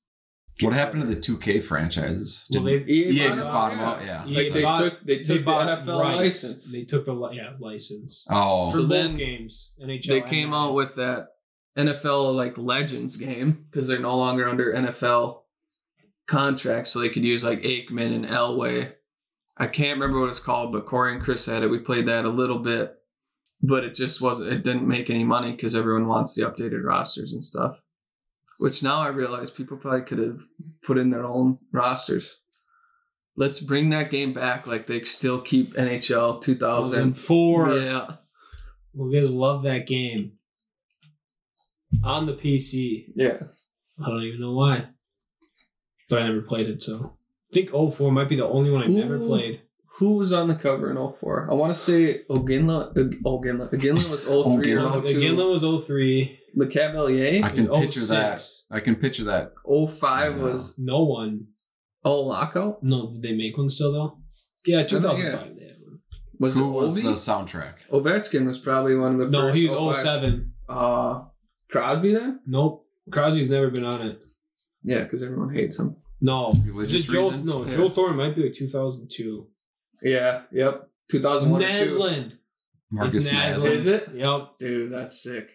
[SPEAKER 3] What happened to the 2K franchises?
[SPEAKER 2] Well, they,
[SPEAKER 1] EA,
[SPEAKER 3] EA
[SPEAKER 1] E bought
[SPEAKER 3] E just
[SPEAKER 1] them
[SPEAKER 3] bought them
[SPEAKER 1] out,
[SPEAKER 3] out. Yeah.
[SPEAKER 2] EA
[SPEAKER 1] Like they
[SPEAKER 2] E bought-
[SPEAKER 1] took they
[SPEAKER 2] they
[SPEAKER 1] took the
[SPEAKER 2] bought
[SPEAKER 1] NFL
[SPEAKER 2] rights.
[SPEAKER 1] license.
[SPEAKER 2] They took the li- yeah license
[SPEAKER 3] Oh,
[SPEAKER 2] for
[SPEAKER 1] So
[SPEAKER 2] both
[SPEAKER 1] then
[SPEAKER 2] games. NHL.
[SPEAKER 1] they
[SPEAKER 2] and
[SPEAKER 1] came out with that NFL like Legends game because they're no longer under NFL contract, so they could use like Aikman and Elway. I can't remember what it's called, but Corey and Chris had it. We played that a little bit, but it just wasn't. It didn't make any money because everyone wants the updated rosters and stuff. Which now I realize people probably could have put in their own rosters. Let's bring that game back. Like they still keep NHL 2000.
[SPEAKER 2] 2004.
[SPEAKER 1] Yeah.
[SPEAKER 2] Well, you guys love that game on the PC.
[SPEAKER 1] Yeah.
[SPEAKER 2] I don't even know why, but I never played it. So I think 04 might be the only one I never
[SPEAKER 1] Ooh.
[SPEAKER 2] played.
[SPEAKER 1] Who was on the cover in 04? I want to say Oginla. Og- Oginla. Oginla was 03 or
[SPEAKER 3] Oginla.
[SPEAKER 1] 02.
[SPEAKER 2] Ginla was 03.
[SPEAKER 1] Le
[SPEAKER 3] I
[SPEAKER 1] Cavalier.
[SPEAKER 2] It
[SPEAKER 3] can
[SPEAKER 2] was
[SPEAKER 3] picture that.
[SPEAKER 2] 06.
[SPEAKER 3] I can picture that.
[SPEAKER 1] 05 was
[SPEAKER 2] No one.
[SPEAKER 1] Oh Laco.
[SPEAKER 2] No, did they make one still though? Yeah, 2005. They had one.
[SPEAKER 1] Was
[SPEAKER 3] Who
[SPEAKER 1] it
[SPEAKER 3] was
[SPEAKER 1] Ovi?
[SPEAKER 3] the soundtrack?
[SPEAKER 1] Ovechkin was probably one of the
[SPEAKER 2] No,
[SPEAKER 1] first.
[SPEAKER 2] he
[SPEAKER 1] 05.
[SPEAKER 2] was 07.
[SPEAKER 1] Uh, Crosby then?
[SPEAKER 2] Nope. Crosby's never been on it.
[SPEAKER 1] Yeah, because everyone hates him.
[SPEAKER 2] No.
[SPEAKER 3] Religious
[SPEAKER 2] Joe,
[SPEAKER 3] reasons.
[SPEAKER 2] no,
[SPEAKER 1] Yeah.
[SPEAKER 2] Joe Thorne might be like 2002.
[SPEAKER 1] Yeah, yep. 2001 or two.
[SPEAKER 2] Naslin.
[SPEAKER 3] Marcus
[SPEAKER 2] It's Naslund.
[SPEAKER 3] Naslund.
[SPEAKER 1] Is it?
[SPEAKER 2] Yep.
[SPEAKER 1] Dude, that's sick.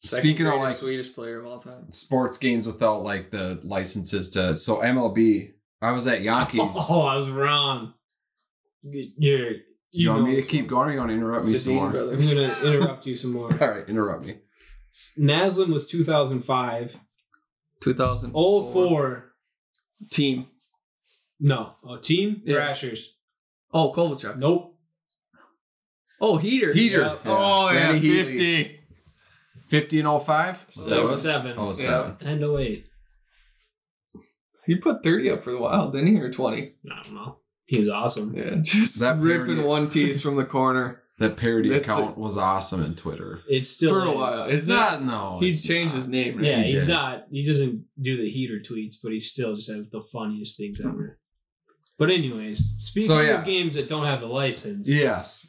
[SPEAKER 1] Second
[SPEAKER 3] Speaking of
[SPEAKER 1] greatest
[SPEAKER 3] like
[SPEAKER 1] Swedish player of all time.
[SPEAKER 3] sports games without like the licenses to, so MLB. I was at Yankees.
[SPEAKER 2] Oh, I was wrong. Y- You're. You,
[SPEAKER 3] You want
[SPEAKER 2] know
[SPEAKER 3] me to
[SPEAKER 2] it's
[SPEAKER 3] keep
[SPEAKER 2] wrong.
[SPEAKER 3] going? Or you want to interrupt me some
[SPEAKER 1] Sedin
[SPEAKER 3] more?
[SPEAKER 2] I'm
[SPEAKER 1] brothers.
[SPEAKER 2] going to interrupt you some more.
[SPEAKER 3] All right, interrupt me.
[SPEAKER 2] Naslin was 2005.
[SPEAKER 1] 2004
[SPEAKER 2] 04.
[SPEAKER 1] team.
[SPEAKER 2] No. Oh, team?
[SPEAKER 1] Yeah.
[SPEAKER 2] Thrashers.
[SPEAKER 1] Oh, Kovalchuk.
[SPEAKER 2] Nope.
[SPEAKER 1] Oh, Heater.
[SPEAKER 3] Heater.
[SPEAKER 2] Yep.
[SPEAKER 1] Oh, yeah,
[SPEAKER 3] Danny Heatley.
[SPEAKER 1] 50.
[SPEAKER 3] 50 and 05?
[SPEAKER 2] So 07.
[SPEAKER 3] Oh, seven.
[SPEAKER 2] And 08.
[SPEAKER 1] He put 30 up for the Wild, didn't he? Or 20?
[SPEAKER 2] I don't know. He was awesome.
[SPEAKER 1] Yeah, just
[SPEAKER 3] That
[SPEAKER 1] ripping
[SPEAKER 3] period-
[SPEAKER 1] one tees from the corner
[SPEAKER 3] That parody
[SPEAKER 1] That's
[SPEAKER 3] account was awesome in Twitter.
[SPEAKER 2] It's still
[SPEAKER 1] for a
[SPEAKER 2] is.
[SPEAKER 1] while.
[SPEAKER 3] It's not, no.
[SPEAKER 1] He's
[SPEAKER 3] it's
[SPEAKER 1] changed
[SPEAKER 3] not.
[SPEAKER 1] his name, right?
[SPEAKER 2] Yeah,
[SPEAKER 3] He
[SPEAKER 2] he's
[SPEAKER 3] did.
[SPEAKER 2] not. He doesn't do the heater tweets, but he still just has the funniest things ever. But anyways, speaking
[SPEAKER 3] So,
[SPEAKER 2] of
[SPEAKER 3] yeah.
[SPEAKER 2] games that don't have the license,
[SPEAKER 3] Yes.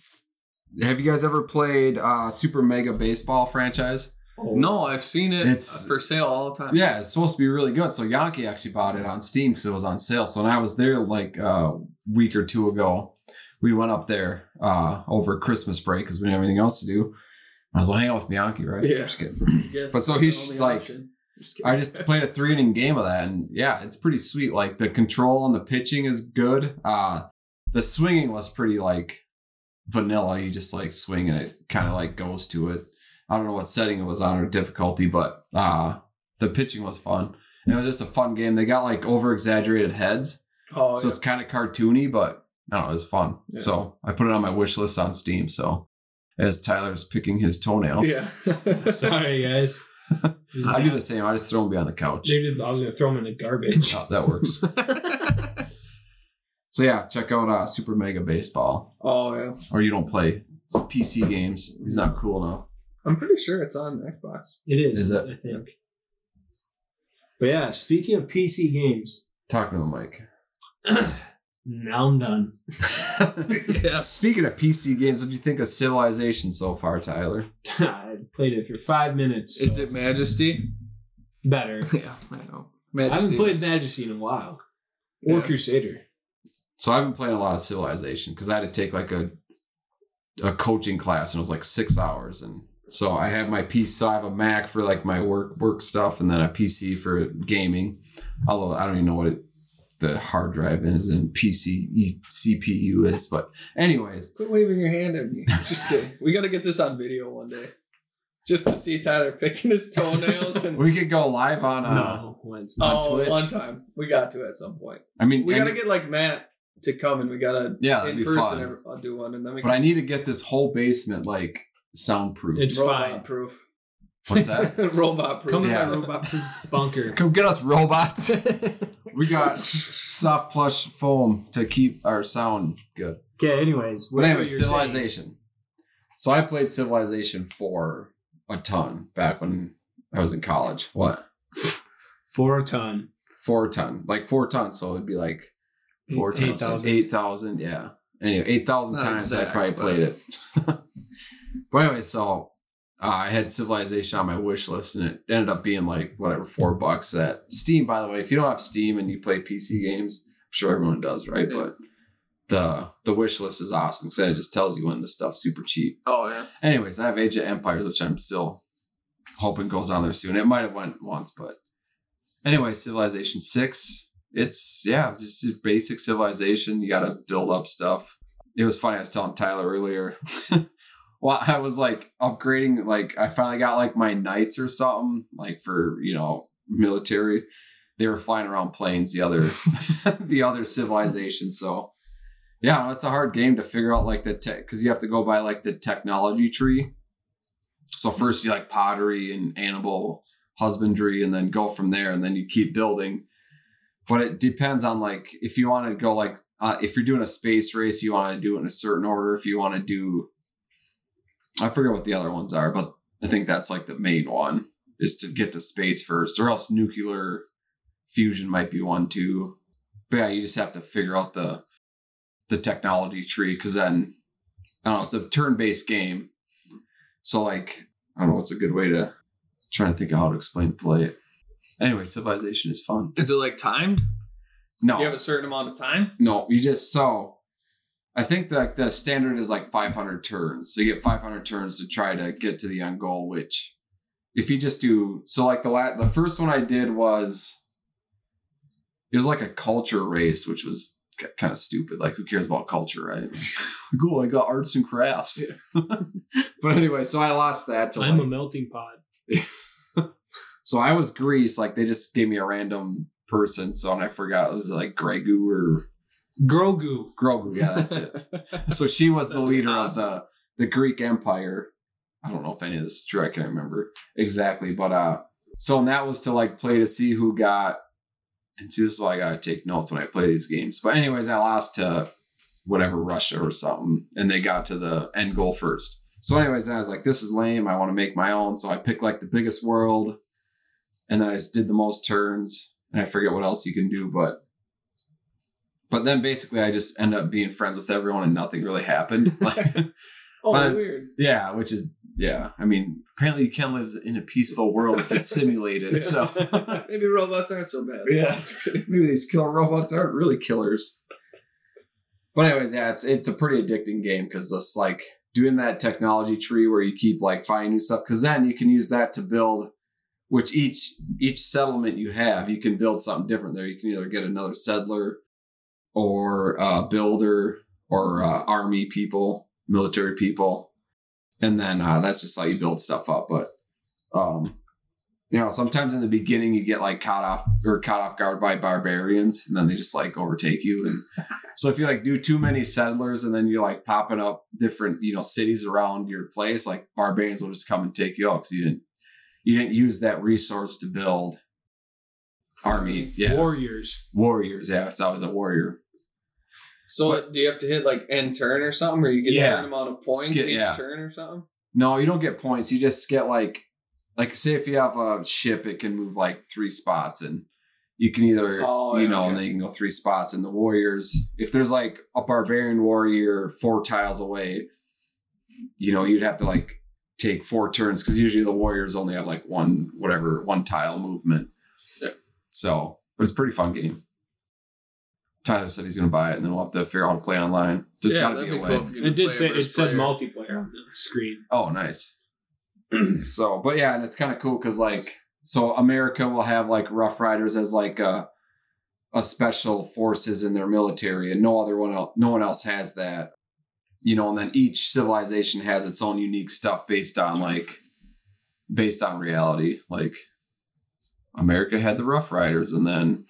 [SPEAKER 3] Have you guys ever played uh, Super Mega Baseball franchise?
[SPEAKER 2] Oh,
[SPEAKER 1] No, I've seen it
[SPEAKER 3] It's-
[SPEAKER 1] for sale all the time.
[SPEAKER 3] Yeah, it's supposed to be really good. So Yankee actually bought it on Steam because it was on sale. So when I was there like a week or two ago, we went up there uh, over Christmas break because we didn't have anything else to do. I was like, hang out with Bianchi, right?
[SPEAKER 1] Yeah.
[SPEAKER 3] Just kidding.
[SPEAKER 1] Yes,
[SPEAKER 3] But so
[SPEAKER 1] that's the
[SPEAKER 3] he's
[SPEAKER 1] only
[SPEAKER 3] like-
[SPEAKER 1] option. Just kidding.
[SPEAKER 3] I just played a three inning game of that, and yeah, it's pretty sweet. Like the control and the pitching is good. Uh, the swinging was pretty like vanilla. You just like swing and it kind of like goes to it. I don't know what setting it was on or difficulty, but uh, the pitching was fun. And it was just a fun game. They got like over exaggerated heads,
[SPEAKER 1] oh,
[SPEAKER 3] so
[SPEAKER 1] yeah.
[SPEAKER 3] it's kind of cartoony, but I don't know, it was fun.
[SPEAKER 1] Yeah.
[SPEAKER 3] So I put it on my wish list on Steam. So as Tyler's picking his toenails,
[SPEAKER 1] yeah.
[SPEAKER 2] sorry guys.
[SPEAKER 3] I do the same. I just throw them behind the couch.
[SPEAKER 2] They just- I was gonna throw them in the garbage.
[SPEAKER 3] Oh, that works. so yeah, check out uh, Super Mega Baseball.
[SPEAKER 1] oh, yeah.
[SPEAKER 3] Or you don't play it's PC games. He's not cool enough.
[SPEAKER 1] I'm pretty sure it's on Xbox.
[SPEAKER 2] It is,
[SPEAKER 3] Is it?
[SPEAKER 2] I think. But yeah, speaking of PC games,
[SPEAKER 3] Talking to the mic.
[SPEAKER 2] now I'm done.
[SPEAKER 3] yeah. Speaking of PC games, what do you think of Civilization so far, Tyler?
[SPEAKER 2] I played it for five minutes. so
[SPEAKER 1] Is it
[SPEAKER 2] it's
[SPEAKER 1] Majesty?
[SPEAKER 2] better?
[SPEAKER 1] yeah, I know.
[SPEAKER 2] I
[SPEAKER 1] Majesty
[SPEAKER 2] haven't played
[SPEAKER 1] was-
[SPEAKER 2] Majesty in a while. Or
[SPEAKER 1] Yeah.
[SPEAKER 2] Crusader.
[SPEAKER 3] So I have been playing a lot of Civilization because I had to take like a a coaching class and it was like six hours and so I have my PC. So I have a Mac for like my work work stuff and then a PC for gaming. Although I don't even know what it, the hard drive is and PC e- CPU is, but anyways,
[SPEAKER 1] Quit waving your hand at me. Just kidding. We got to get this on video one day. Just to see Tyler picking his toenails and
[SPEAKER 3] we could go live on. Uh,
[SPEAKER 2] well, it's
[SPEAKER 3] on
[SPEAKER 1] oh,
[SPEAKER 3] Twitch.
[SPEAKER 1] fun time. We got to at some point.
[SPEAKER 3] I mean,
[SPEAKER 1] We
[SPEAKER 3] and-
[SPEAKER 1] got to get like Matt to come and we got to
[SPEAKER 3] yeah, that'd
[SPEAKER 1] in
[SPEAKER 3] be
[SPEAKER 1] person.
[SPEAKER 3] fun.
[SPEAKER 1] every- I'll do one and then we
[SPEAKER 3] But I need to get this whole basement like soundproof.
[SPEAKER 2] It's
[SPEAKER 1] robot
[SPEAKER 2] fine.
[SPEAKER 1] proof.
[SPEAKER 3] What's that?
[SPEAKER 1] robot proof.
[SPEAKER 2] Oh, Come
[SPEAKER 3] Yeah.
[SPEAKER 2] in my robot bunker.
[SPEAKER 3] Come get us, robots. we got soft plush foam to keep our sound good.
[SPEAKER 2] Okay, anyways.
[SPEAKER 3] But
[SPEAKER 2] whatever
[SPEAKER 3] anyway,
[SPEAKER 2] you're saying.
[SPEAKER 3] Civilization. So I played Civilization 4 a ton back when I was in college. What?
[SPEAKER 2] For a ton.
[SPEAKER 3] 4 ton. Like 4 tons. So it'd be like 4
[SPEAKER 2] Eight-
[SPEAKER 3] times
[SPEAKER 2] 8,000.
[SPEAKER 3] 8,000. yeah. Anyway, 8,000
[SPEAKER 1] It's not
[SPEAKER 3] times I
[SPEAKER 1] exact,
[SPEAKER 3] probably
[SPEAKER 1] but-
[SPEAKER 3] played it. but anyway, so Uh, I had Civilization on my wish list, and it ended up being like whatever four bucks. That Steam, by the way, if you don't have Steam and you play PC games, I'm sure everyone does, right? But the the wish list is awesome because it just tells you when the stuff's super cheap.
[SPEAKER 5] Oh yeah.
[SPEAKER 3] Anyways, I have Age of Empires, which I'm still hoping goes on there soon. It might have went once, but anyway, Civilization Six. It's yeah, just a basic civilization. You got to build up stuff. It was funny. I was telling Tyler earlier. well, I was like upgrading. Like I finally got like my knights or something. Like for you know military. They were flying around planes. The other the other civilization. So yeah, no, it's a hard game to figure out like the tech because you have to go by like the technology tree. So first you like pottery and animal husbandry, and then go from there, and then you keep building. But it depends on like if you want to go like uh, if you're doing a space race, you want to do it in a certain order. If you want to do, I forget what the other ones are, but I think that's like the main one is to get to space first, or else nuclear fusion might be one too. But yeah, you just have to figure out the the technology tree because then I don't know, it's a turn based game. So like I don't know what's a good way to trying to think of how to explain play it. Anyway, civilization is fun.
[SPEAKER 5] Is it like timed?
[SPEAKER 3] No,
[SPEAKER 5] You have a certain amount of time.
[SPEAKER 3] no, you just so I think that the standard is like 500 turns. So you get 500 turns to try to get to the end goal. Which, if you just do so, like the la- the first one I did was it was like a culture race, which was kind of stupid. Like, who cares about culture, right? cool, I got arts and crafts. but anyway, so I lost that. To
[SPEAKER 2] I'm
[SPEAKER 3] like-
[SPEAKER 2] a melting pot.
[SPEAKER 3] so I was Greece. Like they just gave me a random person, so and I forgot it was like Gregu or
[SPEAKER 2] Grogu.
[SPEAKER 3] Grogu, yeah, that's it. so she was the leader of the the Greek Empire. I don't know if any of this is true. I can't remember exactly, but uh, so and that was to like play to see who got. And see, this is why I gotta take notes when I play these games. But anyways, I lost to whatever Russia or something, and they got to the end goal first. So anyways, I was like, this is lame. I want to make my own. So I picked like the biggest world, and then I just did the most turns, and I forget what else you can do, but but then basically I just end up being friends with everyone and nothing really happened. Like,
[SPEAKER 1] Oh,
[SPEAKER 3] Fine.
[SPEAKER 1] weird.
[SPEAKER 3] yeah, which is yeah. I mean, apparently you can live in a peaceful world if it's simulated. So
[SPEAKER 1] Maybe robots aren't so bad.
[SPEAKER 3] yeah, maybe these killer robots aren't really killers. But anyways, yeah, it's it's a pretty addicting game because it's like doing that technology tree where you keep like finding new stuff because then you can use that to build. Which each each settlement you have, you can build something different there. You can either get another settler, or uh, builder, or uh, army people, military people, and then uh, that's just how you build stuff up. But um, you know, sometimes in the beginning you get like caught off or caught off guard by barbarians, and then they just like overtake you. And so if you like do too many settlers, and then you're like popping up different you know cities around your place, like barbarians will just come and take you out because you didn't you didn't use that resource to build army, yeah,
[SPEAKER 2] Warriors.
[SPEAKER 3] warriors. Yeah, so I was a warrior.
[SPEAKER 1] So do you have to hit like end turn or something, or you get
[SPEAKER 3] Yeah.
[SPEAKER 1] a certain amount of points
[SPEAKER 3] Skip-
[SPEAKER 1] each
[SPEAKER 3] yeah.
[SPEAKER 1] turn or something?
[SPEAKER 3] No, you don't get points. You just get like, like say if you have a ship, it can move like three spots, and you can either
[SPEAKER 1] Oh,
[SPEAKER 3] you
[SPEAKER 1] yeah,
[SPEAKER 3] know,
[SPEAKER 1] okay.
[SPEAKER 3] and then you can go three spots. And the warriors, if there's like a barbarian warrior four tiles away, you know, you'd have to like take four turns because usually the warriors only have like one whatever one tile movement.
[SPEAKER 1] Yeah.
[SPEAKER 3] So, but it's a pretty fun game. Tyler said he's gonna buy it, and then we'll have to figure out how to play online. There's gotta be a way.
[SPEAKER 1] if you
[SPEAKER 2] It
[SPEAKER 1] play
[SPEAKER 2] did say
[SPEAKER 1] versus
[SPEAKER 2] it said
[SPEAKER 1] player.
[SPEAKER 2] multiplayer on the screen.
[SPEAKER 3] Oh, nice. so, but yeah, and it's kind of cool because like, so America will have like Rough Riders as like a a special forces in their military, and no other one else, no one else has that. You know, and then each civilization has its own unique stuff based on like, based on reality. Like, America had the Rough Riders, and then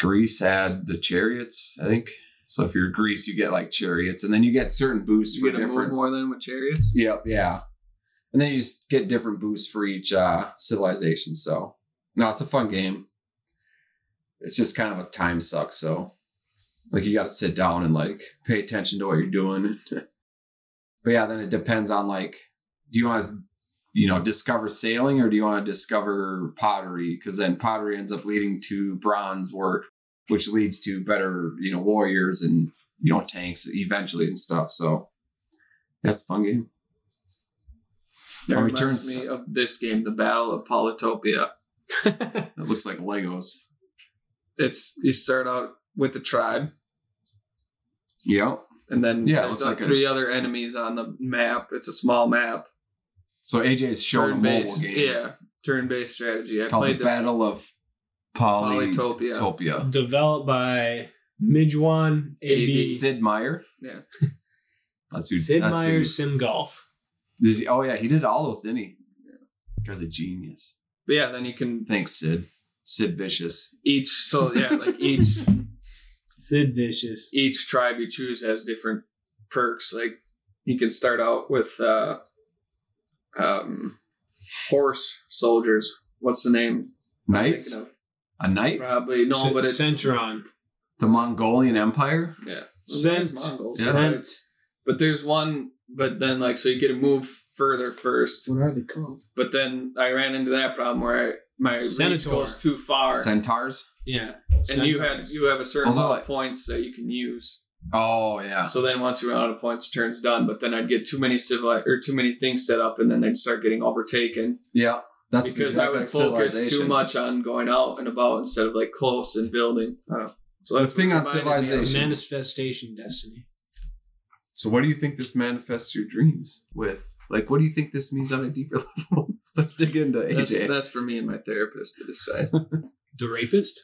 [SPEAKER 3] Greece had the chariots. I think so. If you're Greece, you get like chariots, and then you get certain boosts
[SPEAKER 5] You
[SPEAKER 3] for
[SPEAKER 5] get to
[SPEAKER 3] different
[SPEAKER 5] move more than with chariots.
[SPEAKER 3] Yep, yeah. And then you just get different boosts for each uh, civilization. So, no, it's a fun game. It's just kind of a time suck. So, like, you got to sit down and like pay attention to what you're doing. but yeah, then it depends on like, do you want to, you know, discover sailing or do you want to discover pottery? Because then pottery ends up leading to bronze work, which leads to better, you know, warriors and you know tanks eventually and stuff. So, that's a fun game.
[SPEAKER 1] That
[SPEAKER 3] Oh, he
[SPEAKER 1] reminds
[SPEAKER 3] turns-
[SPEAKER 1] me of this game, the Battle of Polytopia.
[SPEAKER 3] It looks like Legos.
[SPEAKER 1] It's you start out with the tribe,
[SPEAKER 3] Yep.
[SPEAKER 1] and then
[SPEAKER 3] Yeah, it
[SPEAKER 1] there's
[SPEAKER 3] looks
[SPEAKER 1] like
[SPEAKER 3] like a-
[SPEAKER 1] three other enemies on the map. It's a small map,
[SPEAKER 3] So AJ's showing a
[SPEAKER 1] turn
[SPEAKER 3] mobile
[SPEAKER 1] based.
[SPEAKER 3] game
[SPEAKER 1] Yeah, turn based strategy. I
[SPEAKER 3] called
[SPEAKER 1] played
[SPEAKER 3] the
[SPEAKER 1] this
[SPEAKER 3] Battle of Poly-
[SPEAKER 1] Polytopia.
[SPEAKER 3] Polytopia.
[SPEAKER 2] Developed by Midjuan AB.
[SPEAKER 3] Sid Meier.
[SPEAKER 1] Yeah.
[SPEAKER 3] That's who.
[SPEAKER 2] Sid
[SPEAKER 3] that's who-
[SPEAKER 2] Meier Sim Golf.
[SPEAKER 3] Is he- oh yeah, he did all those, didn't he? Guy's a genius.
[SPEAKER 1] But yeah, then you can
[SPEAKER 3] Thanks, Sid. Sid Vicious.
[SPEAKER 1] each. So yeah, like each
[SPEAKER 2] Sid Vicious.
[SPEAKER 1] each tribe you choose has different perks. Like you can start out with uh, um, horse soldiers. What's the name? I'm thinking
[SPEAKER 3] Knights.
[SPEAKER 1] of?
[SPEAKER 3] A knight.
[SPEAKER 1] Probably no,
[SPEAKER 2] Cent-
[SPEAKER 1] but it's
[SPEAKER 2] Centron.
[SPEAKER 3] The Mongolian Empire.
[SPEAKER 1] There's
[SPEAKER 2] Cent.
[SPEAKER 1] Mongols.
[SPEAKER 3] Yeah.
[SPEAKER 2] Cent.
[SPEAKER 1] But there's one. But then like so you get to move further first.
[SPEAKER 8] What are they called?
[SPEAKER 1] But then I ran into that problem where I, my reach
[SPEAKER 2] Senator.
[SPEAKER 1] goes too far,
[SPEAKER 3] Centaurs.
[SPEAKER 2] Yeah.
[SPEAKER 1] and you had
[SPEAKER 2] Centaurs.
[SPEAKER 1] you have a certain
[SPEAKER 3] Those are
[SPEAKER 1] amount
[SPEAKER 3] like-
[SPEAKER 1] of points that you can use.
[SPEAKER 3] Oh yeah.
[SPEAKER 1] So then once you run out of points, turn's done. But then I'd get too many civil or too many things set up, and then they'd start getting overtaken
[SPEAKER 3] Yeah. That's
[SPEAKER 1] because
[SPEAKER 3] exactly
[SPEAKER 1] I
[SPEAKER 3] like
[SPEAKER 1] would focus too
[SPEAKER 3] civilization.
[SPEAKER 1] much on going out and about instead of like close and building. I don't know. So
[SPEAKER 3] The
[SPEAKER 1] that's what
[SPEAKER 3] thing on
[SPEAKER 1] reminded me of-
[SPEAKER 3] civilization-
[SPEAKER 2] Manifestation Destiny.
[SPEAKER 3] So what do you think this manifests your dreams with? Like, what do you think this means on a deeper level? Let's dig into
[SPEAKER 1] That's,
[SPEAKER 3] AJ.
[SPEAKER 1] that's for me and my therapist to decide.
[SPEAKER 2] The Rapist?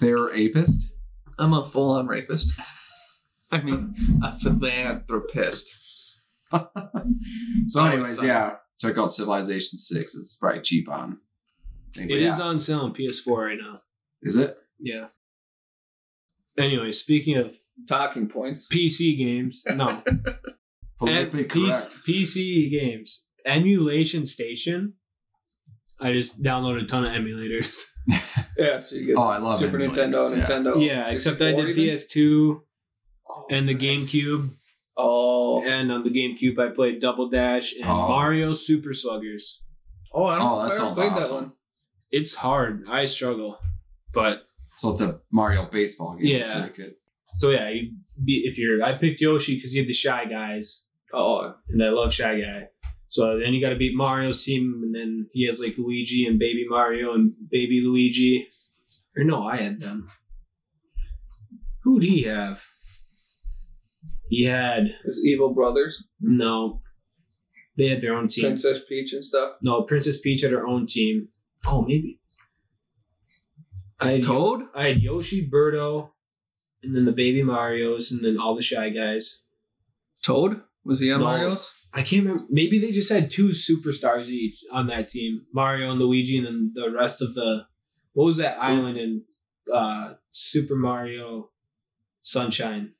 [SPEAKER 3] Therapist.
[SPEAKER 1] I'm a full-on rapist. I mean, a philanthropist.
[SPEAKER 3] So,
[SPEAKER 1] Oh,
[SPEAKER 3] anyways,
[SPEAKER 1] it's, uh,
[SPEAKER 3] yeah. Check out Civilization Six. It's probably cheap on.
[SPEAKER 2] It
[SPEAKER 3] Anyway,
[SPEAKER 2] is
[SPEAKER 3] yeah.
[SPEAKER 2] on sale on PS4 right now.
[SPEAKER 3] is it?
[SPEAKER 2] Yeah. Anyway, speaking of
[SPEAKER 1] Talking points.
[SPEAKER 2] PC games, no. And
[SPEAKER 3] Politically
[SPEAKER 2] P-
[SPEAKER 3] correct.
[SPEAKER 2] PC games. Emulation Station. I just downloaded a ton of emulators.
[SPEAKER 1] Yeah, so you get
[SPEAKER 3] Oh, I love
[SPEAKER 1] Super
[SPEAKER 3] emulators,
[SPEAKER 1] Nintendo,
[SPEAKER 3] yeah.
[SPEAKER 1] Nintendo.
[SPEAKER 2] yeah, except I
[SPEAKER 1] 64
[SPEAKER 2] did
[SPEAKER 1] even?
[SPEAKER 2] PS2 and the GameCube.
[SPEAKER 1] Oh,
[SPEAKER 2] And on the GameCube, I played Double Dash and
[SPEAKER 3] Oh.
[SPEAKER 2] Mario Super Sluggers.
[SPEAKER 1] oh, I don't know if
[SPEAKER 3] Oh, that
[SPEAKER 1] I ever
[SPEAKER 3] sounds
[SPEAKER 1] played
[SPEAKER 3] awesome.
[SPEAKER 1] that one.
[SPEAKER 2] It's hard. I struggle, but
[SPEAKER 3] So it's a Mario baseball game.
[SPEAKER 2] Yeah.
[SPEAKER 3] I take it.
[SPEAKER 2] so yeah. You be, if you're, I picked Yoshi because he had the Shy Guys,
[SPEAKER 1] Oh,
[SPEAKER 2] and I love Shy Guy. So then you got to beat Mario's team, and then he has like Luigi and Baby Mario and Baby Luigi. Or no, I had them. Who'd he have? He had
[SPEAKER 1] his evil brothers,
[SPEAKER 2] no. They had their own team.
[SPEAKER 1] Princess Peach and stuff.
[SPEAKER 2] No, Princess Peach had her own team. Oh, maybe. I had,
[SPEAKER 1] Toad?
[SPEAKER 2] I had Yoshi, Birdo, and then the baby Mario's, and then all the shy guys.
[SPEAKER 1] Toad? Was he on
[SPEAKER 2] No.
[SPEAKER 1] Mario's?
[SPEAKER 2] I can't remember. Maybe they just had two superstars each on that team: Mario and Luigi, and then the rest of the. What was that island in uh, Super Mario Sunshine?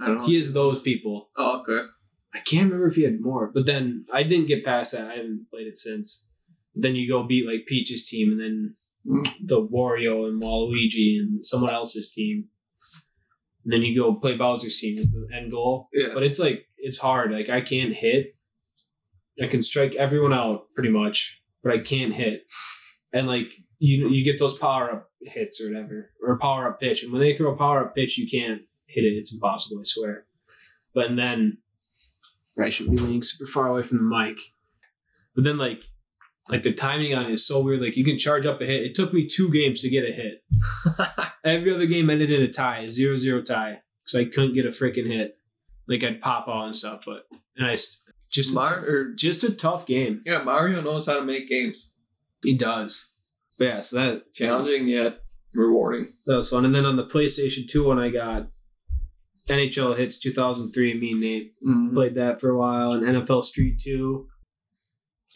[SPEAKER 1] I don't know.
[SPEAKER 2] He is those people.
[SPEAKER 1] oh, okay.
[SPEAKER 2] I can't remember if he had more, but then I didn't get past that. I haven't played it since. Then you go beat like Peach's team, and then
[SPEAKER 1] Mm.
[SPEAKER 2] the Wario and Waluigi and someone else's team. And then you go play Bowser's team is the end goal.
[SPEAKER 1] Yeah.
[SPEAKER 2] But it's like it's hard. Like I can't hit. I can strike everyone out pretty much, but I can't hit. And like you, you get those power up hits or whatever, or power up pitch. And when they throw a power up pitch, you can't hit it. It's impossible, I swear. But and then I should be leaning super far away from the mic. But then like like the timing on it is so weird. Like you can charge up a hit. It took me two games to get a hit. Every other game ended in a tie, a zero zero tie, because I couldn't get a freaking hit. Like I'd pop all and stuff, but and I st- just a
[SPEAKER 1] Mar-
[SPEAKER 2] t-
[SPEAKER 1] or,
[SPEAKER 2] just a tough game.
[SPEAKER 1] yeah, Mario knows how to make games.
[SPEAKER 2] He does. But yeah, so that
[SPEAKER 1] Challenging yet rewarding.
[SPEAKER 2] That was fun. And then on the PlayStation 2 one, I got NHL Hits 2003, me and Nate played that for a while, and NFL Street 2.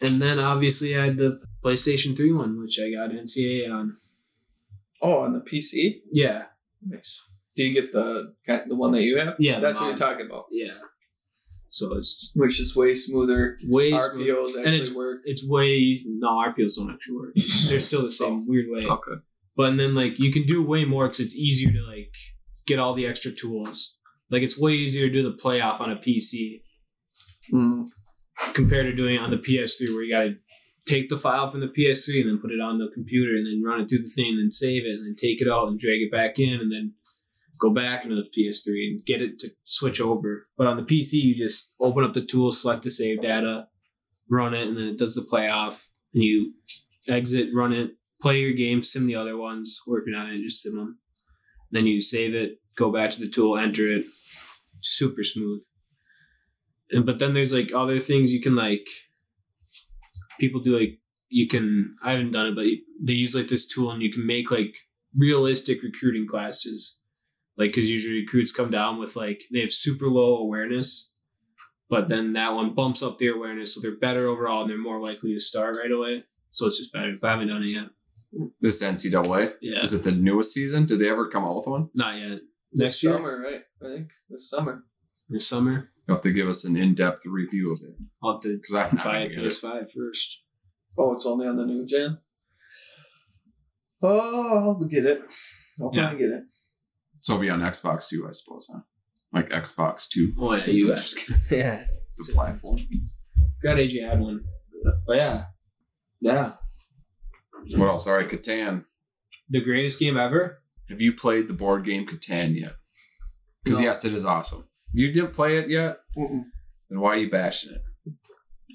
[SPEAKER 2] And then obviously I had the PlayStation 3 one, which I got NCAA on.
[SPEAKER 1] Oh, on the PC?
[SPEAKER 2] Yeah,
[SPEAKER 1] Nice. Do you get the kind- the one that you have?
[SPEAKER 2] Yeah, the
[SPEAKER 1] That's what
[SPEAKER 2] mod.
[SPEAKER 1] you're talking about.
[SPEAKER 2] yeah. So it's
[SPEAKER 1] Which is way smoother.
[SPEAKER 2] way smooth-
[SPEAKER 1] RPOs actually
[SPEAKER 2] it's-
[SPEAKER 1] work.
[SPEAKER 2] It's way no RPOs don't actually work. They're still the same weird way.
[SPEAKER 1] Okay.
[SPEAKER 2] But and then like you can do way more because it's easier to like get all the extra tools. Like it's way easier to do the playoff on a PC compared to doing it on the PS3 where you gotta take the file from the PS3 and then put it on the computer and then run it through the thing and then save it and then take it out and drag it back in and then go back into the PS3 and get it to switch over. But on the PC you just open up the tool, select the save data, run it, and then it does the playoff. And you exit, run it, play your game, sim the other ones, or if you're not in, it, just sim them. Then you save it, go back to the tool, enter it. Super smooth. And but then there's like other things you can like. People do like you can. I haven't done it, but you- they use like this tool, and you can make like realistic recruiting classes. Like, because usually recruits come down with like they have super low awareness, but then that one bumps up their awareness, so they're better overall and they're more likely to start right away. So it's just better. But I haven't done it yet.
[SPEAKER 3] This NCAA
[SPEAKER 2] Yeah,
[SPEAKER 3] is it the newest season? Did they ever come out with one?
[SPEAKER 2] not yet.
[SPEAKER 1] This
[SPEAKER 2] Next year,
[SPEAKER 1] summer, right? I think this summer.
[SPEAKER 2] this summer,
[SPEAKER 3] You have to give us an in-depth review of it
[SPEAKER 2] I'll have to
[SPEAKER 3] because I'm not
[SPEAKER 2] buy
[SPEAKER 3] gonna
[SPEAKER 2] a
[SPEAKER 3] get it.
[SPEAKER 2] PS5 first.
[SPEAKER 1] Oh, it's only on the new gen. Oh, I'll get it. I'll
[SPEAKER 2] Yeah.
[SPEAKER 1] probably get it.
[SPEAKER 3] So it'll be on Xbox too, I suppose, huh? Like Xbox Two,
[SPEAKER 2] Oh yeah, you ask.
[SPEAKER 5] Yeah.
[SPEAKER 3] the platform.
[SPEAKER 2] Got AJ had one, but yeah, yeah.
[SPEAKER 3] What else? All right, Catan.
[SPEAKER 2] The greatest game ever.
[SPEAKER 3] Have you played the board game Catan yet? Because
[SPEAKER 2] No.
[SPEAKER 3] yes, it is awesome. You didn't play it yet. Then why are you bashing it?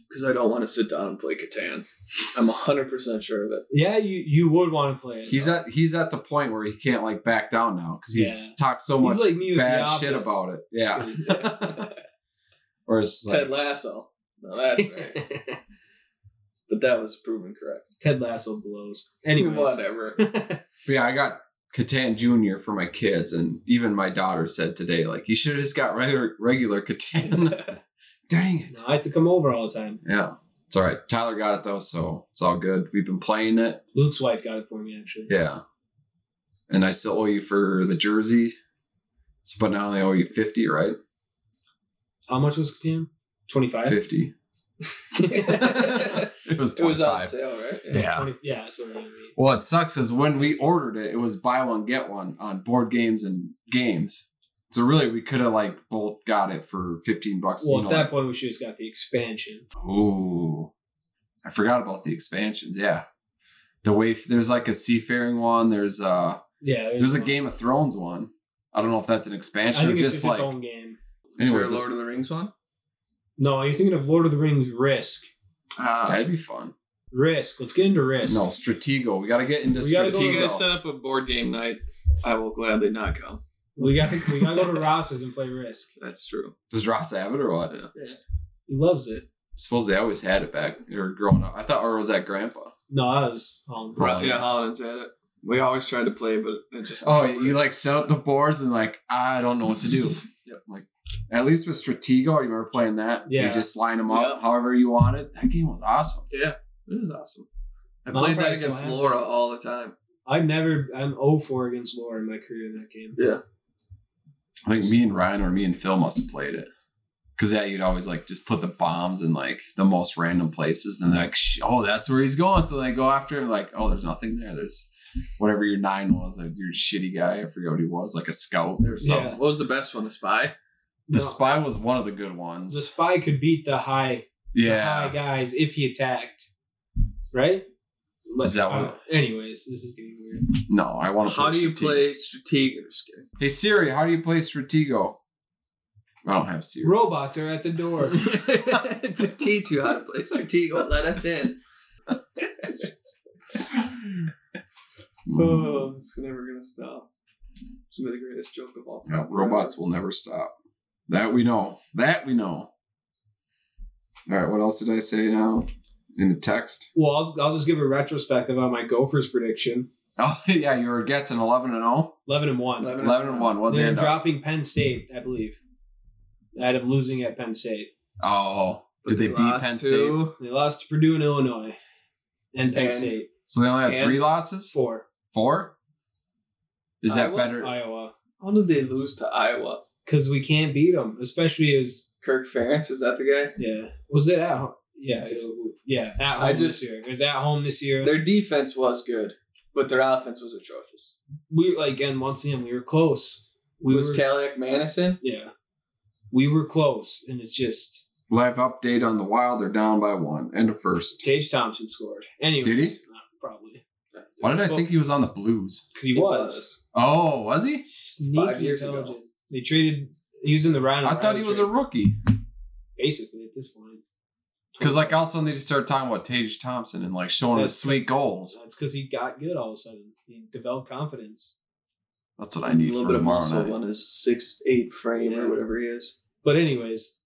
[SPEAKER 1] Because I don't want to sit down and play Catan. I'm 100% sure of it.
[SPEAKER 2] Yeah, you you would want to play it.
[SPEAKER 3] He's
[SPEAKER 2] though.
[SPEAKER 3] at he's at the point where he can't like back down now because he's
[SPEAKER 2] Yeah.
[SPEAKER 3] talked so much
[SPEAKER 2] He's like me with
[SPEAKER 3] bad
[SPEAKER 2] the
[SPEAKER 3] shit
[SPEAKER 2] Office.
[SPEAKER 3] about it. Yeah. Or it's like,
[SPEAKER 1] Ted Lasso. No, that's right. but that was proven correct.
[SPEAKER 2] Ted Lasso blows. Anyways,
[SPEAKER 1] Whatever.
[SPEAKER 3] but yeah, I got Catan Junior for my kids, and even my daughter said today, like, you should have just got regular regular Catan. Dang it.
[SPEAKER 2] No, I have to come over all the time.
[SPEAKER 3] Yeah. It's all right. Tyler got it though, so it's all good. We've been playing it.
[SPEAKER 2] Luke's wife got it for me actually.
[SPEAKER 3] Yeah. And I still owe you for the jersey. So, but now I only owe you 50, right?
[SPEAKER 2] How much was Catan? Twenty five.
[SPEAKER 3] 50. it was 25.
[SPEAKER 1] It was on sale, right?
[SPEAKER 3] yeah.
[SPEAKER 2] Yeah, so I mean,
[SPEAKER 3] Well, it sucks because when we ordered it, it was buy one get one on board games and games. So really, we could have like both got it for fifteen bucks.
[SPEAKER 2] well,
[SPEAKER 3] you
[SPEAKER 2] at
[SPEAKER 3] know,
[SPEAKER 2] that point we should have got the expansion.
[SPEAKER 3] like- ooh, I forgot about the expansions. Yeah, the way there's like a seafaring one. There's uh
[SPEAKER 2] Yeah,
[SPEAKER 3] there's a
[SPEAKER 2] one.
[SPEAKER 3] Game of Thrones one. I don't know if that's an
[SPEAKER 2] I
[SPEAKER 3] expansion or
[SPEAKER 2] think it's
[SPEAKER 3] just,
[SPEAKER 2] just
[SPEAKER 3] like
[SPEAKER 2] its own game.
[SPEAKER 3] anyways. this-
[SPEAKER 1] of the Rings one?
[SPEAKER 2] No, you're thinking of Lord of the Rings Risk.
[SPEAKER 1] Ah.
[SPEAKER 3] that'd be fun.
[SPEAKER 2] Risk. Let's get into Risk.
[SPEAKER 3] No, Stratego. We got to get into
[SPEAKER 2] We gotta
[SPEAKER 3] Stratego.
[SPEAKER 2] go
[SPEAKER 1] If you guys set up a board game night, I will gladly not come.
[SPEAKER 2] We got we got to go to Ross's and play Risk.
[SPEAKER 1] That's true.
[SPEAKER 3] Does Ross have it or what?
[SPEAKER 2] He loves it.
[SPEAKER 3] Suppose they always had it back or growing up. I thought, or was that Grandpa?
[SPEAKER 2] No, I was um,
[SPEAKER 3] Right.
[SPEAKER 1] Oh, Yeah, Holland's had it. We always tried to play, but it just.
[SPEAKER 3] Oh, you like set up the boards and like I don't know what to do. yep. Like at least with Stratego, you remember playing that?
[SPEAKER 2] Yeah.
[SPEAKER 3] You just line them up
[SPEAKER 1] Yep.
[SPEAKER 3] however you wanted. That game was awesome.
[SPEAKER 1] It is awesome. I
[SPEAKER 2] Mom
[SPEAKER 1] played that
[SPEAKER 2] probably still
[SPEAKER 1] against
[SPEAKER 2] has it.
[SPEAKER 1] Laura all the time.
[SPEAKER 2] I never. I'm 0-4 against Laura in my career in that game.
[SPEAKER 3] I think me and Ryan or me and Phil must have played it. Cause yeah, you'd always like just put the bombs in like the most random places, and they're like, "Sh- oh, that's where he's going. So they go after him, like, oh, there's nothing there. There's whatever your nine was, like your shitty guy. I forget what he was, like a scout or something.
[SPEAKER 2] Yeah.
[SPEAKER 1] What was the best one? The Spy?
[SPEAKER 3] The
[SPEAKER 2] No,
[SPEAKER 3] spy was one of the good
[SPEAKER 2] the
[SPEAKER 3] ones.
[SPEAKER 2] spy could beat the high
[SPEAKER 3] yeah.
[SPEAKER 2] high guys if he attacked, right? But,
[SPEAKER 3] Is that
[SPEAKER 2] uh,
[SPEAKER 3] what-
[SPEAKER 2] anyways, this is getting weird.
[SPEAKER 3] No, I want to.
[SPEAKER 1] How do you play Stratego? Just kidding.
[SPEAKER 3] Hey Siri, how do you play Stratego? I don't have Siri.
[SPEAKER 2] Robots are at the door.
[SPEAKER 1] to teach you how to play Stratego, let us in.
[SPEAKER 3] Mm.
[SPEAKER 1] Oh, it's never gonna stop. It's gonna be the greatest joke of all time.
[SPEAKER 3] Yeah, robots will never stop. That we know. That we know. All right, what else did I say now in the text?
[SPEAKER 2] well, I'll, I'll just give a retrospective on my Gophers prediction.
[SPEAKER 3] Oh yeah, you were guessing eleven and 0?
[SPEAKER 2] Eleven and one.
[SPEAKER 1] Eleven
[SPEAKER 3] 11 and one. What they
[SPEAKER 2] They're
[SPEAKER 3] end up?
[SPEAKER 2] dropping Penn State, I believe. I had them losing at Penn State.
[SPEAKER 3] Oh, did they, beat
[SPEAKER 1] Lost
[SPEAKER 3] Penn State?
[SPEAKER 1] to-
[SPEAKER 2] They lost to Purdue and Illinois, and Penn
[SPEAKER 1] And-
[SPEAKER 2] State
[SPEAKER 3] So they only had
[SPEAKER 1] And-
[SPEAKER 3] three losses.
[SPEAKER 2] four.
[SPEAKER 3] Four. Is that
[SPEAKER 2] Iowa?
[SPEAKER 3] better?
[SPEAKER 2] Iowa,
[SPEAKER 1] How did they lose to Iowa?
[SPEAKER 2] because we can't beat them, especially as
[SPEAKER 1] Kirk Ferentz is that the guy?
[SPEAKER 2] yeah. Was it at home? Yeah, it- yeah. At home
[SPEAKER 1] I
[SPEAKER 2] this
[SPEAKER 1] just-
[SPEAKER 2] year. It was at home this year.
[SPEAKER 1] Their defense was good, but their offense was atrocious.
[SPEAKER 2] we like and once again we were close. We
[SPEAKER 1] was
[SPEAKER 2] were
[SPEAKER 1] Kaliak Manison?
[SPEAKER 2] yeah, we were close, and it's just
[SPEAKER 3] Live update on the Wild. They're down by one and a first.
[SPEAKER 2] Tage Thompson scored. Anyway,
[SPEAKER 3] Did he?
[SPEAKER 2] Probably
[SPEAKER 3] Why did I
[SPEAKER 2] Well-
[SPEAKER 3] think he was on the Blues?
[SPEAKER 2] because he, was,
[SPEAKER 3] Oh, was he?
[SPEAKER 2] sneaky
[SPEAKER 1] Five years ago.
[SPEAKER 2] intelligent. They traded. He was in the round.
[SPEAKER 3] I thought he was a rookie.
[SPEAKER 2] basically at this point.
[SPEAKER 3] Because like all of a sudden they just started talking about Tage Thompson and like showing his
[SPEAKER 2] That's-
[SPEAKER 3] sweet goals.
[SPEAKER 2] That's because he got good all of a sudden. He developed confidence.
[SPEAKER 3] That's what I need
[SPEAKER 1] a little
[SPEAKER 3] for
[SPEAKER 1] bit of
[SPEAKER 3] tomorrow
[SPEAKER 1] muscle
[SPEAKER 3] night.
[SPEAKER 1] on his six eight frame
[SPEAKER 2] Yeah.
[SPEAKER 1] or whatever he is.
[SPEAKER 2] But anyways,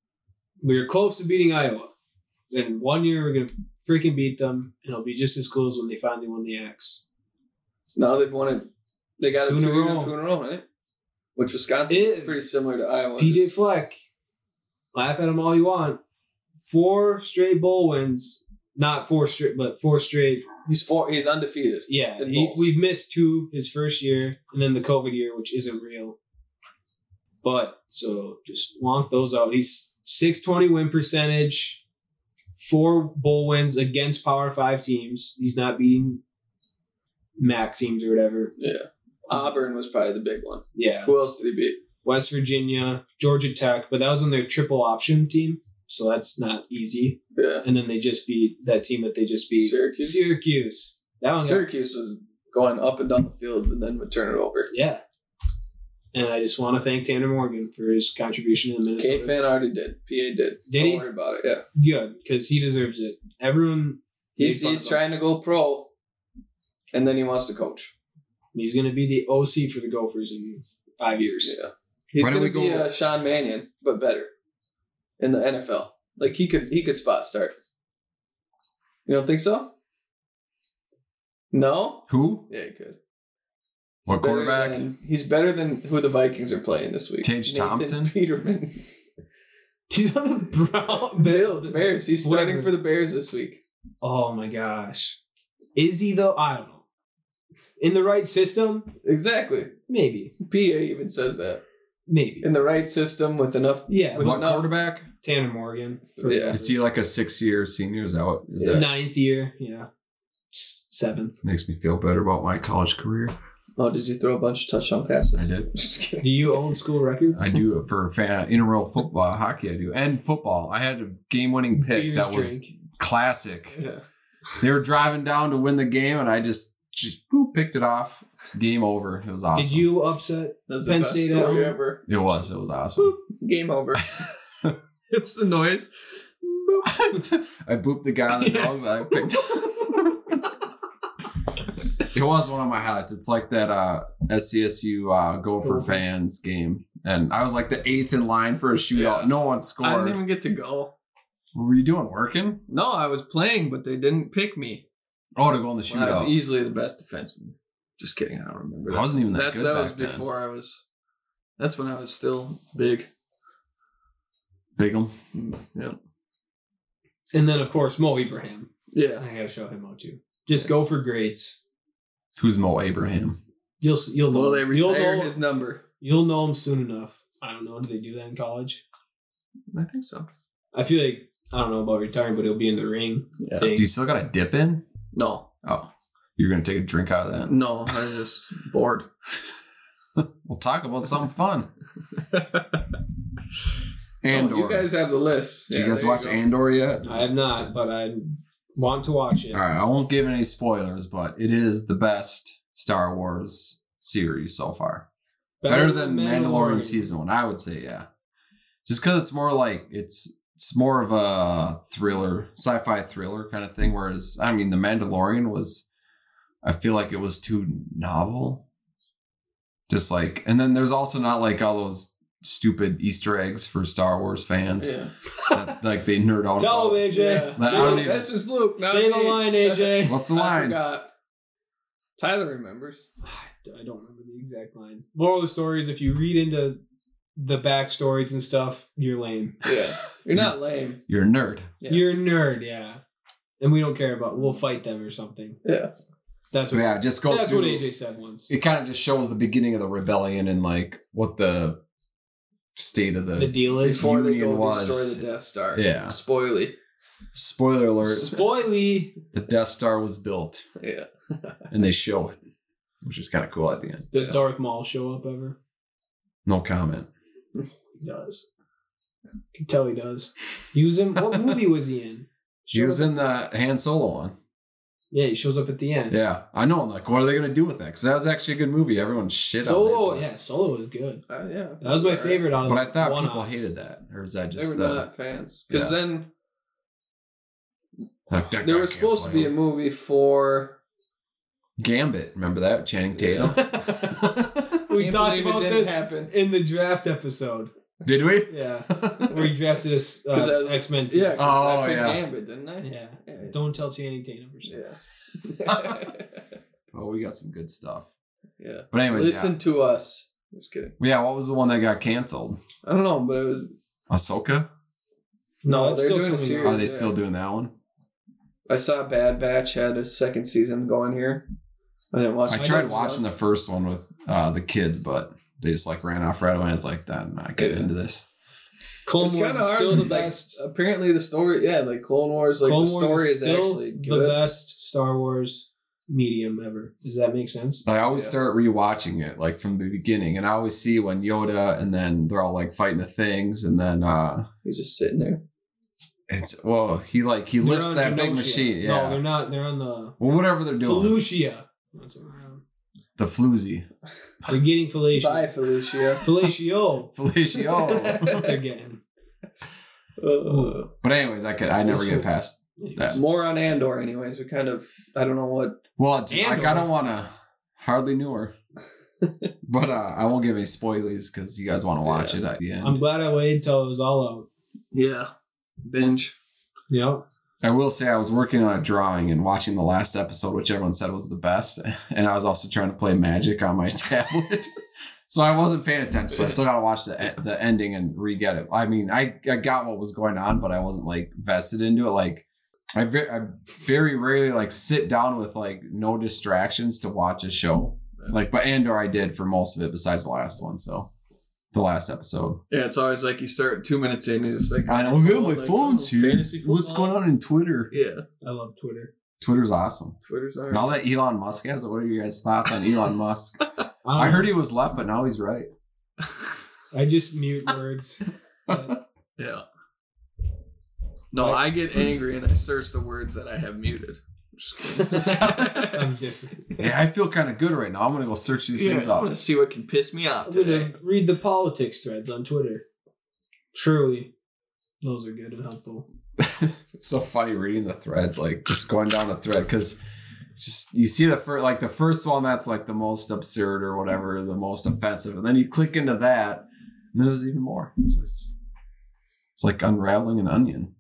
[SPEAKER 2] we were close to beating Iowa. Then one year we're gonna freaking beat them, and it'll be just as cool as when they finally won the X.
[SPEAKER 1] Now they've won it. They got
[SPEAKER 2] Two
[SPEAKER 1] it
[SPEAKER 2] in
[SPEAKER 1] two,
[SPEAKER 2] a
[SPEAKER 1] two,
[SPEAKER 2] row.
[SPEAKER 1] in a row, right? Which Wisconsin is
[SPEAKER 2] It-
[SPEAKER 1] pretty similar to Iowa.
[SPEAKER 2] PJ Fleck, laugh at him all you want. Four straight bowl wins, not four straight, but four straight.
[SPEAKER 1] He's four. He's undefeated.
[SPEAKER 2] Yeah,
[SPEAKER 1] And
[SPEAKER 2] he-
[SPEAKER 1] bowls.
[SPEAKER 2] we've missed two his first year, and then the COVID year, which isn't real. But so just wonk those out. He's six twenty win percentage, four bowl wins against Power Five teams. He's not beating MAC teams or whatever.
[SPEAKER 1] Auburn was probably the big one.
[SPEAKER 2] Yeah,
[SPEAKER 1] Who else did he beat?
[SPEAKER 2] West Virginia, Georgia Tech, but that was on their triple option team, so that's not easy.
[SPEAKER 1] Yeah,
[SPEAKER 2] And then they just beat that team that they just beat
[SPEAKER 1] Syracuse.
[SPEAKER 2] Syracuse. That one, got-
[SPEAKER 1] Syracuse was going up and down the field, and then would turn it over.
[SPEAKER 2] yeah. And I just want to thank Tanner Morgan for his contribution to the
[SPEAKER 1] K
[SPEAKER 2] Minnesota.
[SPEAKER 1] fan already did. PA did.
[SPEAKER 2] Did
[SPEAKER 1] Don't
[SPEAKER 2] he?
[SPEAKER 1] worry about it. Yeah,
[SPEAKER 2] Good, because he deserves it. Everyone,
[SPEAKER 1] he's
[SPEAKER 2] fun
[SPEAKER 1] he's
[SPEAKER 2] of him.
[SPEAKER 1] trying to go pro, and then he wants to coach.
[SPEAKER 2] he's going to be the OC for the Gophers in five years.
[SPEAKER 1] Yeah. He's
[SPEAKER 3] Why don't
[SPEAKER 1] gonna
[SPEAKER 3] we
[SPEAKER 1] be
[SPEAKER 3] go-
[SPEAKER 1] uh, Sean Mannion, but better in the NFL. Like he could he could spot start. You don't think so? No?
[SPEAKER 3] Who?
[SPEAKER 1] Yeah, he could.
[SPEAKER 3] What
[SPEAKER 1] Better
[SPEAKER 3] quarterback?
[SPEAKER 1] than- he's better than who the Vikings are playing this week.
[SPEAKER 3] Tage Thompson?
[SPEAKER 1] Peterman.
[SPEAKER 2] He's on the Brown
[SPEAKER 1] Bill, the Bears. He's starting
[SPEAKER 2] Whatever.
[SPEAKER 1] for the Bears this week.
[SPEAKER 2] Oh my gosh, is he though? I don't know. In the right system,
[SPEAKER 1] Exactly.
[SPEAKER 2] maybe,
[SPEAKER 1] PA even says that.
[SPEAKER 2] maybe.
[SPEAKER 1] In the right system with enough
[SPEAKER 2] Yeah,
[SPEAKER 1] With
[SPEAKER 3] What
[SPEAKER 1] enough-
[SPEAKER 3] quarterback?
[SPEAKER 2] Tanner Morgan.
[SPEAKER 1] Yeah.
[SPEAKER 3] Is he like a six year senior? Is that what is that?
[SPEAKER 2] ninth year? Yeah, S- seventh.
[SPEAKER 3] Makes me feel better about my college career.
[SPEAKER 1] Oh, did you throw a bunch of touchdown passes?
[SPEAKER 3] I did.
[SPEAKER 1] Just kidding.
[SPEAKER 2] Do you own school records?
[SPEAKER 3] I do it for fan, intramural football, hockey. I do and football. I had a game winning pick
[SPEAKER 2] Beers,
[SPEAKER 3] that was
[SPEAKER 2] drink.
[SPEAKER 3] classic.
[SPEAKER 1] Yeah.
[SPEAKER 3] They were driving down to win the game, and I just, just boop, picked it off. Game over. It was awesome.
[SPEAKER 2] Did you upset?
[SPEAKER 1] That's the
[SPEAKER 2] Penn
[SPEAKER 1] best
[SPEAKER 2] State at
[SPEAKER 1] story
[SPEAKER 2] home.
[SPEAKER 1] ever.
[SPEAKER 3] It was. It was awesome.
[SPEAKER 1] Game over. it's the noise.
[SPEAKER 3] I booped the guy on the nose. and I picked. it was one of my highlights. It's like that uh, SCSU uh, Gopher
[SPEAKER 2] Gophers.
[SPEAKER 3] fans game, and I was like the eighth in line for a shootout.
[SPEAKER 1] Yeah.
[SPEAKER 3] No one
[SPEAKER 1] I didn't
[SPEAKER 3] scored.
[SPEAKER 1] even get to go.
[SPEAKER 3] What were you doing? Working?
[SPEAKER 1] No, I was playing, but they didn't pick me.
[SPEAKER 3] Oh, to go in the
[SPEAKER 1] When I was
[SPEAKER 3] shootout.
[SPEAKER 1] easily the best defenseman. Just kidding. I don't remember.
[SPEAKER 3] I wasn't even that
[SPEAKER 1] That's
[SPEAKER 3] good
[SPEAKER 1] that was
[SPEAKER 3] back then.
[SPEAKER 1] before I was. That's when I was still big. Mm,
[SPEAKER 3] Bigum.
[SPEAKER 1] Yeah.
[SPEAKER 2] And then of course Mo Ibrahim. I
[SPEAKER 1] Yeah.
[SPEAKER 2] gotta show him out too. Just go for grades.
[SPEAKER 3] Who's Mo Abraham?
[SPEAKER 2] You'll s- you'll know.
[SPEAKER 1] Well, they
[SPEAKER 2] him. you'll
[SPEAKER 1] retire
[SPEAKER 2] know.
[SPEAKER 1] his number.
[SPEAKER 2] You'll know him soon enough. I don't know. Do they do that in college?
[SPEAKER 1] I think so.
[SPEAKER 2] I feel like I don't know about retiring, but he'll be in the ring.
[SPEAKER 1] Yeah.
[SPEAKER 2] Thing.
[SPEAKER 3] Do you still got a dip in?
[SPEAKER 1] No,
[SPEAKER 3] Oh, you're gonna take a drink out of that.
[SPEAKER 1] no, I was just bored.
[SPEAKER 3] We'll talk about something fun. Andor.
[SPEAKER 1] Oh, you guys have the list.
[SPEAKER 3] Did
[SPEAKER 1] Yeah,
[SPEAKER 3] you guys
[SPEAKER 1] there
[SPEAKER 3] watch
[SPEAKER 1] go.
[SPEAKER 3] Andor yet?
[SPEAKER 2] I have not, but I want to watch it.
[SPEAKER 3] All right, I won't give any spoilers, but it is the best Star Wars series so far. Better, than Mandalorian, season one, I would say. Yeah, just because it's more like it's it's more of a thriller, sci-fi thriller kind of thing. Whereas, I mean, the Mandalorian was, I feel like it was too novel. Just like, and then there's also not like all those stupid Easter eggs for Star Wars fans
[SPEAKER 1] Yeah.
[SPEAKER 3] that like they nerd out.
[SPEAKER 2] Tell
[SPEAKER 3] about.
[SPEAKER 2] him, AJ.
[SPEAKER 1] Yeah.
[SPEAKER 3] I don't even-
[SPEAKER 1] This is Luke. not
[SPEAKER 2] Say the
[SPEAKER 1] me.
[SPEAKER 2] line, AJ.
[SPEAKER 3] What's the
[SPEAKER 1] I
[SPEAKER 3] line?
[SPEAKER 1] forgot. Tyler remembers.
[SPEAKER 2] I don't remember the exact line. Moral of the story is if you read into the backstories and stuff, you're lame.
[SPEAKER 1] Yeah. You're not lame.
[SPEAKER 3] You're a nerd.
[SPEAKER 1] Yeah.
[SPEAKER 2] You're a nerd, yeah. And we don't care about. We'll fight them or something.
[SPEAKER 1] Yeah.
[SPEAKER 2] That's
[SPEAKER 3] So
[SPEAKER 2] what.
[SPEAKER 3] yeah, it just goes
[SPEAKER 2] that's
[SPEAKER 3] through.
[SPEAKER 2] what AJ said once.
[SPEAKER 3] It kind of just shows the beginning of the rebellion and like what the state of the.
[SPEAKER 2] The deal is.
[SPEAKER 1] Before they go
[SPEAKER 3] Union was-
[SPEAKER 1] destroy the Death Star.
[SPEAKER 3] yeah.
[SPEAKER 1] Spoily.
[SPEAKER 3] Spoiler alert:
[SPEAKER 2] Spoily.
[SPEAKER 3] the Death Star was built,
[SPEAKER 1] Yeah.
[SPEAKER 3] and they show it, which is kind of cool at the end.
[SPEAKER 2] Does Darth Maul show up ever?
[SPEAKER 3] No comment.
[SPEAKER 2] He does. Can tell he does. He was in what movie was he in?
[SPEAKER 3] He was in the Han Solo one.
[SPEAKER 2] Yeah, he shows up at the end.
[SPEAKER 3] Yeah, I know. I'm like, what are they gonna do with that? Because that was actually a good movie. Everyone shit
[SPEAKER 2] Solo.
[SPEAKER 3] on it.
[SPEAKER 2] Yeah, Solo was good.
[SPEAKER 1] Uh, yeah.
[SPEAKER 2] That was my
[SPEAKER 1] Alright.
[SPEAKER 2] favorite. Out of
[SPEAKER 3] But
[SPEAKER 2] the
[SPEAKER 3] I thought people
[SPEAKER 2] one-offs.
[SPEAKER 3] hated that, or is that
[SPEAKER 1] They were
[SPEAKER 3] just the?
[SPEAKER 1] not fans. Because then
[SPEAKER 3] Like, that
[SPEAKER 1] There
[SPEAKER 3] guy
[SPEAKER 1] was
[SPEAKER 3] can't
[SPEAKER 1] supposed to
[SPEAKER 3] play
[SPEAKER 1] be a
[SPEAKER 3] him.
[SPEAKER 1] movie for.
[SPEAKER 3] Gambit. Remember that Channing Tatum?
[SPEAKER 2] we
[SPEAKER 1] Can't
[SPEAKER 2] talked
[SPEAKER 1] believe it
[SPEAKER 2] about
[SPEAKER 1] didn't
[SPEAKER 2] this
[SPEAKER 1] happen.
[SPEAKER 2] in the draft episode.
[SPEAKER 3] Did we?
[SPEAKER 2] Yeah, where you drafted us uh,
[SPEAKER 1] was-
[SPEAKER 2] X Men.
[SPEAKER 1] Yeah, 'cause
[SPEAKER 3] Oh,
[SPEAKER 1] I picked
[SPEAKER 3] yeah.
[SPEAKER 1] Gambit, didn't I?
[SPEAKER 2] yeah.
[SPEAKER 1] Yeah.
[SPEAKER 2] Don't tell Channing Tatum or something.
[SPEAKER 1] Yeah.
[SPEAKER 3] Oh, we got some good stuff.
[SPEAKER 1] Yeah.
[SPEAKER 3] But anyways,
[SPEAKER 1] Listen to us. Just kidding.
[SPEAKER 3] yeah. yeah. What was the one that got canceled?
[SPEAKER 1] I don't know, but it was.
[SPEAKER 3] Ahsoka.
[SPEAKER 1] No,
[SPEAKER 2] it's
[SPEAKER 1] they're doing a
[SPEAKER 2] coming
[SPEAKER 1] series.
[SPEAKER 3] Are
[SPEAKER 2] out.
[SPEAKER 3] they
[SPEAKER 1] Yeah.
[SPEAKER 3] still doing that one?
[SPEAKER 1] I saw Bad Batch had a second season going here. I didn't watch.
[SPEAKER 3] I
[SPEAKER 1] the
[SPEAKER 3] tried
[SPEAKER 1] first
[SPEAKER 3] watching
[SPEAKER 1] one.
[SPEAKER 3] the first one with uh, the kids, but they just like ran off right away. I was like, that not get
[SPEAKER 1] Yeah.
[SPEAKER 3] into this.
[SPEAKER 2] Clone
[SPEAKER 1] It's
[SPEAKER 2] Wars
[SPEAKER 1] kind of
[SPEAKER 2] is
[SPEAKER 1] hard.
[SPEAKER 2] still the
[SPEAKER 1] like,
[SPEAKER 2] best.
[SPEAKER 1] Apparently, the story, yeah, like Clone Wars, like
[SPEAKER 2] uh, Clone
[SPEAKER 1] the story
[SPEAKER 2] Wars
[SPEAKER 1] is,
[SPEAKER 2] is still
[SPEAKER 1] actually
[SPEAKER 2] the
[SPEAKER 1] good.
[SPEAKER 2] best Star Wars medium ever. Does that make sense?
[SPEAKER 3] I always
[SPEAKER 1] Yeah.
[SPEAKER 3] start rewatching it like from the beginning, and I always see when Yoda and then they're all like fighting the things, and then uh
[SPEAKER 1] He's just sitting there.
[SPEAKER 3] it's whoa, he like he
[SPEAKER 2] They're
[SPEAKER 3] lifts
[SPEAKER 2] on
[SPEAKER 3] that big
[SPEAKER 2] Genosha.
[SPEAKER 3] machine. Yeah.
[SPEAKER 2] No, they're not. They're on the
[SPEAKER 3] well, whatever they're doing.
[SPEAKER 2] Felucia. That's what we're on.
[SPEAKER 3] The floozy.
[SPEAKER 2] They're getting
[SPEAKER 1] Bye,
[SPEAKER 2] fellatio.
[SPEAKER 1] Felicia.
[SPEAKER 2] Fellatio. That's what
[SPEAKER 3] Felicio.
[SPEAKER 2] they're getting.
[SPEAKER 1] Uh,
[SPEAKER 3] but anyways, I could I never get past that.
[SPEAKER 1] more on Andor, anyways. We kind of, I don't know what.
[SPEAKER 3] Well, it's, like I
[SPEAKER 2] Andor.
[SPEAKER 3] don't want to hardly knew her, but uh, I won't give any spoilies because you guys want to watch it at the end.
[SPEAKER 2] I'm glad I waited until it was all out.
[SPEAKER 1] Yeah, binge.
[SPEAKER 2] Yep.
[SPEAKER 3] I will say I was working on a drawing and watching the last episode, which everyone said was the best, and I was also trying to play Magic on my tablet, so I wasn't paying attention. So I still got to watch the e- the ending and re-get it. I mean, I I got what was going on, but I wasn't like vested into it. Like I very I very rarely like sit down with like no distractions to watch a show. Like, but Andor I did for most of it, besides the last one. So the last episode.
[SPEAKER 1] Yeah, it's always like you start two minutes in, you're just like,
[SPEAKER 3] I know.
[SPEAKER 1] my Like, phone's oh, here. fantasy What's football?
[SPEAKER 3] on in Twitter?
[SPEAKER 1] yeah,
[SPEAKER 2] I love Twitter.
[SPEAKER 3] Twitter's awesome.
[SPEAKER 1] Twitter's ours.
[SPEAKER 3] And all that Elon Musk has, what are your guys' thoughts on Elon Musk? I heard he was left, but now he's right.
[SPEAKER 2] I just mute words. But
[SPEAKER 1] Yeah. No, I get angry and I search the words that I have muted. I'm just kidding.
[SPEAKER 2] I'm different.
[SPEAKER 3] Yeah, I feel kind of good right now. I'm gonna go search these
[SPEAKER 1] Yeah,
[SPEAKER 3] things
[SPEAKER 1] I'm gonna
[SPEAKER 3] up.
[SPEAKER 1] see what can piss me off
[SPEAKER 2] I'm
[SPEAKER 1] today.
[SPEAKER 2] gonna read the politics threads on Twitter. Surely, those are good and helpful.
[SPEAKER 3] It's so funny reading the threads, like just going down the thread because just you see the first, like the first one that's like the most absurd or whatever, the most offensive, and then you click into that, and there's even more. So it's it's like unraveling an onion,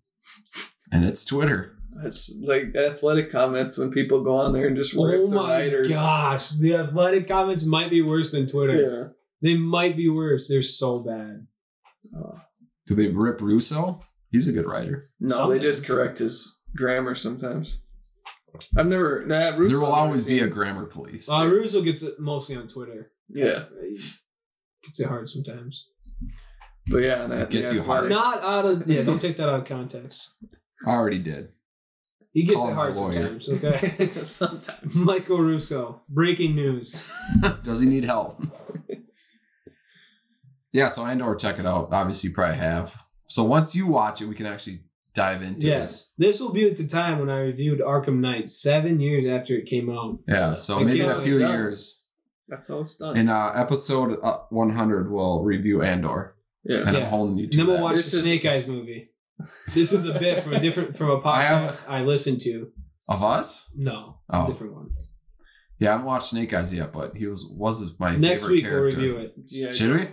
[SPEAKER 3] and it's Twitter.
[SPEAKER 1] It's like athletic comments when people go on there and just rip
[SPEAKER 2] Oh
[SPEAKER 1] the
[SPEAKER 2] my
[SPEAKER 1] writers.
[SPEAKER 2] gosh, the athletic comments might be worse than Twitter.
[SPEAKER 1] Yeah.
[SPEAKER 2] They might be worse. They're so bad.
[SPEAKER 3] Do they rip Russo? He's a good writer.
[SPEAKER 1] No,
[SPEAKER 2] Sometimes.
[SPEAKER 1] they just correct his grammar sometimes. I've never. Nah, Russo
[SPEAKER 3] there will
[SPEAKER 1] I've
[SPEAKER 3] always
[SPEAKER 1] never
[SPEAKER 3] be a
[SPEAKER 1] seen.
[SPEAKER 3] grammar police.
[SPEAKER 2] Uh, Russo gets it mostly on Twitter.
[SPEAKER 1] Yeah,
[SPEAKER 2] Gets it hard sometimes.
[SPEAKER 1] but yeah, and that
[SPEAKER 3] Gets you hard.
[SPEAKER 2] Not out of yeah. Don't take that out of context.
[SPEAKER 3] I already did.
[SPEAKER 2] He gets
[SPEAKER 3] Call
[SPEAKER 2] it
[SPEAKER 3] my
[SPEAKER 2] hard
[SPEAKER 3] lawyer.
[SPEAKER 2] sometimes. Okay.
[SPEAKER 1] sometimes.
[SPEAKER 2] Michael Russo. Breaking news.
[SPEAKER 3] Does he need help? yeah, so Andor, check it out. Obviously, you probably have. So once you watch it, we can actually dive into it.
[SPEAKER 2] Yes, this will be at the time when I reviewed Arkham Knight seven years after it came out.
[SPEAKER 3] Yeah, so
[SPEAKER 2] Thank
[SPEAKER 3] maybe
[SPEAKER 2] you.
[SPEAKER 3] in a few
[SPEAKER 1] It's done.
[SPEAKER 3] years,
[SPEAKER 1] That's how it's done.
[SPEAKER 3] in uh, episode uh, 100, we'll review Andor.
[SPEAKER 1] yeah,
[SPEAKER 3] And I'm
[SPEAKER 2] Yeah.
[SPEAKER 3] holding you
[SPEAKER 2] And
[SPEAKER 3] to
[SPEAKER 2] then we'll
[SPEAKER 3] that.
[SPEAKER 2] watch
[SPEAKER 1] This
[SPEAKER 2] the
[SPEAKER 1] is-
[SPEAKER 2] Snake Eyes movie. This is a bit from a different from a
[SPEAKER 3] I have
[SPEAKER 2] podcast I, listened to.
[SPEAKER 3] Of us?
[SPEAKER 2] No,
[SPEAKER 3] Oh.
[SPEAKER 2] different one.
[SPEAKER 3] Yeah, I haven't watched Snake Eyes yet, but he was was my
[SPEAKER 2] Next
[SPEAKER 3] favorite
[SPEAKER 2] week
[SPEAKER 3] character.
[SPEAKER 2] we'll review it.
[SPEAKER 1] yeah.
[SPEAKER 3] Should we?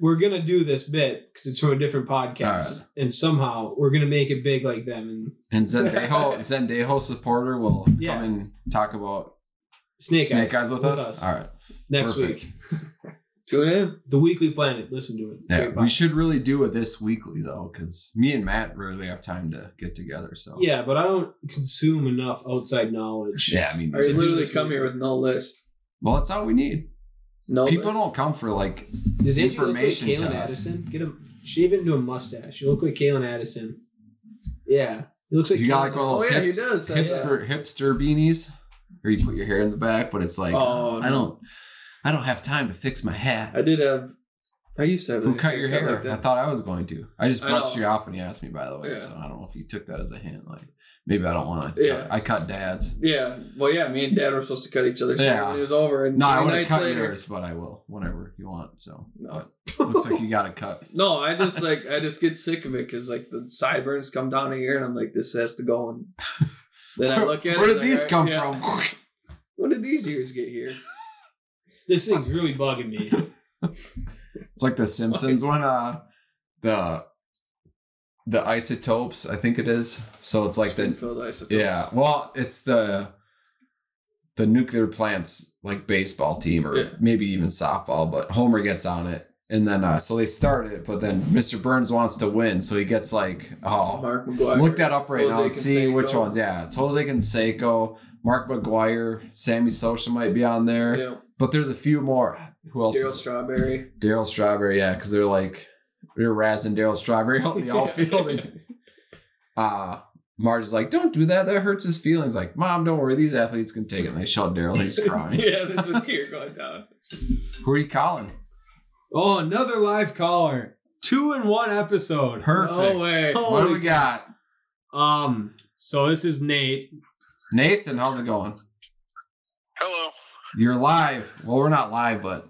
[SPEAKER 2] We're gonna do this bit because it's from a different podcast,
[SPEAKER 3] All
[SPEAKER 2] and somehow we're gonna make it big like them. And
[SPEAKER 3] And Zendejo, Zendejo supporter will
[SPEAKER 2] Yeah.
[SPEAKER 3] come and talk about
[SPEAKER 2] Snake,
[SPEAKER 3] Snake
[SPEAKER 2] Eyes,
[SPEAKER 3] Eyes with us. All right,
[SPEAKER 2] next
[SPEAKER 3] perfect.
[SPEAKER 2] week.
[SPEAKER 1] Tune in.
[SPEAKER 2] The Weekly Planet. Listen to it.
[SPEAKER 3] Yeah,
[SPEAKER 2] Great
[SPEAKER 3] we
[SPEAKER 2] podcast.
[SPEAKER 3] should really do it this weekly though, because me and Matt rarely have time to get together. So
[SPEAKER 2] Yeah, but I don't consume enough outside knowledge.
[SPEAKER 3] yeah. I mean,
[SPEAKER 1] I literally
[SPEAKER 2] this
[SPEAKER 1] come
[SPEAKER 2] week.
[SPEAKER 1] here with no list.
[SPEAKER 3] well, that's all we need.
[SPEAKER 1] No,
[SPEAKER 3] People
[SPEAKER 1] list.
[SPEAKER 3] don't come for like
[SPEAKER 2] Does Andrew
[SPEAKER 3] information
[SPEAKER 2] look
[SPEAKER 3] to
[SPEAKER 2] like Kalen
[SPEAKER 3] us.
[SPEAKER 2] Addison? Get him shave into a mustache. You look like Kalen Addison. Yeah, he looks like
[SPEAKER 3] you got like
[SPEAKER 2] Kalen
[SPEAKER 3] one of
[SPEAKER 1] Oh
[SPEAKER 3] those
[SPEAKER 1] yeah, he
[SPEAKER 3] hips-
[SPEAKER 1] does. That's-
[SPEAKER 3] hipster hipster beanies, or you put your hair in the back, but it's like
[SPEAKER 1] Oh,
[SPEAKER 3] I don't I don't have time to fix my hat.
[SPEAKER 1] I did have I used to have
[SPEAKER 3] Who
[SPEAKER 1] a
[SPEAKER 3] cut your hair?
[SPEAKER 1] like
[SPEAKER 3] I
[SPEAKER 1] that.
[SPEAKER 3] thought I was going to. I just
[SPEAKER 1] I
[SPEAKER 3] brushed
[SPEAKER 1] know.
[SPEAKER 3] you off when you asked me, by the way.
[SPEAKER 1] Yeah.
[SPEAKER 3] So I don't know if you took that as a hint. Like maybe I don't want to.
[SPEAKER 1] Yeah.
[SPEAKER 3] I cut dad's.
[SPEAKER 1] yeah. Well, yeah. Me and Dad were supposed to cut each other's hair
[SPEAKER 3] Yeah.
[SPEAKER 1] when it was over, and
[SPEAKER 3] No, I
[SPEAKER 1] three
[SPEAKER 3] would have
[SPEAKER 1] nights
[SPEAKER 3] cut
[SPEAKER 1] later-
[SPEAKER 3] yours, but I will whenever you want. So
[SPEAKER 1] No.
[SPEAKER 3] But looks like you got a cut.
[SPEAKER 1] No, I just like I just get sick of it because like the sideburns come down here, and I'm like, this has to go. And then I look at it.
[SPEAKER 3] Where
[SPEAKER 1] and
[SPEAKER 3] did
[SPEAKER 1] I-
[SPEAKER 3] these come
[SPEAKER 1] yeah.
[SPEAKER 3] from?
[SPEAKER 1] When did these ears get here?
[SPEAKER 2] This thing's really bugging me.
[SPEAKER 3] It's like the Simpsons one. Uh, the the isotopes, I think it is. So it's like the
[SPEAKER 1] Springfield isotopes.
[SPEAKER 3] yeah. Well, it's the the nuclear plants like baseball team or
[SPEAKER 1] Yeah.
[SPEAKER 3] maybe even softball, but Homer gets on it. And then uh, so they start it, but then Mr. Burns wants to win, so he gets like oh
[SPEAKER 1] Mark McGuire.
[SPEAKER 3] look that up right now
[SPEAKER 1] Jose
[SPEAKER 3] and see which
[SPEAKER 1] Canseco.
[SPEAKER 3] ones. Yeah, it's Jose Canseco, Mark McGuire, Sammy Sosa might be on there.
[SPEAKER 1] Yeah.
[SPEAKER 3] But there's a few more. Who else?
[SPEAKER 1] Daryl Strawberry.
[SPEAKER 3] Daryl Strawberry, yeah, because they're like they're razzing Daryl Strawberry out in the outfield. And, uh Marge is like, "Don't do that. That hurts his feelings." Like, "Mom, don't worry. These athletes can take it." And they shot Daryl. and He's crying.
[SPEAKER 1] yeah, there's a tear going down.
[SPEAKER 3] Who are you calling?
[SPEAKER 2] Oh, another live caller. Two in one episode.
[SPEAKER 3] Perfect. Oh.
[SPEAKER 1] No way.
[SPEAKER 3] What do we got?
[SPEAKER 2] Um, so this is Nate.
[SPEAKER 3] Nathan, how's it going?
[SPEAKER 5] Hello.
[SPEAKER 3] You're live. Well, we're not live, but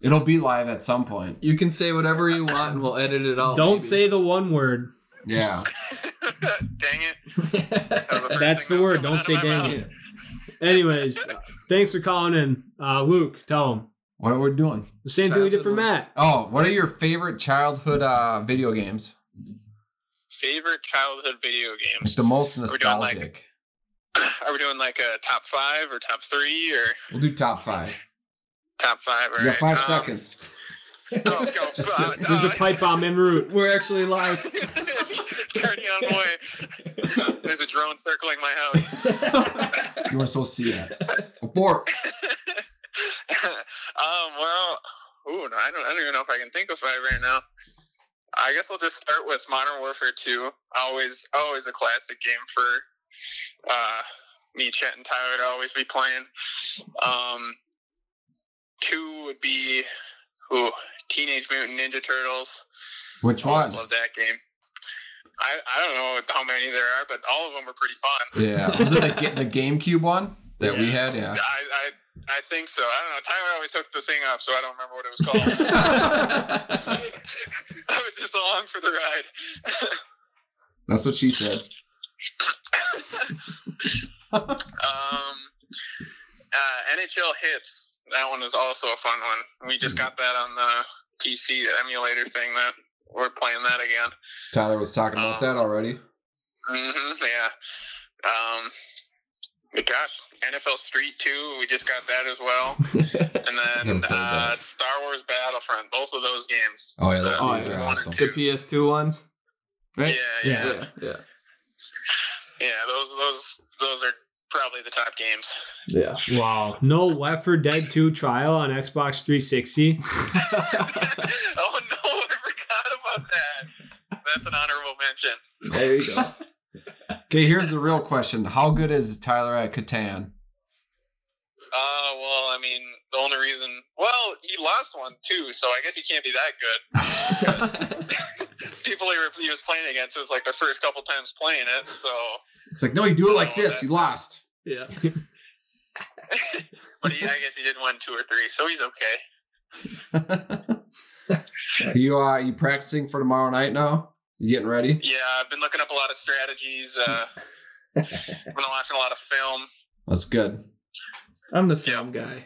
[SPEAKER 3] it'll be live at some point.
[SPEAKER 9] You can say whatever you want, and we'll edit it
[SPEAKER 3] Oh,
[SPEAKER 9] out.
[SPEAKER 2] Don't
[SPEAKER 9] maybe.
[SPEAKER 2] say the one word.
[SPEAKER 3] Yeah.
[SPEAKER 5] Dang it. That was the first
[SPEAKER 2] That's
[SPEAKER 5] thing
[SPEAKER 2] the
[SPEAKER 5] that was
[SPEAKER 2] word.
[SPEAKER 5] coming
[SPEAKER 2] Don't
[SPEAKER 5] out
[SPEAKER 2] say
[SPEAKER 5] of my mouth.
[SPEAKER 2] dang it. Anyways, uh, thanks for calling in. Uh, Luke, tell him.
[SPEAKER 3] What are we doing?
[SPEAKER 2] The same thing we did for
[SPEAKER 9] Childhood
[SPEAKER 2] Matt.
[SPEAKER 3] Oh, what are your favorite childhood uh, video games?
[SPEAKER 5] Favorite childhood video
[SPEAKER 3] Like
[SPEAKER 5] games?
[SPEAKER 3] the most
[SPEAKER 5] we doing, like-
[SPEAKER 3] nostalgic.
[SPEAKER 5] Are we doing like a top five or top three or
[SPEAKER 3] We'll do top five.
[SPEAKER 5] top five? Or
[SPEAKER 3] You got five
[SPEAKER 9] um,
[SPEAKER 3] seconds.
[SPEAKER 5] Oh, go.
[SPEAKER 3] Just
[SPEAKER 5] uh,
[SPEAKER 3] kidding.
[SPEAKER 2] There's a
[SPEAKER 5] uh,
[SPEAKER 2] pipe bomb en route.
[SPEAKER 9] We're actually live.
[SPEAKER 5] Turning on the way. There's a drone circling my house.
[SPEAKER 3] You weren't supposed to see that. Abort.
[SPEAKER 5] um, well, ooh, no, I don't, I don't even know if I can think of five right now. I guess I'll just start with Modern Warfare Two. Always, always a classic game for uh, me, Chet, and Tyler to always be playing. Um, two would be ooh, Teenage Mutant Ninja Turtles.
[SPEAKER 3] Which
[SPEAKER 9] Oh,
[SPEAKER 3] one?
[SPEAKER 5] Always love that game. I, I don't know how many there are, but all of them are pretty fun.
[SPEAKER 3] Yeah. Was it the, Ga- the GameCube one that we had? Yeah.
[SPEAKER 5] I, I I think so. I don't know. Tyler always hooked the thing up, so I don't remember what it was called. I was just along for the ride.
[SPEAKER 3] That's what she said.
[SPEAKER 5] um, uh, NHL hits. That one was also a fun one. We just got that on the PC the emulator thing. That we're playing that again.
[SPEAKER 3] Tyler was talking
[SPEAKER 9] Um,
[SPEAKER 3] about that already.
[SPEAKER 5] hmm yeah. Um, gosh, NFL Street 2, we just got that as well. and then
[SPEAKER 3] Never played
[SPEAKER 5] uh,
[SPEAKER 3] that.
[SPEAKER 5] Star Wars Battlefront, both of those games.
[SPEAKER 3] Oh yeah, those
[SPEAKER 9] Oh,
[SPEAKER 3] games
[SPEAKER 9] yeah.
[SPEAKER 3] are awesome.
[SPEAKER 9] the PS2 ones.
[SPEAKER 5] Yeah,
[SPEAKER 9] Right?
[SPEAKER 5] yeah, yeah.
[SPEAKER 9] Yeah. Yeah.
[SPEAKER 5] those, those, those are probably the top games.
[SPEAKER 9] Yeah.
[SPEAKER 2] Wow. No Left 4 Dead 2 trial on Xbox 360.
[SPEAKER 5] oh no, I forgot about that. That's an honorable mention.
[SPEAKER 9] There you go.
[SPEAKER 3] Okay, here's the real question: How good is Tyler at Catan?
[SPEAKER 5] Uh, well, I mean, the only reason, well, he lost one too, so I guess he can't be that good. Because people he were- he was playing against it was like their first couple times playing it, so.
[SPEAKER 3] It's like, no, you do it like this. You lost.
[SPEAKER 9] Yeah.
[SPEAKER 5] But he, I guess he did win two or three, so he's okay.
[SPEAKER 3] You uh, you practicing for tomorrow night now? You getting ready?
[SPEAKER 5] Yeah, I've been looking up a lot of strategies. Uh, I've been watching a lot of film.
[SPEAKER 3] That's good.
[SPEAKER 9] I'm the film guy.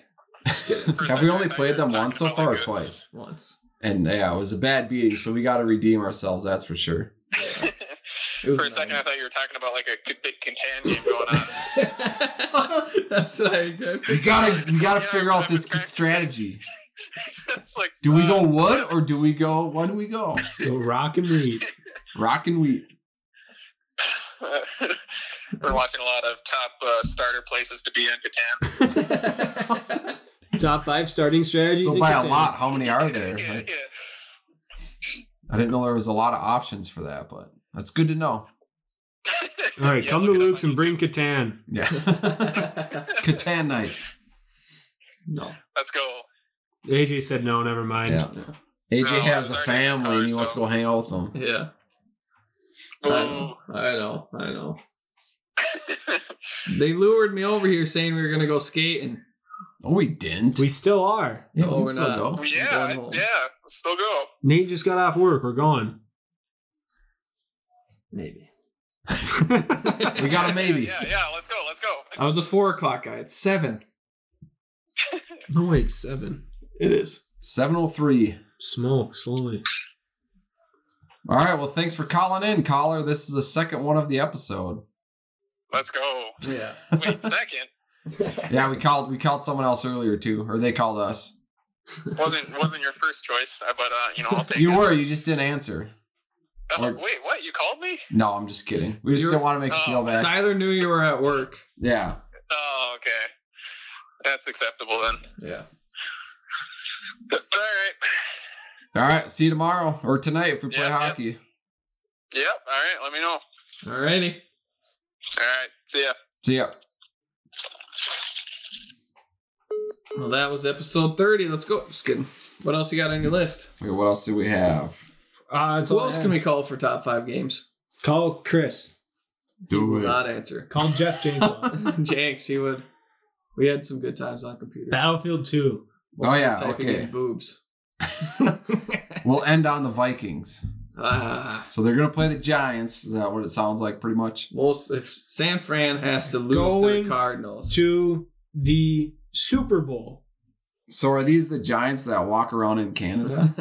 [SPEAKER 3] Have we only played them once so far or twice?
[SPEAKER 9] Once.
[SPEAKER 3] And yeah, it was a bad beating, so we got to redeem ourselves. That's for sure.
[SPEAKER 9] It was
[SPEAKER 5] For a second, I thought you were talking about like a big contend game going on.
[SPEAKER 9] That's what I did.
[SPEAKER 3] We gotta we gotta
[SPEAKER 5] Yeah,
[SPEAKER 3] figure out this
[SPEAKER 5] practicing.
[SPEAKER 3] strategy.
[SPEAKER 5] It's like,
[SPEAKER 3] Do we
[SPEAKER 5] uh,
[SPEAKER 3] go wood or do we go? Why do we go?
[SPEAKER 2] Go rock and read.
[SPEAKER 3] Rock and wheat.
[SPEAKER 5] We're watching a lot of top uh, starter places to be in Catan.
[SPEAKER 2] Top five starting strategies.
[SPEAKER 3] So
[SPEAKER 2] in
[SPEAKER 3] by a
[SPEAKER 2] Catan.
[SPEAKER 3] lot, how many are Oh, there?
[SPEAKER 5] Yeah,
[SPEAKER 3] That's-
[SPEAKER 5] yeah.
[SPEAKER 3] I didn't know there was a lot of options for that, but that's good to know.
[SPEAKER 2] All right,
[SPEAKER 5] Yeah,
[SPEAKER 2] come to
[SPEAKER 5] look it up
[SPEAKER 2] Luke's
[SPEAKER 5] on
[SPEAKER 2] and bring Catan.
[SPEAKER 3] Yeah. Catan night.
[SPEAKER 9] No.
[SPEAKER 5] Let's go.
[SPEAKER 2] AJ said no, never mind.
[SPEAKER 3] Yeah. AJ
[SPEAKER 7] No,
[SPEAKER 3] has a
[SPEAKER 7] it's already
[SPEAKER 3] family and he wants to go hang out with them.
[SPEAKER 1] Yeah, I
[SPEAKER 7] Ooh.
[SPEAKER 5] Oh.
[SPEAKER 1] know, I know, I know. They lured me over here saying we were gonna go skating.
[SPEAKER 3] No, we didn't.
[SPEAKER 2] We still are.
[SPEAKER 3] yeah,
[SPEAKER 1] No,
[SPEAKER 3] we
[SPEAKER 1] we're
[SPEAKER 3] still
[SPEAKER 1] not.
[SPEAKER 3] go.
[SPEAKER 7] yeah, yeah. Still go.
[SPEAKER 2] Nate just got off work. We're going.
[SPEAKER 1] Maybe
[SPEAKER 3] We got a maybe.
[SPEAKER 7] Yeah, yeah. Let's go. Let's go.
[SPEAKER 1] I was a four o'clock guy. It's seven.
[SPEAKER 8] No, wait, seven.
[SPEAKER 1] It is.
[SPEAKER 3] 703.
[SPEAKER 2] Smoke slowly.
[SPEAKER 3] All right. Well, thanks for calling in, caller. This is the second one of the episode.
[SPEAKER 7] Let's go.
[SPEAKER 1] Yeah.
[SPEAKER 7] Wait, second.
[SPEAKER 3] Yeah, we called we called someone else earlier too, or they called us.
[SPEAKER 7] wasn't wasn't your first choice, uh, but uh, you know I'll take
[SPEAKER 3] You
[SPEAKER 7] it.
[SPEAKER 3] were, you just didn't answer.
[SPEAKER 7] Oh, wait, what? You called me?
[SPEAKER 3] No, I'm just kidding. We just
[SPEAKER 1] You're-
[SPEAKER 3] didn't want to make you feel
[SPEAKER 7] Oh,
[SPEAKER 3] bad.
[SPEAKER 1] Tyler knew you were at work.
[SPEAKER 3] Yeah.
[SPEAKER 7] Oh, okay. That's acceptable then.
[SPEAKER 1] Yeah.
[SPEAKER 7] All right.
[SPEAKER 3] All right. See you tomorrow or tonight if we play
[SPEAKER 7] Yeah, yeah.
[SPEAKER 3] hockey.
[SPEAKER 7] Yep. All right. Let me know. All
[SPEAKER 1] Alrighty.
[SPEAKER 7] right. See ya.
[SPEAKER 3] See ya.
[SPEAKER 1] Well, that was episode thirty. Let's go. Just kidding. What else you got on your list?
[SPEAKER 3] Wait, what else do we have?
[SPEAKER 2] Uh, it's
[SPEAKER 1] Who
[SPEAKER 2] all
[SPEAKER 1] else can we call for top five games?
[SPEAKER 2] Call Chris.
[SPEAKER 3] Do
[SPEAKER 1] Not answer.
[SPEAKER 2] Call Jeff Janklow.
[SPEAKER 1] Jenks, he would. We had some good times on computer.
[SPEAKER 2] Battlefield 2.
[SPEAKER 3] Oh, yeah,
[SPEAKER 1] Typing
[SPEAKER 3] okay.
[SPEAKER 1] in boobs.
[SPEAKER 3] We'll end on the Vikings.
[SPEAKER 1] Ah,
[SPEAKER 3] So they're gonna play the Giants. Is that what it sounds like? Pretty much.
[SPEAKER 1] most if San Fran has to lose to
[SPEAKER 2] Going
[SPEAKER 1] the Cardinals.
[SPEAKER 2] To the Super Bowl.
[SPEAKER 3] So are these the Giants that walk around in Canada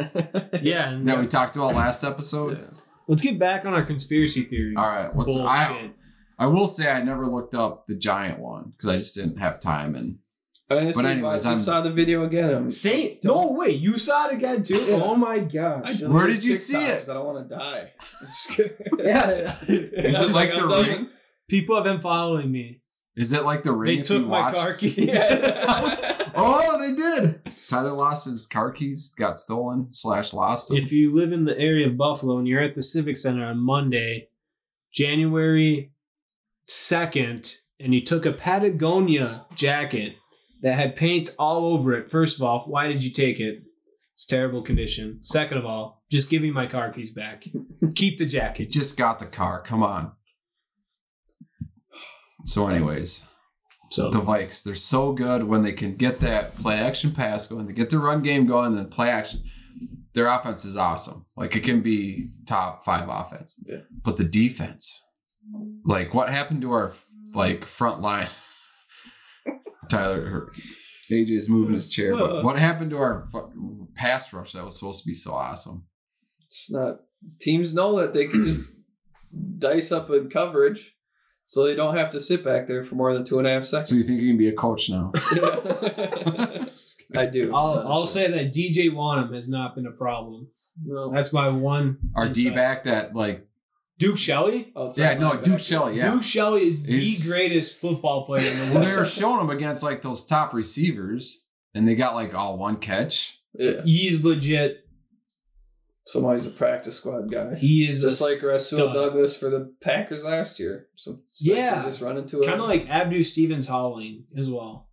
[SPEAKER 2] Yeah. And
[SPEAKER 3] that we talked about last episode?
[SPEAKER 2] Let's get back on our conspiracy theory.
[SPEAKER 3] All right. What's I?
[SPEAKER 2] Bullshit.
[SPEAKER 3] I will say I never looked up the Giant one because I just didn't have time. And
[SPEAKER 1] Honestly,
[SPEAKER 3] But
[SPEAKER 1] but
[SPEAKER 3] anyways,
[SPEAKER 1] I
[SPEAKER 3] I'm-
[SPEAKER 1] just saw the video again. I'm-
[SPEAKER 2] Say no way. You saw it again too. Oh my
[SPEAKER 1] I
[SPEAKER 2] gosh.
[SPEAKER 1] deleted
[SPEAKER 3] Where did you
[SPEAKER 1] TikTok
[SPEAKER 3] see it?
[SPEAKER 1] 'cause I don't want to die. I'm just kidding.
[SPEAKER 8] Yeah.
[SPEAKER 3] is it like the
[SPEAKER 1] done.
[SPEAKER 3] ring?
[SPEAKER 2] People have been following me.
[SPEAKER 3] Is it like the ring?
[SPEAKER 2] they
[SPEAKER 3] if
[SPEAKER 2] took
[SPEAKER 3] you
[SPEAKER 2] my
[SPEAKER 3] watched-
[SPEAKER 2] car keys.
[SPEAKER 3] Oh, they did. Tyler lost his car keys, got stolen slash lost them.
[SPEAKER 2] if you live in the area of Buffalo and you're at the Civic Center on Monday, January 2nd, and you took a Patagonia jacket that had paint all over it, first of all, why did you take it? It's terrible condition. Second of all, just give me my car keys back. Keep the
[SPEAKER 3] It
[SPEAKER 2] jacket.
[SPEAKER 3] just got the car. Come on. So, anyways,
[SPEAKER 2] So
[SPEAKER 3] the Vikes, they're so good when they can get that play action pass going, they get the run game going, and then play action. Their offense is awesome. Like it can be top five offense.
[SPEAKER 1] Yeah.
[SPEAKER 3] But the defense, like what happened to our like front line? Tyler, or AJ's moving his chair, but what happened to our fu- pass rush that was supposed to be so awesome?
[SPEAKER 1] It's not. Teams know that they can just dice up in coverage, so they don't have to sit back there for more than two and a half
[SPEAKER 3] So
[SPEAKER 1] seconds.
[SPEAKER 3] you think you can be a coach now?
[SPEAKER 1] I do.
[SPEAKER 2] I'll, I'll
[SPEAKER 1] honestly.
[SPEAKER 2] say that DJ Wanham has not been a problem.
[SPEAKER 1] No.
[SPEAKER 2] That's my one.
[SPEAKER 3] Our
[SPEAKER 2] insight.
[SPEAKER 3] D back that like
[SPEAKER 2] Duke Shelley?
[SPEAKER 1] Outside
[SPEAKER 3] yeah no
[SPEAKER 1] linebacker.
[SPEAKER 3] Duke Shelley yeah
[SPEAKER 2] Duke Shelley is
[SPEAKER 3] He's-
[SPEAKER 2] the greatest football player in the
[SPEAKER 3] well
[SPEAKER 2] world.
[SPEAKER 3] they were showing him against like those top receivers and they got like all one catch
[SPEAKER 1] Yeah.
[SPEAKER 2] He's legit.
[SPEAKER 1] Somehow he's a practice squad guy.
[SPEAKER 2] He is
[SPEAKER 1] Just
[SPEAKER 2] a
[SPEAKER 1] like Rasul
[SPEAKER 2] stud.
[SPEAKER 1] Douglas for the Packers last year. So it's like
[SPEAKER 2] Yeah.
[SPEAKER 1] they just run into it.
[SPEAKER 2] kind of like Abdu Stevens Howling as well.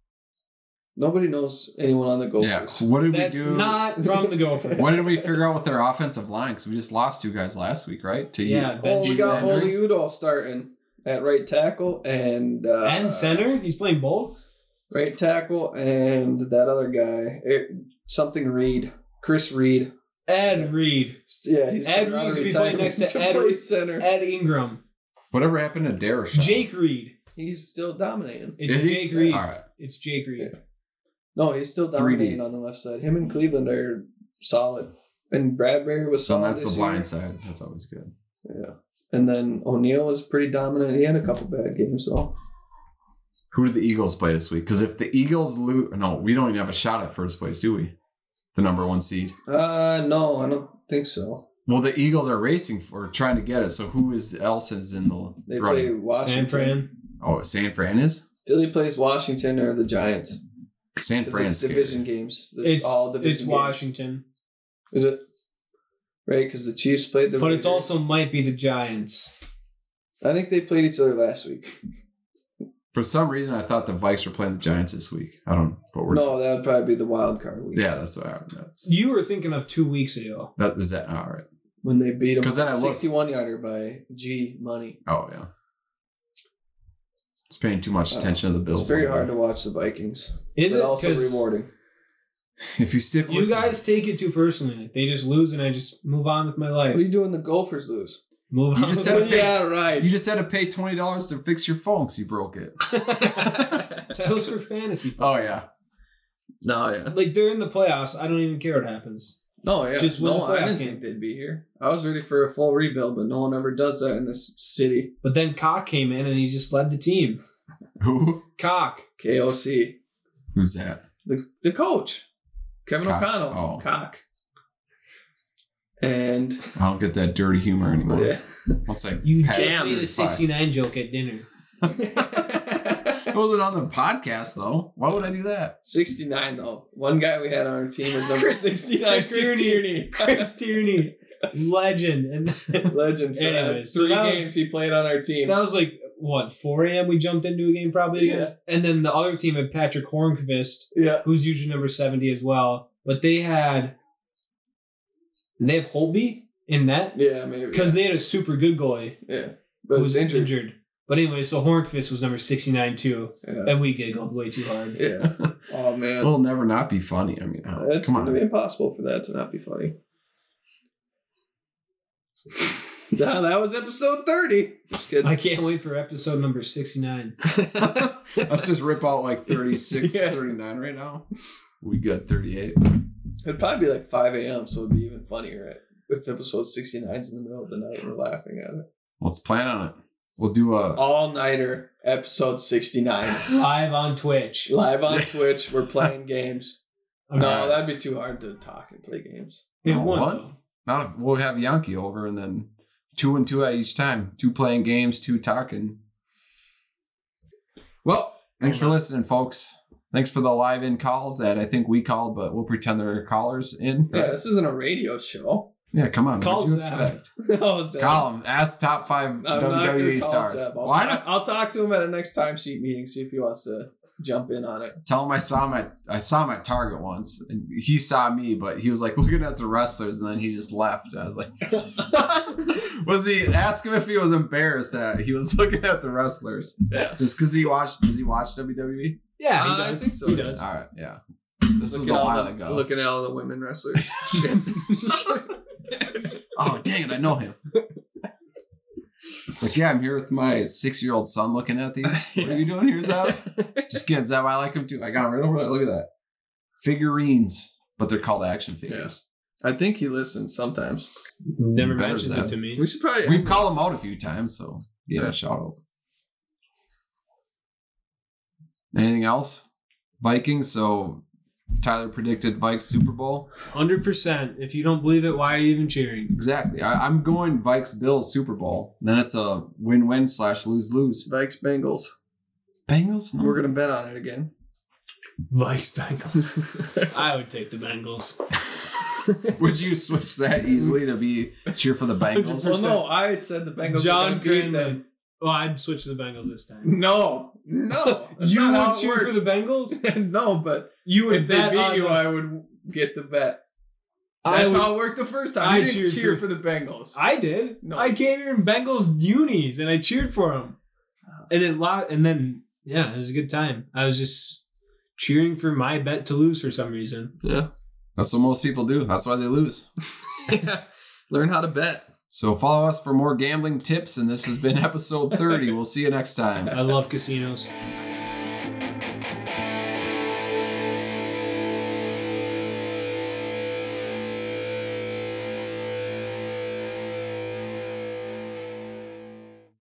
[SPEAKER 1] Nobody knows anyone on the goal.
[SPEAKER 3] yeah what did
[SPEAKER 2] That's
[SPEAKER 3] we do
[SPEAKER 2] not from the Gophers.
[SPEAKER 3] what did we figure out with their offensive line because we just lost two guys last week right to
[SPEAKER 2] Yeah,
[SPEAKER 1] Oh,
[SPEAKER 2] best
[SPEAKER 1] we
[SPEAKER 2] Benji
[SPEAKER 1] got
[SPEAKER 3] Henry.
[SPEAKER 1] Holy Udo starting at right tackle and uh,
[SPEAKER 2] and center, he's playing both.
[SPEAKER 1] right tackle and that other guy it, something Reed Chris Reed
[SPEAKER 2] Ed Reed,
[SPEAKER 1] yeah he's
[SPEAKER 2] Ed
[SPEAKER 1] coming out
[SPEAKER 2] Reed
[SPEAKER 1] of
[SPEAKER 2] should be playing
[SPEAKER 1] retirement
[SPEAKER 2] next to Ed
[SPEAKER 1] play
[SPEAKER 2] Reed.
[SPEAKER 1] center
[SPEAKER 2] Ed Ingram,
[SPEAKER 3] whatever happened to Darius
[SPEAKER 2] Jake Reed.
[SPEAKER 1] he's still dominating
[SPEAKER 2] It's
[SPEAKER 3] Is he?
[SPEAKER 2] Jake Reed.
[SPEAKER 3] all right
[SPEAKER 2] It's Jake Reed.
[SPEAKER 1] no he's still
[SPEAKER 3] 3D.
[SPEAKER 1] dominating on the left side him and Cleveland are solid and Bradbury was
[SPEAKER 3] so
[SPEAKER 1] solid
[SPEAKER 3] that's the
[SPEAKER 1] this
[SPEAKER 3] blind side that's always good
[SPEAKER 1] year. yeah and then O'Neal was pretty dominant he had a couple bad games though
[SPEAKER 3] who do the Eagles play this week because if the Eagles lose no we don't even have a shot at first place do we the number one seed
[SPEAKER 1] uh no I don't think so
[SPEAKER 3] well the Eagles are racing for trying to get it so who is else is in the
[SPEAKER 1] they
[SPEAKER 3] running
[SPEAKER 1] play Washington
[SPEAKER 2] San Fran.
[SPEAKER 3] Oh, San Fran is
[SPEAKER 1] Philly plays Washington or the Giants
[SPEAKER 3] San
[SPEAKER 1] 'Cause
[SPEAKER 3] Fran.
[SPEAKER 1] it's division games There's
[SPEAKER 2] It's
[SPEAKER 1] all division
[SPEAKER 2] it's
[SPEAKER 1] games.
[SPEAKER 2] Washington,
[SPEAKER 1] Is it? Right, because the Chiefs played the.
[SPEAKER 2] but it's
[SPEAKER 1] Raiders.
[SPEAKER 2] also might be the Giants.
[SPEAKER 1] I think they played each other last week.
[SPEAKER 3] For some reason, I thought the Vikes were playing the Giants this week. I don't know what we're.
[SPEAKER 1] No, that would probably be the wild card week.
[SPEAKER 3] Yeah, that's what I, that's
[SPEAKER 2] You were thinking of two weeks ago.
[SPEAKER 3] that is that. All right.
[SPEAKER 1] When they beat him
[SPEAKER 3] 'Cause then I looked-
[SPEAKER 1] 61 yarder by G Money.
[SPEAKER 3] Oh yeah. It's paying too much
[SPEAKER 1] Uh,
[SPEAKER 3] attention to the Bills.
[SPEAKER 1] It's very hard to watch the Vikings.
[SPEAKER 2] Is
[SPEAKER 1] but
[SPEAKER 2] it?
[SPEAKER 1] also
[SPEAKER 2] 'Cause
[SPEAKER 1] rewarding?
[SPEAKER 3] If you stick
[SPEAKER 2] You
[SPEAKER 3] with
[SPEAKER 2] guys take it too personally. They just lose, and I just move on with my life.
[SPEAKER 1] What are you doing? The Gophers lose.
[SPEAKER 2] Move on.
[SPEAKER 3] You just
[SPEAKER 2] with
[SPEAKER 3] said
[SPEAKER 2] my-
[SPEAKER 3] it.
[SPEAKER 1] yeah, right.
[SPEAKER 3] you just had to pay twenty dollars to fix your phone because you broke it.
[SPEAKER 2] that was for fantasy.
[SPEAKER 3] oh yeah.
[SPEAKER 1] no, yeah.
[SPEAKER 2] Like they're in the playoffs. I don't even care what happens.
[SPEAKER 1] No, yeah.
[SPEAKER 2] Just win
[SPEAKER 1] no,
[SPEAKER 2] the
[SPEAKER 1] I
[SPEAKER 2] playoff
[SPEAKER 1] didn't
[SPEAKER 2] game.
[SPEAKER 1] think they'd be here. I was ready for a full rebuild, but no one ever does that in this city.
[SPEAKER 2] But then Cock came in and he just led the team.
[SPEAKER 3] Who?
[SPEAKER 2] Cock.
[SPEAKER 1] KOC.
[SPEAKER 3] Who's that?
[SPEAKER 1] the, the coach, Kevin
[SPEAKER 3] Cock.
[SPEAKER 1] O'Connell,
[SPEAKER 3] Oh.
[SPEAKER 1] cock. And
[SPEAKER 3] I don't get that dirty humor anymore.
[SPEAKER 1] yeah.
[SPEAKER 3] Once I
[SPEAKER 2] You
[SPEAKER 3] pass
[SPEAKER 2] just made
[SPEAKER 3] 35.
[SPEAKER 2] a 69 joke at dinner.
[SPEAKER 3] It wasn't on the podcast though. Why would I do that?
[SPEAKER 1] 69 though. One guy we had on our team was number 69,
[SPEAKER 2] Chris
[SPEAKER 1] Chris Tierney.
[SPEAKER 2] Chris Tierney, legend. And
[SPEAKER 1] Legend for that.
[SPEAKER 2] Anyways, so
[SPEAKER 1] three
[SPEAKER 2] that was-
[SPEAKER 1] games he played on our team.
[SPEAKER 2] that was like, what, 4 a.m. we jumped into a game probably again?
[SPEAKER 1] Yeah.
[SPEAKER 2] And then the other team had Patrick Hornquist,
[SPEAKER 1] yeah.
[SPEAKER 2] who's usually number 70 as well. But they had, they have Holby in that
[SPEAKER 1] Yeah, maybe.
[SPEAKER 2] because they had a super good goalie
[SPEAKER 1] yeah.
[SPEAKER 2] who
[SPEAKER 1] But it was injured.
[SPEAKER 2] But anyway, so Hornquist was number 69 too.
[SPEAKER 1] Yeah.
[SPEAKER 2] And we giggled way too hard.
[SPEAKER 1] yeah. Oh man.
[SPEAKER 3] It'll never not be funny. I mean, I don't-
[SPEAKER 1] It's
[SPEAKER 3] come
[SPEAKER 1] gonna be
[SPEAKER 3] on.
[SPEAKER 1] impossible for that to not be funny. Nah, that was episode 30. Just kidding.
[SPEAKER 2] I can't wait for episode number 69.
[SPEAKER 3] Let's just rip out like 36,
[SPEAKER 1] Yeah.
[SPEAKER 3] 39 right now. We got 38.
[SPEAKER 1] It'd probably be like 5 a.m., so it'd be even funnier at, if episode 69's in the middle of the night and we're laughing at it.
[SPEAKER 3] Let's plan on it. We'll do a.
[SPEAKER 1] All nighter, episode 69.
[SPEAKER 2] Live on Twitch.
[SPEAKER 1] Live on Twitch, we're playing games.
[SPEAKER 2] All
[SPEAKER 1] No,
[SPEAKER 2] right.
[SPEAKER 1] that'd be too hard to talk and play games.
[SPEAKER 2] It
[SPEAKER 3] Oh,
[SPEAKER 2] won't,
[SPEAKER 3] Uh, what?
[SPEAKER 2] though.
[SPEAKER 3] Not if we'll have Yankee over and then two and two at each time. Two playing games, two talking. Well, thanks for listening, folks. Thanks for the live in calls that I think we called, but we'll pretend they're callers in.
[SPEAKER 1] Yeah, this isn't a radio show.
[SPEAKER 3] Yeah, come on. What
[SPEAKER 2] Call
[SPEAKER 3] do you
[SPEAKER 2] Zap.
[SPEAKER 3] expect?
[SPEAKER 1] no, Zeb.
[SPEAKER 3] Call him. Ask top 5
[SPEAKER 1] I'm not gonna
[SPEAKER 3] WWE
[SPEAKER 1] call
[SPEAKER 3] E stars.
[SPEAKER 1] Zeb. I'll,
[SPEAKER 3] Why not?
[SPEAKER 1] I'll talk to him at a next timesheet meeting, see if he wants to jump in on it.
[SPEAKER 3] Tell him I saw him at I saw him at Target once, and he saw me, but he was like looking at the wrestlers, and then he just left. I was like, was he? Ask him if he was embarrassed that he was looking at the wrestlers.
[SPEAKER 1] Yeah.
[SPEAKER 3] Just because he watched, does he watch WWE?
[SPEAKER 2] Yeah, he
[SPEAKER 1] Uh, I
[SPEAKER 2] does.
[SPEAKER 1] think so,
[SPEAKER 2] he
[SPEAKER 1] yeah.
[SPEAKER 2] does.
[SPEAKER 3] All right, yeah. Ah, This was a
[SPEAKER 1] at all
[SPEAKER 3] while
[SPEAKER 1] the-
[SPEAKER 3] ago.
[SPEAKER 1] Looking at all the women wrestlers.
[SPEAKER 3] Oh dang it, I know him. It's like, yeah, I'm here with my six-year-old son looking at these. What are you doing here, Zab? Just kidding, Zab. I like him too. I got him right over there. Look at that. Figurines, but they're called action figures.
[SPEAKER 1] I think he listens sometimes.
[SPEAKER 2] Never
[SPEAKER 3] Better
[SPEAKER 2] mentions
[SPEAKER 3] than
[SPEAKER 2] it to me.
[SPEAKER 1] We should probably
[SPEAKER 3] We've called him out a few times, so yeah, shout out. Anything else? Vikings. So Tyler predicted Vikes Super Bowl.
[SPEAKER 2] 100%. If you don't believe it, why are you even cheering?
[SPEAKER 3] Exactly. I, I'm going Vikes Bills Super Bowl. Then it's a win-win slash lose-lose.
[SPEAKER 1] Vikes Bengals.
[SPEAKER 3] Bengals. No.
[SPEAKER 1] We're gonna bet on it again.
[SPEAKER 2] Vice Bengals. I would take the Bengals.
[SPEAKER 3] Would you switch that easily to be cheer for the Bengals?
[SPEAKER 1] Well, no, I said the Bengals. were
[SPEAKER 2] John
[SPEAKER 1] gonna beat
[SPEAKER 2] Greenman.
[SPEAKER 1] them.
[SPEAKER 2] Oh, I'd switch to the Bengals this time.
[SPEAKER 1] No, no. that's
[SPEAKER 2] you
[SPEAKER 1] not how
[SPEAKER 2] would
[SPEAKER 1] it
[SPEAKER 2] cheer
[SPEAKER 1] works.
[SPEAKER 2] for the Bengals?
[SPEAKER 1] no, but
[SPEAKER 2] You would
[SPEAKER 1] if they
[SPEAKER 2] bet
[SPEAKER 1] beat
[SPEAKER 2] on
[SPEAKER 1] you,
[SPEAKER 2] the-
[SPEAKER 1] I would get the bet.
[SPEAKER 2] I
[SPEAKER 1] That's
[SPEAKER 2] would-
[SPEAKER 1] how it worked the first time.
[SPEAKER 2] I
[SPEAKER 1] I you didn't
[SPEAKER 2] cheered
[SPEAKER 1] cheer
[SPEAKER 2] for-
[SPEAKER 1] for the Bengals.
[SPEAKER 2] I did.
[SPEAKER 1] No.
[SPEAKER 2] I came here in Bengals unis and I cheered for him. And then lot and then yeah, it was a good time. I was just cheering for my bet to lose for some reason.
[SPEAKER 3] That's what most people do. That's why they lose.
[SPEAKER 1] Learn how to bet.
[SPEAKER 3] So follow us for more gambling tips, and this has been episode 30. We'll see you next time.
[SPEAKER 2] I love casinos.